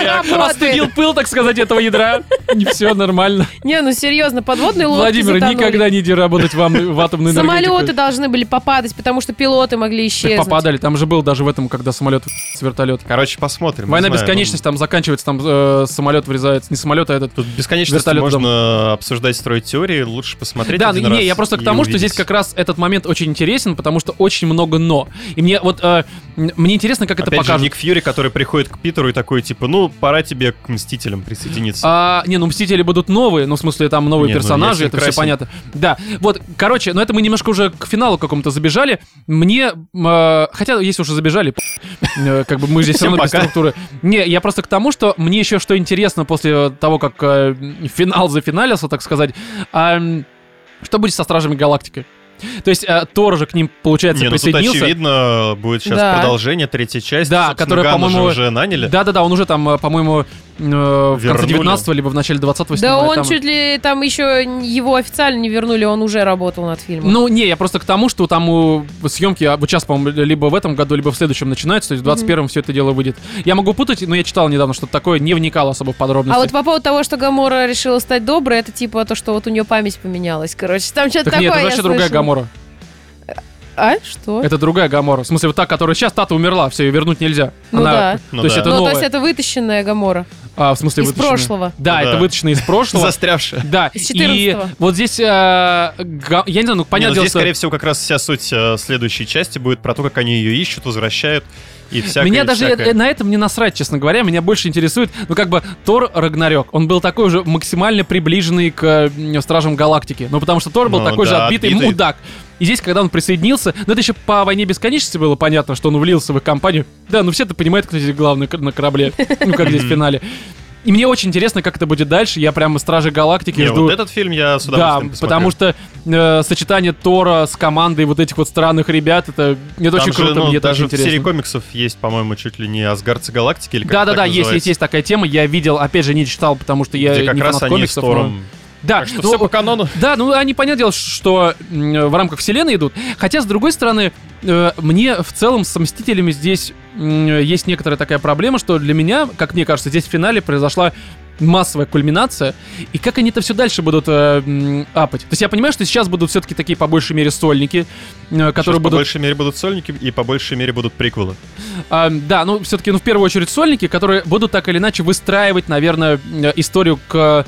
A: А,
C: Работает.
A: Остудил пыл, так сказать, этого ядра. И все нормально.
C: Не, ну серьезно, подводные лодки
A: Владимир,
C: затонули.
A: никогда не иди работать вам в атомную энергетику.
C: Самолеты должны были попадать, потому что пилоты могли
A: Так
C: исчезнуть.
A: попадали. Там же был даже в этом, когда самолет с вертолета.
B: Короче, посмотрим.
A: Война
B: не знаю,
A: бесконечности, там заканчивается, там э, самолет врезается. Не самолет, а этот.
B: ну, Тут бесконечно
A: Вертолет
B: можно обсуждать, строить теории, лучше посмотреть
A: Да,
B: А один
A: ну, не,
B: раз
A: я просто к
B: и
A: тому, что
B: увидеть.
A: здесь как раз этот момент очень интересен, потому что очень много но. И мне вот э, М- Мне интересно, как это
B: Опять же,
A: покажут.
B: Ник Фьюри, который приходит к Питеру и такой, типа, ну, пора тебе к Мстителям присоединиться.
A: А, не, ну Мстители будут новые, ну в смысле там новые
B: Не, ну,
A: персонажи,
B: Ясен
A: это все
B: Красен.
A: понятно. Да, вот, короче, но это мы немножко уже к финалу какому-то забежали. Мне, э, хотя если уже забежали, п- э, как бы мы
B: <laughs>
A: здесь все
B: Всем
A: равно без
B: пока.
A: структуры. Не, я просто к тому, что мне еще что интересно после того, как э, финал зафиналился, так сказать, а, м, что будет со Стражами Галактики? То есть э, Тор же к ним, получается,
B: Не, ну тут
A: присоединился.
B: очевидно будет сейчас
C: Да.
B: продолжение, третья часть.
A: Да,
B: Собственно,
A: которая,
B: Ганна же
A: по-моему,
B: уже наняли.
A: Да-да-да, он уже там, э, по-моему, э, в конце
B: Вернули.
A: 19 либо в начале 20
C: Да он чуть ли там еще его официально не вернули, он уже работал над фильмом.
A: Ну, не, я просто к тому, что там у- съемки а, вот сейчас, по-моему, либо в этом году, либо в следующем начинаются, то есть в 21-м все это дело выйдет. Я могу путать, но я читал недавно что-то такое, не вникал особо в подробности.
C: А вот по поводу того, что Гамора решила стать доброй, это типа то, что вот у нее память поменялась, короче. Там что-то
A: так
C: такое
A: нет, это
C: я
A: вообще другая
C: слышала.
A: Гамора.
C: А? Что?
A: Это другая Гамора. В смысле, вот та, которая сейчас, Тата умерла, все, ее вернуть нельзя.
C: Ну
A: Она-
C: да.
B: Ну
A: то есть <laughs>
B: да.
A: это
C: Ну, то
A: новая.
C: есть это вытащенная Гамора.
A: А, в смысле,
C: Из
A: вытащенная.
C: прошлого.
A: Да,
B: Да.
A: это вытащено из
C: <laughs>
A: прошлого.
B: Застрявшая. ну
A: Да,
C: Из
A: и
C: 14-го.
A: вот здесь, э, га- я не знаю, ну,
B: Не, ну,
A: понятное дело,
B: здесь,
A: что-
B: скорее всего, как раз вся суть э, следующей части будет про то, как они ее ищут, возвращают и всякое.
A: меня даже
B: всякое.
A: э, на этом не насрать, честно говоря. Меня больше интересует, ну как бы Тор Рагнарёк. Он был такой уже максимально приближенный к э, м, Стражам Галактики. Ну потому что Тор был
B: Ну
A: такой же
B: да,
A: отбитый,
B: отбитый.
A: мудак. И здесь, когда он присоединился, ну это еще по войне бесконечности было понятно, что он влился в их компанию. Да, ну все-то понимают, кто здесь главный к- на корабле. Ну как здесь в финале. И мне очень интересно, как это будет дальше. Я прямо Стражи Галактики
B: Не,
A: жду.
B: вот этот фильм я с
A: Да,
B: удовольствием посмотрю.
A: потому что э, сочетание Тора с командой вот этих вот странных ребят, это мне это
B: Там
A: очень
B: же,
A: круто,
B: ну,
A: мне это
B: даже
A: очень
B: в серии
A: интересно.
B: комиксов есть, по-моему, чуть ли не Асгардцы Галактики или как
A: Да, да,
B: так
A: да, есть, есть,
B: называется,
A: есть такая тема. Я видел, опять же, не читал, потому что я
B: где как
A: не
B: раз
A: фанат
B: они с
A: комиксов. но-
B: Тором.
A: Да,
B: Так что
A: ну,
B: все по канону.
A: да, ну они, понятное дело, что м, в рамках вселенной идут. Хотя, с другой стороны, э, мне в целом с «Мстителями» здесь м, есть некоторая такая проблема, что для меня, как мне кажется, здесь в финале произошла массовая кульминация, и как они это все дальше будут э, м, апать. То есть я понимаю, что сейчас будут все-таки такие по большей мере сольники, э, которые
B: Сейчас по
A: будут
B: большей мере будут сольники и по большей мере будут приквелы.
A: А, да, ну все-таки, ну в первую очередь сольники, которые будут так или иначе выстраивать, наверное, э, историю к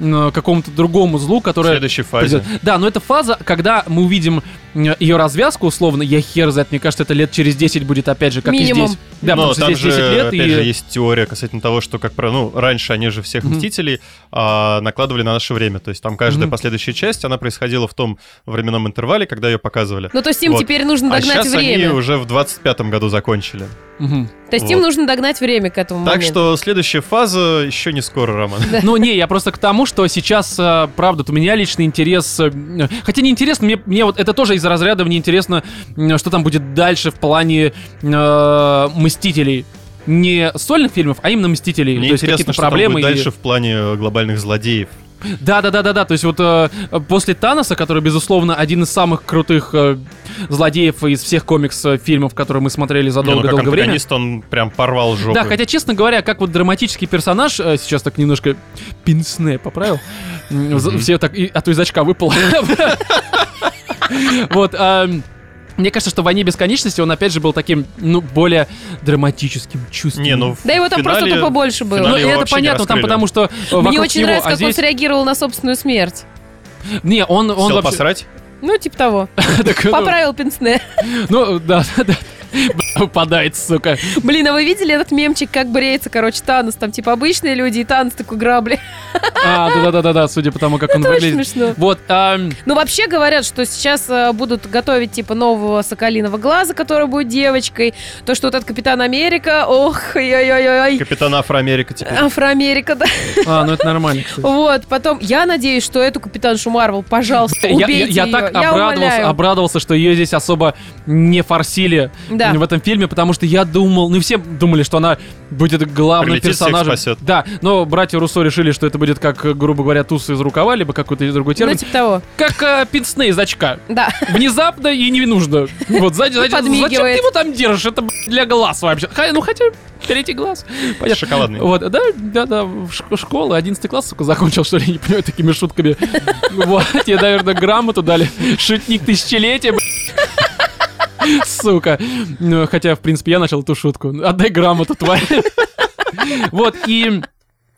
A: э, какому-то другому злу,
B: В
A: которое
B: следующей фазе.
A: придет. Да, но это фаза, когда мы увидим э, ее развязку, условно, я хер знает, мне кажется, это лет через 10 будет, опять же, как и
C: Минимум.
A: здесь. Да,
B: Но
A: потому что
B: там
A: здесь
B: же,
A: 10 лет,
B: опять
A: и...
B: же, есть теория касательно того, что как про... Ну, раньше они же всех
A: Мгм.
B: Мстителей а, накладывали на наше время. То есть там каждая
A: Мгм.
B: последующая часть, она происходила в том временном интервале, когда ее показывали.
C: Ну, то есть им
B: Вот.
C: теперь нужно
B: А
C: догнать
B: сейчас они
C: время.
B: уже в 25-м году закончили.
A: Мгм.
C: То есть им
B: Вот.
C: нужно догнать время к этому
B: Так
C: моменту.
B: что следующая фаза еще не скоро, Роман.
A: Ну, не, я просто к тому, что сейчас, э, правда, вот у меня личный интерес... э, м, Хотя не интересно, мне, мне вот это тоже из разряда, мне интересно, м, что там будет дальше в плане э, «Мстителей». Не сольных фильмов, а именно «Мстителей».
B: Мне
A: то есть
B: интересно,
A: какие-то
B: что там будет
A: проблемы. и-
B: дальше в плане э, глобальных злодеев.
A: Да, да, да, да, да. То есть вот э, после Таноса, который, безусловно, один из самых крутых э, злодеев из всех комикс-фильмов, которые мы смотрели за
B: Не, ну, как
A: долго-долго время.
B: антагонист он прям порвал жопу.
A: Да, хотя, честно говоря, как вот драматический персонаж, э, сейчас так немножко пинсне поправил, М, за- все так и- а от изачка выпало. <laughs> Вот, эм, мне кажется, что в «Войне бесконечности» он, опять же, был таким, ну, более драматическим чувством.
B: Не, ну...
C: Да его там просто тупо больше было.
A: Ну,
B: финале
A: и
B: его
A: это
B: вообще не
A: понятно, там
B: раскрыли.
A: потому что э, вокруг
C: Мне очень
A: него,
C: нравится,
A: а
C: как он
A: здесь-
C: среагировал на собственную смерть.
A: Не, он, он
B: Он
A: вообще...
B: посрать?
C: Ну, типа того.
B: <laughs>
A: <laughs> Так, ну,
C: Поправил пенсне. <laughs>
A: Ну, да, <laughs> да, да. Выпадает, сука.
C: Блин, а вы видели этот мемчик, как бреется, короче, Танос? Там типа обычные люди, и Танос такой грабли. <laughs>
A: А, да-да-да-да, судя по тому, как он
C: Это очень
A: выглядит.
C: смешно.
A: Вот, эм,
C: Ну, вообще говорят, что сейчас э, будут готовить, типа, нового Соколиного Глаза, который будет девочкой. То, что вот этот Капитан Америка, ох, ой-ой-ой-ой.
B: Капитан Афроамерика,
C: Э,
B: типа.
C: Афроамерика, да.
A: а, ну это нормально, кстати.
C: Вот, потом, я надеюсь, что эту Капитаншу Марвел, пожалуйста,
A: Я-
C: убейте
A: Я, я
C: её,
A: так
C: я
A: обрадовался,
C: умоляю.
A: обрадовался, что ее здесь особо не форсили
C: Да.
A: в этом фильме, потому что я думал, ну и все думали, что она будет главным
B: Прилетит, всех
A: персонажем.
B: спасет.
A: Да, но братья Руссо решили, что это будет как, э, грубо говоря, тусы из рукава, либо какой-то другой термин.
C: Ну, типа того,
A: Как э, пинцне из очка.
C: да.
A: Внезапно и не нужно. Вот, сзади, сзади- зачем ты
C: Подмигивает.
A: его там держишь? Это блядь, для глаз вообще. Ха- ну хотя третий глаз. Понятно.
B: Шоколадный.
A: Вот, да, да, да, в ш- школу, 11 класс, сука, закончил, что ли, <laughs> я не понимаю, такими шутками. Ну Вот, тебе, наверное, грамоту дали. Шутник тысячелетия, блин. Сука. Ну, Хотя, в принципе, я начал эту шутку. Отдай грамоту, тварь. Вот, и...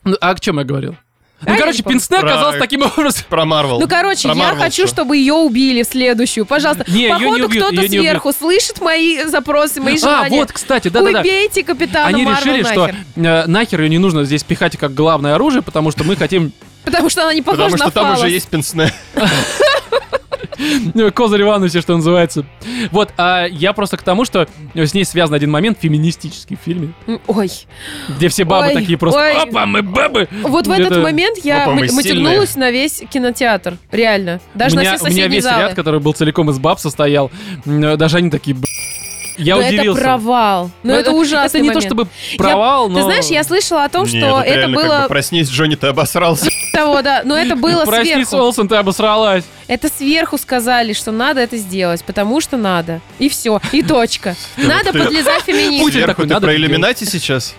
A: ну, А о чем я говорил? Ну,
C: А, я
A: короче,
C: не помню.
A: Пинсне
B: Про-
A: оказался таким образом. А,
B: Про Марвел.
C: Ну, короче,
B: Про
C: я
B: Marvel
C: хочу,
B: всё.
C: чтобы ее убили в следующую. Пожалуйста.
A: Не, её не
C: Походу,
A: убьют,
C: кто-то
A: её не
C: сверху слышит мои запросы, мои
A: А,
C: желания.
A: вот, кстати, да-да-да.
C: Убейте капитана
A: Они
C: Марвел
A: решили, что
C: нахер.
A: э, нахер ее не нужно здесь пихать как главное оружие, потому что мы хотим
C: Потому что она не похожа
B: Потому
C: на
B: что там уже
C: фаллос.
B: есть пенсне.
A: Ну, <laughs> Козырь Ивановича, что называется. Вот, а я просто к тому, что с ней связан один момент феминистический в фильме,
C: М, Ой.
A: где все бабы
C: Ой,
A: такие просто
C: ой.
A: «Опа, мы бабы!»
C: Вот в этот
A: Это-
C: момент я
B: Опа, мы
C: м-
B: сильные.
C: матюгнулась на весь кинотеатр. Реально. Даже
A: у
C: на
A: меня,
C: все
A: у меня
C: соседние
A: весь
C: залы.
A: ряд, который был целиком из баб, состоял. М, Даже они такие «Б***». Я
C: Но это
A: удивился.
C: провал. Но
A: Ну,
C: это, ужасно.
A: Это не то чтобы провал, но...
C: Ты знаешь, я слышала о том,
B: Не,
C: что
B: тут
C: это
B: реально как бы
C: было
B: Проснись, Джонни, ты обосрался.
C: того, да, но ну,
A: <laughs>
C: это было
A: Проснись,
C: сверху.
A: Олсен, ты обосралась.
C: Это сверху сказали, что надо это сделать, потому что надо. И все,
A: <laughs>
C: и точка. Надо
B: ты-
C: подлезать феминизм.
A: Ну, Путин
B: Сверху
A: такой,
B: ты
A: надо
B: про
A: делать.
B: иллюминати сейчас?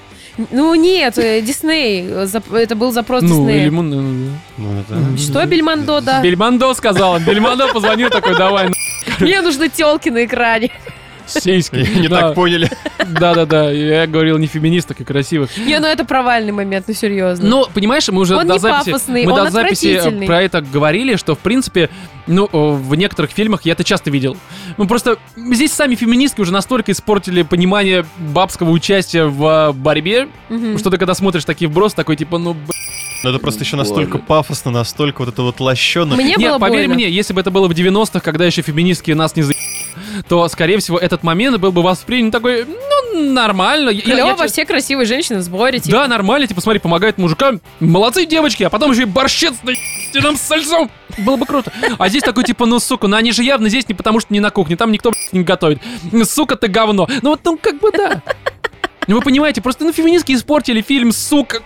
C: Ну нет, э, Дисней, э, зап- это был запрос
A: Ну, или...
C: Диснея.
A: м- ну,
B: Ну, это-
C: Что Бельмондо,
A: да.
C: да?
A: Бельмондо сказал, Бельмондо позвонил такой, давай, ну, на
C: <laughs> Мне нужны телки на экране. <laughs>
B: <laughs>
A: сиськи.
B: Не
A: Да,
B: так поняли.
A: Да-да-да, я говорил не феминисток и красивых.
C: Не, ну это провальный момент, ну серьезно.
A: Ну, понимаешь, мы уже
C: Он
A: до
C: не
A: записи,
C: пафосный,
A: мы
C: он
A: до записи э,
C: отвратительный.
A: про это говорили, что в принципе, ну, э, в некоторых фильмах я это часто видел. Ну просто здесь сами феминистки уже настолько испортили понимание бабского участия в э, борьбе,
C: Мгм.
A: что ты когда смотришь такие вбросы, такой типа, ну, б-
B: Но это просто еще настолько пафосно, настолько вот это вот лощено.
C: Мне
A: Нет,
C: было
A: поверь
C: больно.
A: мне, если бы это было в 90-х, когда еще феминистки нас не за... то, скорее всего, этот момент был бы воспринят такой, ну, нормально. Я- я- я
C: Клево,
A: честно-
C: все красивые женщины в сборе. типа.
A: Да, нормально, типа, смотри, помогают мужикам. Молодцы девочки, а потом еще и борщец на нам с сальцом. Было бы круто. А здесь такой, типа, ну, сука, ну они же явно здесь не потому, что не на кухне, там никто блядь, не готовит. Ну, Сука, ты говно. Ну вот, ну, как бы да. Ну, вы понимаете, просто, ну, феминистки испортили фильм, сука.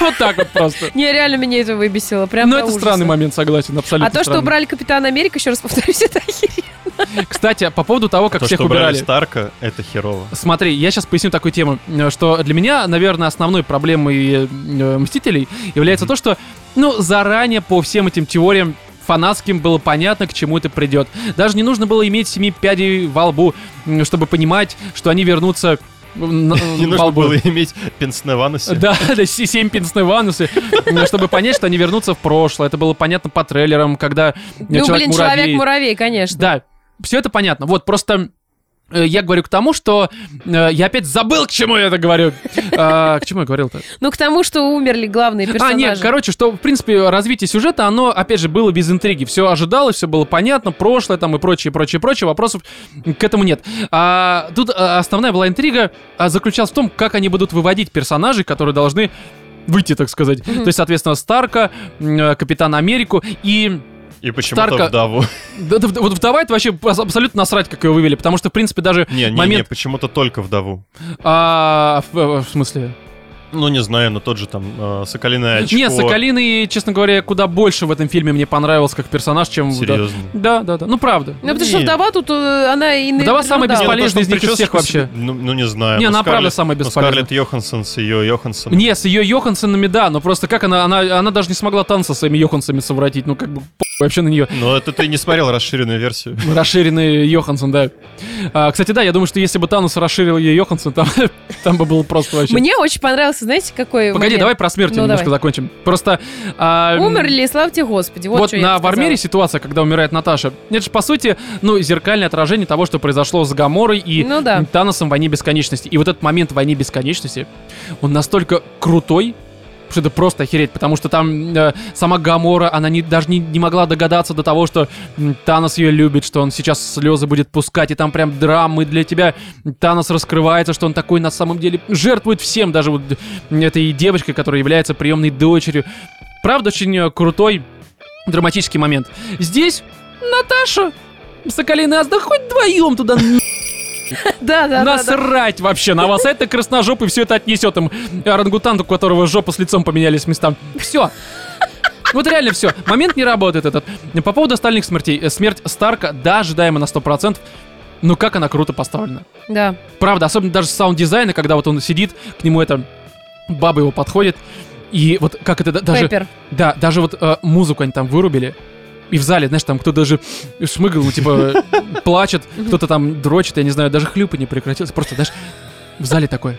A: Вот так вот просто.
C: Не, реально меня это выбесило. Прям
A: Ну,
C: до
A: это
C: ужаса.
A: странный момент, согласен, абсолютно
C: А то, что
A: странный.
C: убрали Капитана Америка, еще раз повторюсь, <laughs> это охеренно.
A: Кстати, а по поводу того, как
B: То,
A: всех
B: что убрали
A: убирали.
B: Старка, это херово.
A: Смотри, я сейчас поясню такую тему, э, что для меня, наверное, основной проблемой э, Мстителей является то, что, ну, заранее по всем этим теориям фанатским было понятно, к чему это придет. Даже не нужно было иметь семи пядей во лбу, м, чтобы понимать, что они вернутся
B: <laughs>
A: м, на-
B: Не
A: во
B: нужно
A: лбу. <laughs>
B: было иметь пенсне в анусе.
A: Ну, Да, <laughs> да, се- семь пенсной ванусы, м, чтобы понять, что они вернутся в прошлое. Это было понятно по трейлерам, когда э,
C: Ну, блин,
A: Человек-муравей
C: Человек-муравей, конечно.
A: да, все это понятно. Вот просто э, я говорю к тому, что э, я опять забыл, к чему я это говорю. А, К чему я говорил-то?
C: Ну, к тому, что умерли главные
A: А,
C: персонажи.
A: нет, короче, что, в принципе, развитие сюжета, оно, опять же, было без интриги. Все ожидалось, все было понятно, прошлое там и прочее, прочее, прочее. Вопросов к этому нет. А, тут а, основная была интрига а, заключалась в том, как они будут выводить персонажей, которые должны выйти, так сказать.
C: Мгм.
A: То есть, соответственно, Старка, м, э, Капитана Америку и...
B: И почему-то
A: Старка-
B: вдову.
A: Да, да, вот вдова это вообще абс- абсолютно насрать, как ее вывели, потому что, в принципе, даже
B: Не, не, не,
A: момент...
B: почему-то только вдову.
A: А, в, э, в смысле?
B: Ну, не знаю, но тот же там э, Соколиное очко.
A: Нет, Соколиный, честно говоря, куда больше в этом фильме мне понравился как персонаж, чем... вдова.
B: Серьезно.
A: Да, да, да. Ну, правда.
C: Ну, потому что
B: Не.
C: вдова тут, э, она и... на-
A: Вдова
C: ну,
A: самая
C: да.
B: Не, ну,
A: бесполезная.
B: то, что
A: из них
B: причёску
A: всех вообще.
B: себе- Ну, ну, не знаю.
A: Не,
B: Ну,
A: она правда
B: Скарлетт-
A: самая
B: ну,
A: бесполезная.
B: Скарлетт Йоханссон с ее Йоханссон.
A: Не, с ее Йохансенами, да, но просто как она, она, она даже не смогла танца с своими Йохансами совратить, ну как бы похуй вообще на нее.
B: Но Ну, это ты не смотрел расширенную версию.
A: <laughs>
B: <laughs>
A: Расширенный Йоханссон, да. А, кстати, да, я думаю, что если бы Танус расширил ее Йоханссон, там, <laughs> там бы было просто вообще...
C: Мне очень понравился, знаете, какой
A: Погоди,
C: момент?
A: давай про смерть
C: Ну,
A: немножко
C: давай.
A: закончим. Просто... а, м,
C: Умерли, слава тебе, Господи. Вот,
A: Вот,
C: что я
A: на
C: сказала.
A: Вармере ситуация, когда умирает Наташа, это же, по сути, ну, зеркальное отражение того, что произошло с Гаморой и
C: Ну
A: <laughs>
C: да.
A: Таносом в «Войне бесконечности». И вот этот момент в «Войне бесконечности», он настолько крутой, что это просто охереть, потому что там э, сама Гамора, она не, даже не, не могла догадаться до того, что м, Танос ее любит, что он сейчас слезы будет пускать, и там прям драмы для тебя. Танос раскрывается, что он такой на самом деле жертвует всем, даже вот м, этой девочкой, которая является приемной дочерью. Правда, очень э, крутой драматический момент. Здесь Наташа Соколиный Аз, да хоть вдвоем туда на-
C: Да, да, да, да.
A: насрать вообще на вас. Это красножопый все это отнесет им. Орангутан, у которого жопа с лицом поменялись местам. Все. Вот реально все. Момент не работает этот. По поводу остальных смертей. Э, Смерть Старка, да, ожидаема на 100%. Но как она круто поставлена.
C: Да.
A: Правда, особенно даже с саунд-дизайна, когда вот он сидит, к нему это... Баба его подходит. И вот как это да- даже...
C: Пеппер.
A: <laughs> Да, даже вот э, музыку они там вырубили. И в зале, знаешь, там кто даже шмыгал, типа, плачет, кто-то там дрочит, я не знаю, даже хлюпы не прекратилось. Просто, знаешь, в зале такое.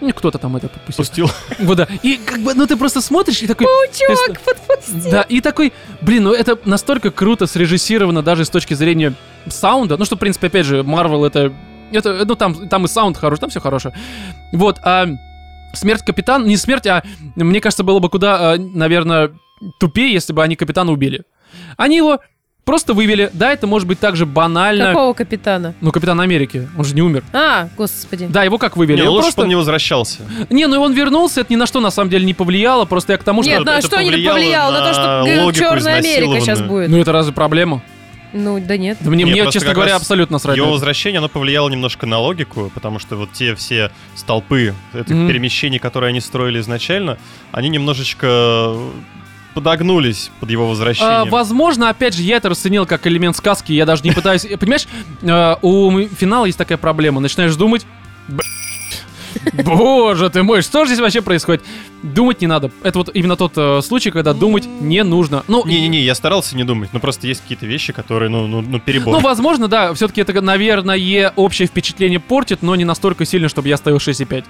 A: Ну, кто-то там это подпустил.
B: Пустил.
A: Вот да. И как бы, ну ты просто смотришь и такой...
C: Паучок
A: Ты
C: подпустил.
A: Да, и такой, блин, ну это настолько круто срежиссировано даже с точки зрения саунда. Ну что, в принципе, опять же, Marvel это... это ну там, там и саунд хорош, там все хорошее. Вот, а смерть капитан, не смерть, а мне кажется, было бы куда, а, наверное, тупее, если бы они капитана убили. Они его просто вывели. Да, это может быть так же банально.
C: Какого капитана?
A: Ну, Капитан Америки, он же не умер.
C: А, господи.
A: Да, его как
B: Не, ну,
A: вывели? Его
B: лучше
A: просто...
B: бы он не возвращался.
A: Не, ну он вернулся, это ни на что на самом деле не повлияло, просто я к тому, что...
C: Нет, на
B: это
C: что они
B: повлияло
C: повлияло? На то,
B: на
C: что
B: логику
C: Черная Америка
B: изнасилованную.
C: сейчас будет.
A: Ну это разве проблема?
C: Ну, да нет.
A: Да мне,
B: Не,
A: мне
B: просто
A: честно
B: как
A: говоря,
B: раз
A: абсолютно насрать.
B: Его
A: на это.
B: возвращение, оно повлияло немножко на логику, потому что вот те все столпы этих
A: Мгм.
B: перемещений, которые они строили изначально, они немножечко э, подогнулись под его возвращение.
A: А, возможно, опять же, я это расценил как элемент сказки, я даже не пытаюсь... Понимаешь, э, у м- финала есть такая проблема, начинаешь думать... «Б***ь, Боже ты мой, что же здесь вообще происходит? Думать не надо. Это вот именно тот э, случай, когда думать не нужно. Ну,
B: Не-не-не, я старался не думать, но просто есть какие-то вещи, которые, ну, ну, ну перебор.
A: Ну, возможно, да, все-таки это, наверное, общее впечатление портит, но не настолько сильно, чтобы я ставил 6,5.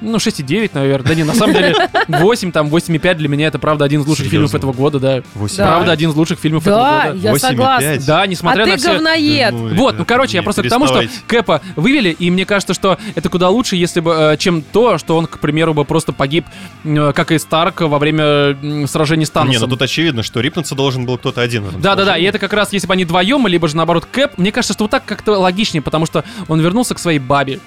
A: Ну, 6,9, наверное. Да не, на самом деле, <laughs> 8, там, 8,5 для меня это, правда, один из лучших
B: Серьезно?
A: фильмов этого года, да.
B: Восемь
C: Да.
A: Правда,
B: лет.
A: один из лучших фильмов
C: Да,
A: этого года.
C: я
B: Восемь и
C: согласна.
B: пять.
A: Да,
C: А
A: несмотря
C: ты
A: на все...
C: говноед.
B: Ну,
A: Вот, ну
B: ребята,
A: короче, я
B: не
A: просто к тому, что
B: переставайте.
A: Кэпа вывели, и мне кажется, что это куда лучше, если бы, э, чем то, что он, к примеру, бы просто погиб, э, как и Старк во время м, сражения с Таносом.
B: Не, ну тут очевидно, что рипнуться должен был кто-то один. в этом
A: Да, да, да. И
B: сражении.
A: это как раз, если бы они вдвоем, либо же наоборот Кэп, мне кажется, что вот так как-то логичнее, потому что он вернулся к своей бабе.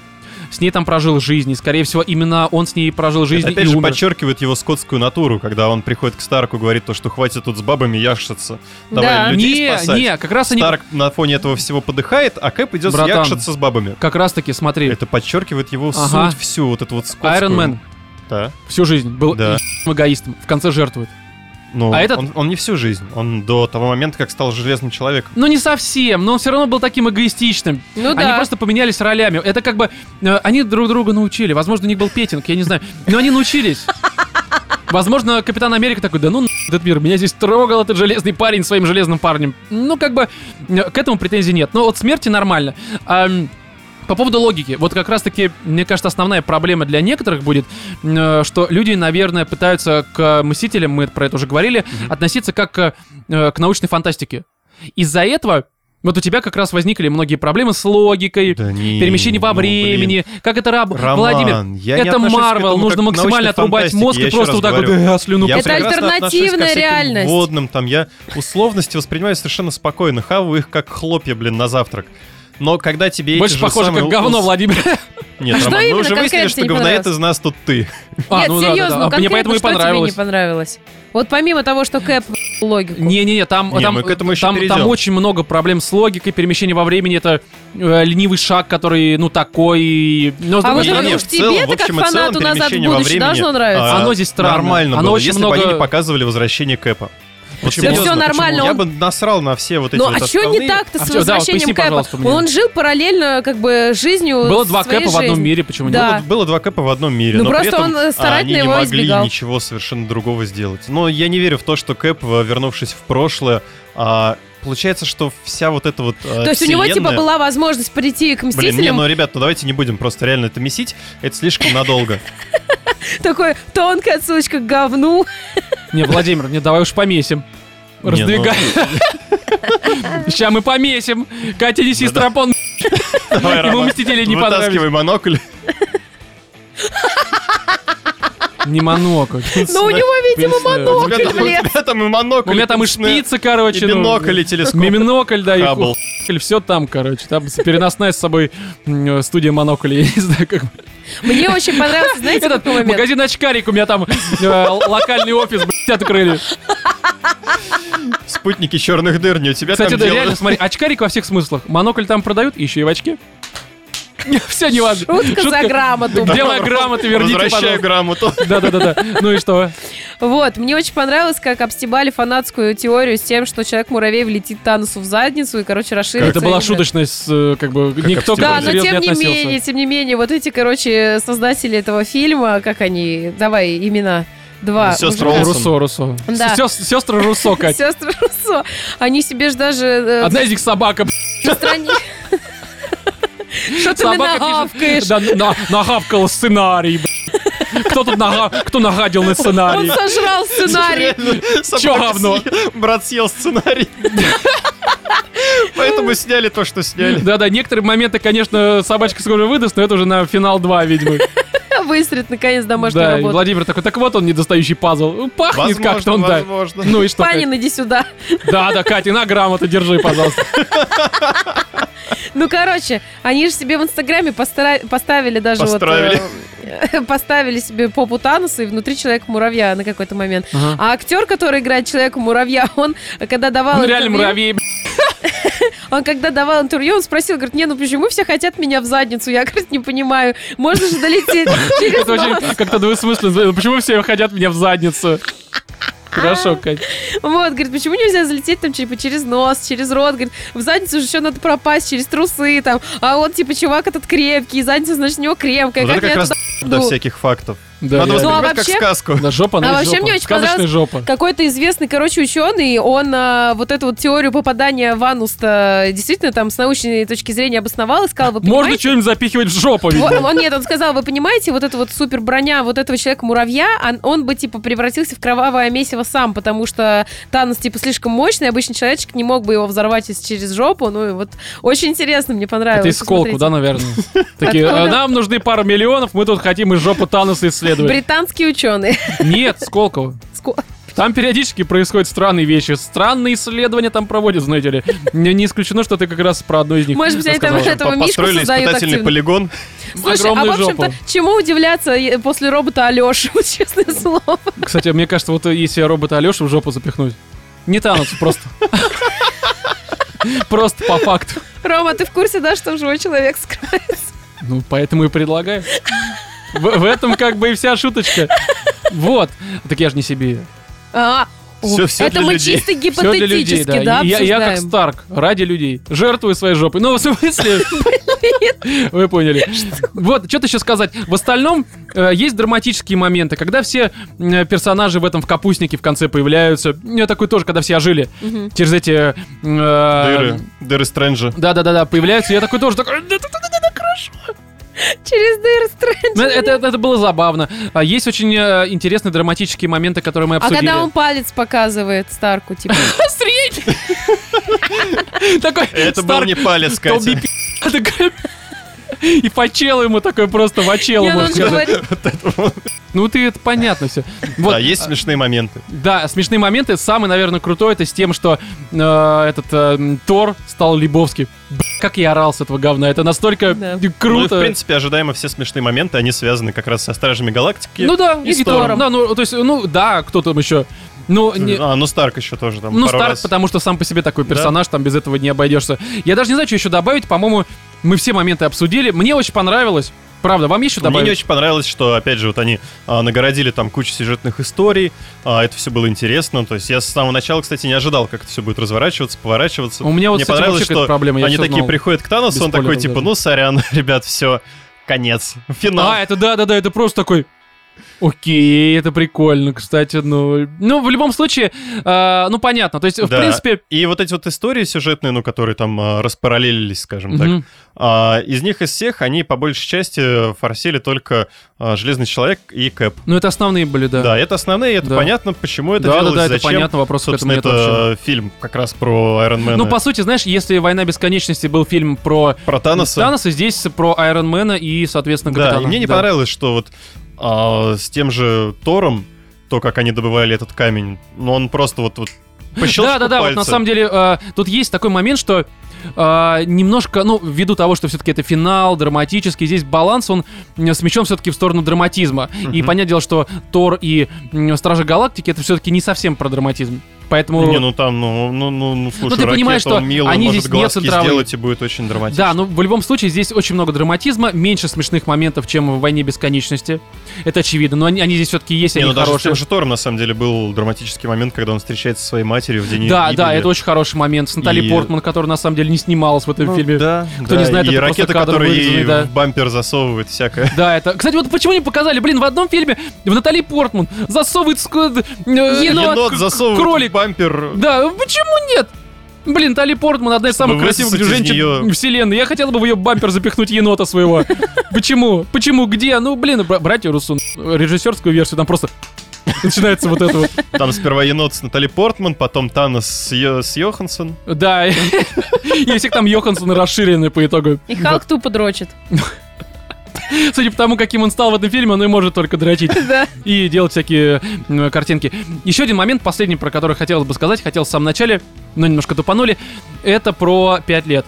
A: С ней там прожил жизнь, и, скорее всего, именно он с ней прожил жизнь
B: Опять
A: и
B: же
A: умер.
B: подчеркивает его скотскую натуру, когда он приходит к Старку, говорит то, что хватит тут с бабами яшиться. Давай
C: Да.
B: людей
A: не,
B: спасать.
A: не, как раз они...
B: Старк на фоне этого всего подыхает, а Кэп идет
A: Братан.
B: якшиться с бабами.
A: Как раз-таки, смотри,
B: Это подчеркивает его
A: Ага.
B: суть всю, вот эту вот скотскую.
A: Iron Man
B: Да.
A: всю жизнь был
B: Да.
A: ебаным эгоистом, в конце жертвует.
B: Но
A: А этот-
B: Ну, он, он не всю жизнь. Он до того момента, как стал железным человеком.
A: Ну не совсем, но он все равно был таким эгоистичным.
C: Ну
A: Они
C: да.
A: просто поменялись ролями. Это как бы... э, они друг друга научили. Возможно, у них был петинг, я не знаю. Но они научились. Возможно, Капитан Америка такой, да ну нахуй этот мир, меня здесь трогал этот железный парень своим железным парнем. Ну, как бы, э, к этому претензий нет. Но от смерти нормально. Ам, по поводу логики, вот как раз-таки, мне кажется, основная проблема для некоторых будет, э, что люди, наверное, пытаются к «Мстителям», мы про это уже говорили, относиться как к, э, к научной фантастике. Из-за этого вот у тебя как раз возникли многие проблемы с логикой,
B: Да не,
A: перемещение во
B: ну, блин.
A: времени, как это раб...
B: Роман,
A: Владимир,
B: я не
A: это
B: отношусь к
A: Марвел,
B: этому
A: нужно
B: как к
A: максимально
B: научной
A: отрубать
B: фантастике,
A: мозг
B: я
A: и
B: еще
A: просто
B: раз
A: вот так вот,
B: говорю.
A: «Э, слюну
B: Я
C: Ну, Это
B: прекрасно отношусь ко
C: альтернативная
B: всяким
C: реальность.
B: Водным там я условности воспринимаю совершенно спокойно, хаваю их как хлопья, блин, на завтрак. Но когда тебе
A: Больше
B: эти же
A: похоже,
B: самые
A: как
B: ус-
A: говно, Владимир.
B: Нет,
C: Что
B: Роман, мы
C: именно
B: уже выяснили,
C: конкретно
B: что
C: тебе не
B: говноед
C: понравилось?
B: из нас тут ты.
A: <laughs> А,
C: Нет,
A: ну да, да, да. А
C: серьезно,
A: Мне
C: конкретно
A: поэтому и
C: что
A: понравилось.
C: тебе не понравилось? Вот помимо того, что Кэп в***л логику.
A: Не-не-не, там,
B: Не,
A: там,
B: мы к этому еще
A: там, там
B: перейдем.
A: очень много проблем с логикой, перемещение во времени, это э, ленивый шаг, который, ну, такой... ну, Но, с
C: А
A: другой
C: вот
B: Не,
A: стороны,
B: не,
C: уж
B: в
C: тебе-то
B: целом, в
C: как
B: общем и целом,
C: фанату «Назад в
B: перемещение во
C: будущее»
B: времени,
C: должно нравиться.
B: а,
A: Оно здесь странно.
B: Нормально
A: Оно
B: было,
A: очень
B: если бы
A: много-
B: они не показывали возвращение Кэпа. Вот
A: Почему? Да
B: серьезно,
A: всё
B: почему?
C: нормально,
B: Я
C: он-
B: бы насрал на все вот эти
C: Ну
B: вот
C: а что не
B: основные.
A: А
C: так-то с
A: чё- да, вот
C: возвращением
A: поясни,
C: Кэпа?
A: пожалуйста, мне.
C: Он жил параллельно как бы жизнью
A: Было два
C: своей
A: кэпа в одном
C: жизни.
A: мире, почему
C: Да.
A: нет?
B: Было, было два кэпа в одном мире.
C: Ну,
B: но
C: просто
B: при этом,
C: он, э,
B: а,
C: старательно
B: они
C: его
B: не могли
C: избегал.
B: ничего совершенно другого сделать. Но я не верю в то, что Кэп, э, вернувшись в прошлое, а, получается, что вся вот эта вот э,
C: То есть у него типа
B: вселенная-
C: была возможность прийти к
B: Блин, не,
C: Мстителям,
B: ну, ребят, ну давайте не будем просто реально это месить. Это слишком
C: <laughs>
B: надолго.
C: такой тонкая отсылочка к говну.
A: Не, Владимир, не, давай уж помесим.
B: Не,
A: Раздвигай.
C: ну.
A: Сейчас мы помесим. Катя, неси
B: Ну да.
A: стропон.
B: <laughs> Давай,
A: Ему
B: Роман,
A: «Мстители» не понравились.
B: Вытаскивай монокль. <laughs>
A: Не монокль.
C: Но Ну, у него, видимо,
A: Песня.
B: У тебя
C: монокль
B: там-
C: влез.
B: у тебя там и монокль.
A: У меня там и
B: пушная,
A: шпица, короче.
B: И
A: ну,
B: бинокль, и телескоп.
A: Миминокль, да,
B: Хаббл.
A: и все там, короче. Там переносная с собой м, э, студия монокль, я не знаю, как...
C: Мне очень понравился, знаете,
A: Этот
C: какой момент?
A: магазин очкарик у меня там, э, л- локальный офис, блядь, открыли.
B: Спутники черных дыр не у тебя
A: Кстати,
B: там
A: да,
B: дело.
A: реально, смотри, очкарик во всех смыслах. Монокль там продают, и еще и в очке. <laughs> Все, не важно.
C: Шутка за грамоту.
A: Где моя грамота, верните,
B: Возвращаю
A: пожалуйста.
B: грамоту.
A: Да-да-да. Ну и что?
C: Вот, мне очень понравилось, как обстебали фанатскую теорию с тем, что Человек-муравей влетит Танусу в задницу и, короче, расширится.
A: Это была
C: именно.
A: шуточность, э, как бы никто к этому
B: обстебали.
C: Да, но
A: серьезно
C: тем
A: не
C: не менее,
A: относился.
C: тем не менее, вот эти, короче, создатели этого фильма, как они, давай, имена, два.
A: Ну,
B: Сёстры
C: мужика.
B: Олсен.
A: Руссо, Руссо.
C: Да.
A: Сестры Руссо,
C: <laughs>
A: Кать.
C: Сёстры Руссо. Они себе же даже... э,
A: <laughs> Одна из них собака, б***ь.
C: на страни- Что ты меня гавкаешь?
A: Да, на- нагавкал сценарий, б***ь. Кто тут нага... Кто нагадил на
C: Он
A: сценарий?
C: сожрал сценарий.
B: Реально, собака
A: Чё говно?
B: съел- Брат съел сценарий. Поэтому сняли то, что сняли.
A: <laughs> Да-да, некоторые моменты, конечно, собачка скоро выдаст, но это уже на финал 2,
C: <laughs>
A: видимо.
C: Выстрелит наконец домашнюю
A: Да, и
C: работу.
A: Владимир такой, так вот он недостающий пазл. Ну, Пахнет как-то он, да.
B: возможно.
A: Ну и что?
C: Панин, иди сюда.
A: Кать? Да, да, Катя, на грамоту держи, пожалуйста.
C: Ну, короче, они же себе в Инстаграме постара- поставили даже
B: Постравили.
C: вот... э, <laughs> Поставили себе попу Таноса и внутри Человека-муравья на какой-то момент.
A: Ага.
C: А актер, который играет Человека-муравья, <laughs> он, когда давал
A: Он Ну, реально
C: интервью-
A: муравей, б***ь.
C: Он когда давал интервью, он спросил, говорит, не, ну почему все хотят меня в задницу? Я, говорит, не понимаю. Можно же
A: <laughs>
C: долететь через
A: Это
C: вас.
A: очень как-то двусмысленно. Почему все хотят меня в задницу? Хорошо, Катя.
C: Вот, говорит, почему нельзя залететь там типа через нос, через рот? Говорит, в задницу же еще надо пропасть через трусы там. А он типа чувак этот крепкий, задница, значит, у него крепкая.
B: Вот это
C: меня
B: как раз
C: туда
B: до
C: ду?
B: всяких фактов.
A: Да, Ну, а реально.
B: Надо воспринимать как
C: вообще-
B: сказку.
A: Да, жопа, она
C: А
A: и
C: вообще
A: жопа.
C: мне очень
A: Сказочная
C: понравилось-
A: жопа.
C: Какой-то известный, короче, ученый, он а, вот эту вот теорию попадания в анус действительно там с научной точки зрения обосновал и сказал, вы понимаете,
A: Можно что-нибудь запихивать в жопу,
C: Во-
A: видимо.
C: Он, нет, он сказал, вы понимаете, вот эта вот супер броня вот этого человека-муравья, он, он бы, типа, превратился в кровавое месиво сам, потому что Танос, типа, слишком мощный, обычный человечек не мог бы его взорвать из- через жопу, ну и вот очень интересно, мне понравилось.
A: Это из колку,
C: посмотрите.
A: да,
C: <laughs>
A: наверное? Такие,
C: Откуда?
A: «А, нам нужны пару миллионов, мы тут хотим из жопы Таноса исследовать.
C: Британские ученые. <laughs>
A: Нет, Сколково.
C: Ско-
A: Там периодически происходят странные вещи. Странные исследования там проводят, знаете ли. Не, не исключено, что ты как раз про одну из них
C: Может быть, они там
A: рассказала.
C: этого
B: По-
C: мишку
B: Ну, Построили
C: создают
B: испытательный
C: активно.
B: полигон.
C: Слушай, а в
A: огромную
C: общем-то,
A: жопу.
C: чему удивляться э, после робота Алёши, <laughs> вот честное слово.
A: Кстати, мне кажется, вот если робота Алёшу в жопу запихнуть. Не Танос, просто. Просто по факту.
C: Рома, ты в курсе, да, что там живой человек скрывает?
A: Ну, поэтому и предлагаю. В, в этом как бы и вся шуточка. Вот. Так я же не себе.
C: А, о,
B: Всё- всё
C: Это
B: для
C: мы
B: людей.
C: чисто
A: Все для людей,
C: гипотетически,
A: да.
C: да,
A: И я, я как
C: обсуждаем.
A: Старк, ради людей. Жертвую своей жопой. Ну, в смысле... Вы поняли. Вот, что-то еще сказать. В остальном э, есть драматические моменты, когда все э, персонажи в этом в капустнике в конце появляются. Я такой тоже, когда все ожили.
C: Мгм.
A: Через эти... э,
B: Дыры. Дыры Стрэнджа.
A: Да-да-да-да, появляются. Я такой тоже такой...
C: Ну,
A: «Да-да-да-да-да, хорошо».
C: Через дыры Стрэнджа.
A: Ну, Это, это- это было забавно. А Есть очень э, интересные драматические моменты, которые мы
C: А
A: обсудили.
C: когда он палец показывает Старку,
A: <laughs>
C: типа,
A: Средний! Такой
B: Это был
A: Старк,
B: не палец,
A: «Don't be
B: Катя.
A: пи***». Такой, <laughs> И по челу ему такой просто в челу,
C: «Не, ну, он
A: можно
C: же
A: сказать.
C: говорит,
A: Ну ты, это понятно все. Вот,
B: Да, есть смешные моменты.
A: да, смешные моменты. Самый, наверное, крутой это с тем, что э, этот э, м, Тор стал Лебовский. Б***, как я орал с этого говна. Это настолько
C: Да.
B: Ну и, в
A: круто.
B: принципе, ожидаемо все смешные моменты, они связаны как раз со Стражами Галактики.
A: Ну да,
C: И с
A: Тор.
C: Тором.
A: Да, ну, то есть, ну да, кто там еще? Ну, не-
B: А, ну Старк еще тоже там
A: Ну,
B: пару
A: Старк,
B: раз.
A: потому что сам по себе такой персонаж, там без этого не обойдешься. Я даже не знаю, что еще добавить. По-моему, мы все моменты обсудили. Мне очень понравилось. Правда, вам есть что
B: Мне не
A: добавить?
B: очень понравилось, что, опять же, вот они а, нагородили там кучу сюжетных историй, а, это все было интересно. То есть я с самого начала, кстати, не ожидал, как это все будет разворачиваться, поворачиваться.
A: У меня вот
B: Мне
A: с этим
B: понравилось,
A: вообще какая-то
B: что
A: проблема. Я
B: они
A: всё
B: такие
A: знал.
B: приходят к Таносу,
A: Без
B: он такой,
A: спойлеров
B: типа,
A: даже.
B: ну, сорян, <laughs> ребят, все, конец, финал.
A: А, это да-да-да, это просто такой... Окей, это прикольно, кстати, ну... Ну, в любом случае, э, ну, понятно. То есть, в
B: Да.
A: принципе...
B: И вот эти вот истории сюжетные, ну, которые там а, распараллелились, скажем так,
A: мгм.
B: а, из них из всех они по большей части форсили только а, Железный Человек и Кэп.
A: Ну, это основные были, да.
B: Да, это основные, это
A: Да.
B: понятно, почему это
A: Да-да-да,
B: делалось,
A: это
B: зачем.
A: понятно, вопросов к
B: Собственно,
A: этому
B: это
A: нет
B: фильм как раз про Айронмена.
A: Ну, по сути, знаешь, если «Война бесконечности» был фильм про
B: Про Таноса.
A: Таноса, здесь про Айронмена и, соответственно,
B: Да,
A: Капитана.
B: и мне не
A: Да.
B: понравилось, что вот а, с тем же Тором, то, как они добывали этот камень, ну, он просто вот, вот по щелчку
A: Да, да, да, вот на
B: пальца.
A: самом деле э, тут есть такой момент, что э, немножко, ну, ввиду того, что все-таки это финал, драматический, здесь баланс, он м, смещен все-таки в сторону драматизма. И
B: Мгм.
A: понятное дело, что Тор и м, Стражи Галактики это все-таки не совсем про драматизм. Поэтому.
B: Не, ну там, ну, ну, ну, ну слушай,
A: ты понимаешь,
B: ракета, он
A: что
B: милый,
A: они
B: может
A: здесь не
B: глазки
A: центровые.
B: сделать, и будет очень драматично.
A: Да, ну в любом случае здесь очень много драматизма, меньше смешных моментов, чем в «Войне бесконечности». Это очевидно, но они, они здесь все-таки есть,
B: Не,
A: они
B: ну даже с
A: хорошие.
B: тем же Тором, на самом деле, был драматический момент, когда он встречается со своей матерью в день
A: Да,
B: ее
A: да,
B: гибели.
A: это очень хороший момент с Натальей
B: И-
A: Портман, которая на самом деле не снималась в этом
B: Ну,
A: фильме.
B: Да,
A: Кто
B: да,
A: не знает,
B: и
A: это просто
B: ракеты,
A: кадром
B: которые ей
A: вырезаны, да.
B: в бампер засовывают всякое.
A: Да, это... Кстати, вот почему не показали? Блин, в одном фильме в Натали Портман засовывает... ск- э,
C: Енот.
B: Енот засовывает
A: кролик.
B: в бампер.
A: Да, почему нет? Блин, Тали Портман одна из самых
B: Чтобы
A: красивых
B: высосать из
A: женщин
B: неё-
A: вселенной. Я хотел бы в ее бампер запихнуть енота своего. Почему? Почему? Где? Ну, блин, бра- братья Руссун, режиссерскую версию, там просто начинается вот это вот.
B: Там сперва енот с Натали Портман, потом Танос с, Йо- с Йоханссон.
A: Да, <laughs> и у всех там Йоханссон расширены по итогу.
C: И Халк тупо дрочит.
A: Судя по тому, каким он стал в этом фильме, он и может только дрочить.
C: Да.
A: и делать всякие м, картинки. Еще один момент, последний, про который хотелось бы сказать, хотел в самом начале, но немножко тупанули, это про 5 лет.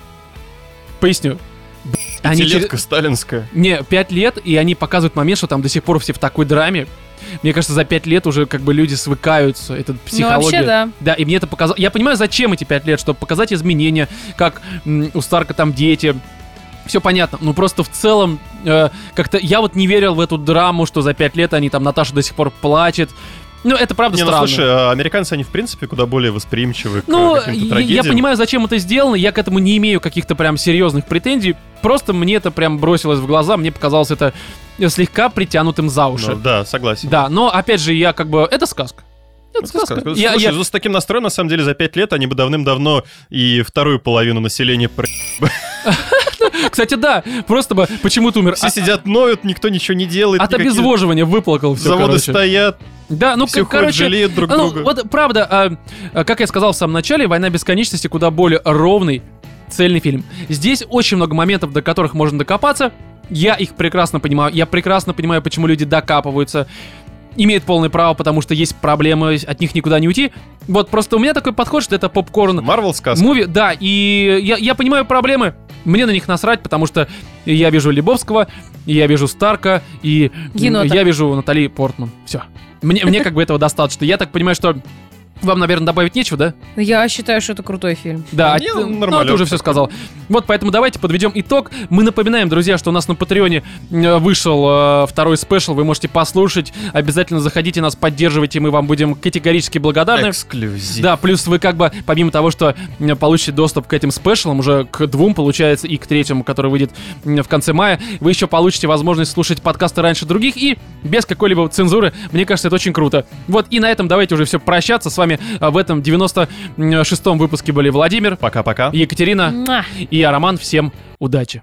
A: Поясню. Б***ь, Они через-
B: Пятилетка сталинская.
A: Не, 5 лет, и они показывают момент, что там до сих пор все в такой драме. Мне кажется, за 5 лет уже как бы люди свыкаются. Это
C: Ну,
A: психология.
C: вообще, да.
A: Да, и мне это показало. Я понимаю, зачем эти пять лет, чтобы показать изменения, как м, у Старка там дети. Все понятно. Ну просто в целом, э, как-то я вот не верил в эту драму, что за пять лет они там Наташа до сих пор плачет. Ну, это правда
B: Не, ну
A: странно.
B: слушай, а американцы, они в принципе куда более восприимчивы к
A: Ну,
B: э, каким-то
A: я- я
B: трагедиям.
A: понимаю, зачем это сделано, я к этому не имею каких-то прям серьезных претензий. Просто мне это прям бросилось в глаза, мне показалось это слегка притянутым за
B: Ну,
A: уши.
B: да, согласен.
A: да, но опять же, я как бы. Это сказка. <laughs> Это
B: Ну, ты
A: сказка.
B: сказал. Слушай,
A: Я- я-
B: ну, с таким настроем, на самом деле, за пять лет они бы давным-давно и вторую половину населения... про-
A: Кстати, да, просто бы почему-то умер.
B: Все
A: А-
B: сидят, ноют, никто ничего не делает.
A: От
B: никакие
A: обезвоживания выплакал все,
B: Заводы
A: короче.
B: стоят,
A: Да, ну,
B: все
A: к-
B: ходят,
A: короче...
B: жалеют друг
A: а, ну,
B: друга.
A: вот правда, а, а, как я сказал в самом начале, «Война бесконечности» куда более ровный, цельный фильм. Здесь очень много моментов, до которых можно докопаться. Я их прекрасно понимаю. Я прекрасно понимаю, почему люди докапываются. Имеют полное право, потому что есть проблемы, от них никуда не уйти. Вот просто у меня такой подход, что это попкорн
B: Марвел сказка.
A: Муви, да, и я, я понимаю проблемы. Мне на них насрать, потому что я вижу Лебовского, и я вижу Старка, и м,
C: Енота.
A: я вижу Натали Портман. Все. Мне, мне как бы этого достаточно. Я так понимаю, что вам, наверное, добавить нечего, да?
C: Я считаю, что это крутой фильм.
A: Да,
B: Не,
A: а ты-
B: нормалек
A: ну, ты уже все
B: такой.
A: сказал. Вот, поэтому давайте подведем итог. Мы напоминаем, друзья, что у нас на Патреоне э, вышел э, второй спешл. Вы можете послушать. Обязательно заходите, нас поддерживайте. Мы вам будем категорически благодарны.
B: Эксклюзив.
A: Да, плюс вы как бы, помимо того, что м, получите доступ к этим спешалам, уже к двум, получается, и к третьему, который выйдет м, в конце мая, вы еще получите возможность слушать подкасты раньше других и без какой-либо цензуры. Мне кажется, это очень круто. Вот, и на этом давайте уже все прощаться. С вами а, в этом 96-м выпуске были Владимир,
B: Пока-пока.
A: Екатерина
C: Муа.
A: и я, Роман. Всем удачи!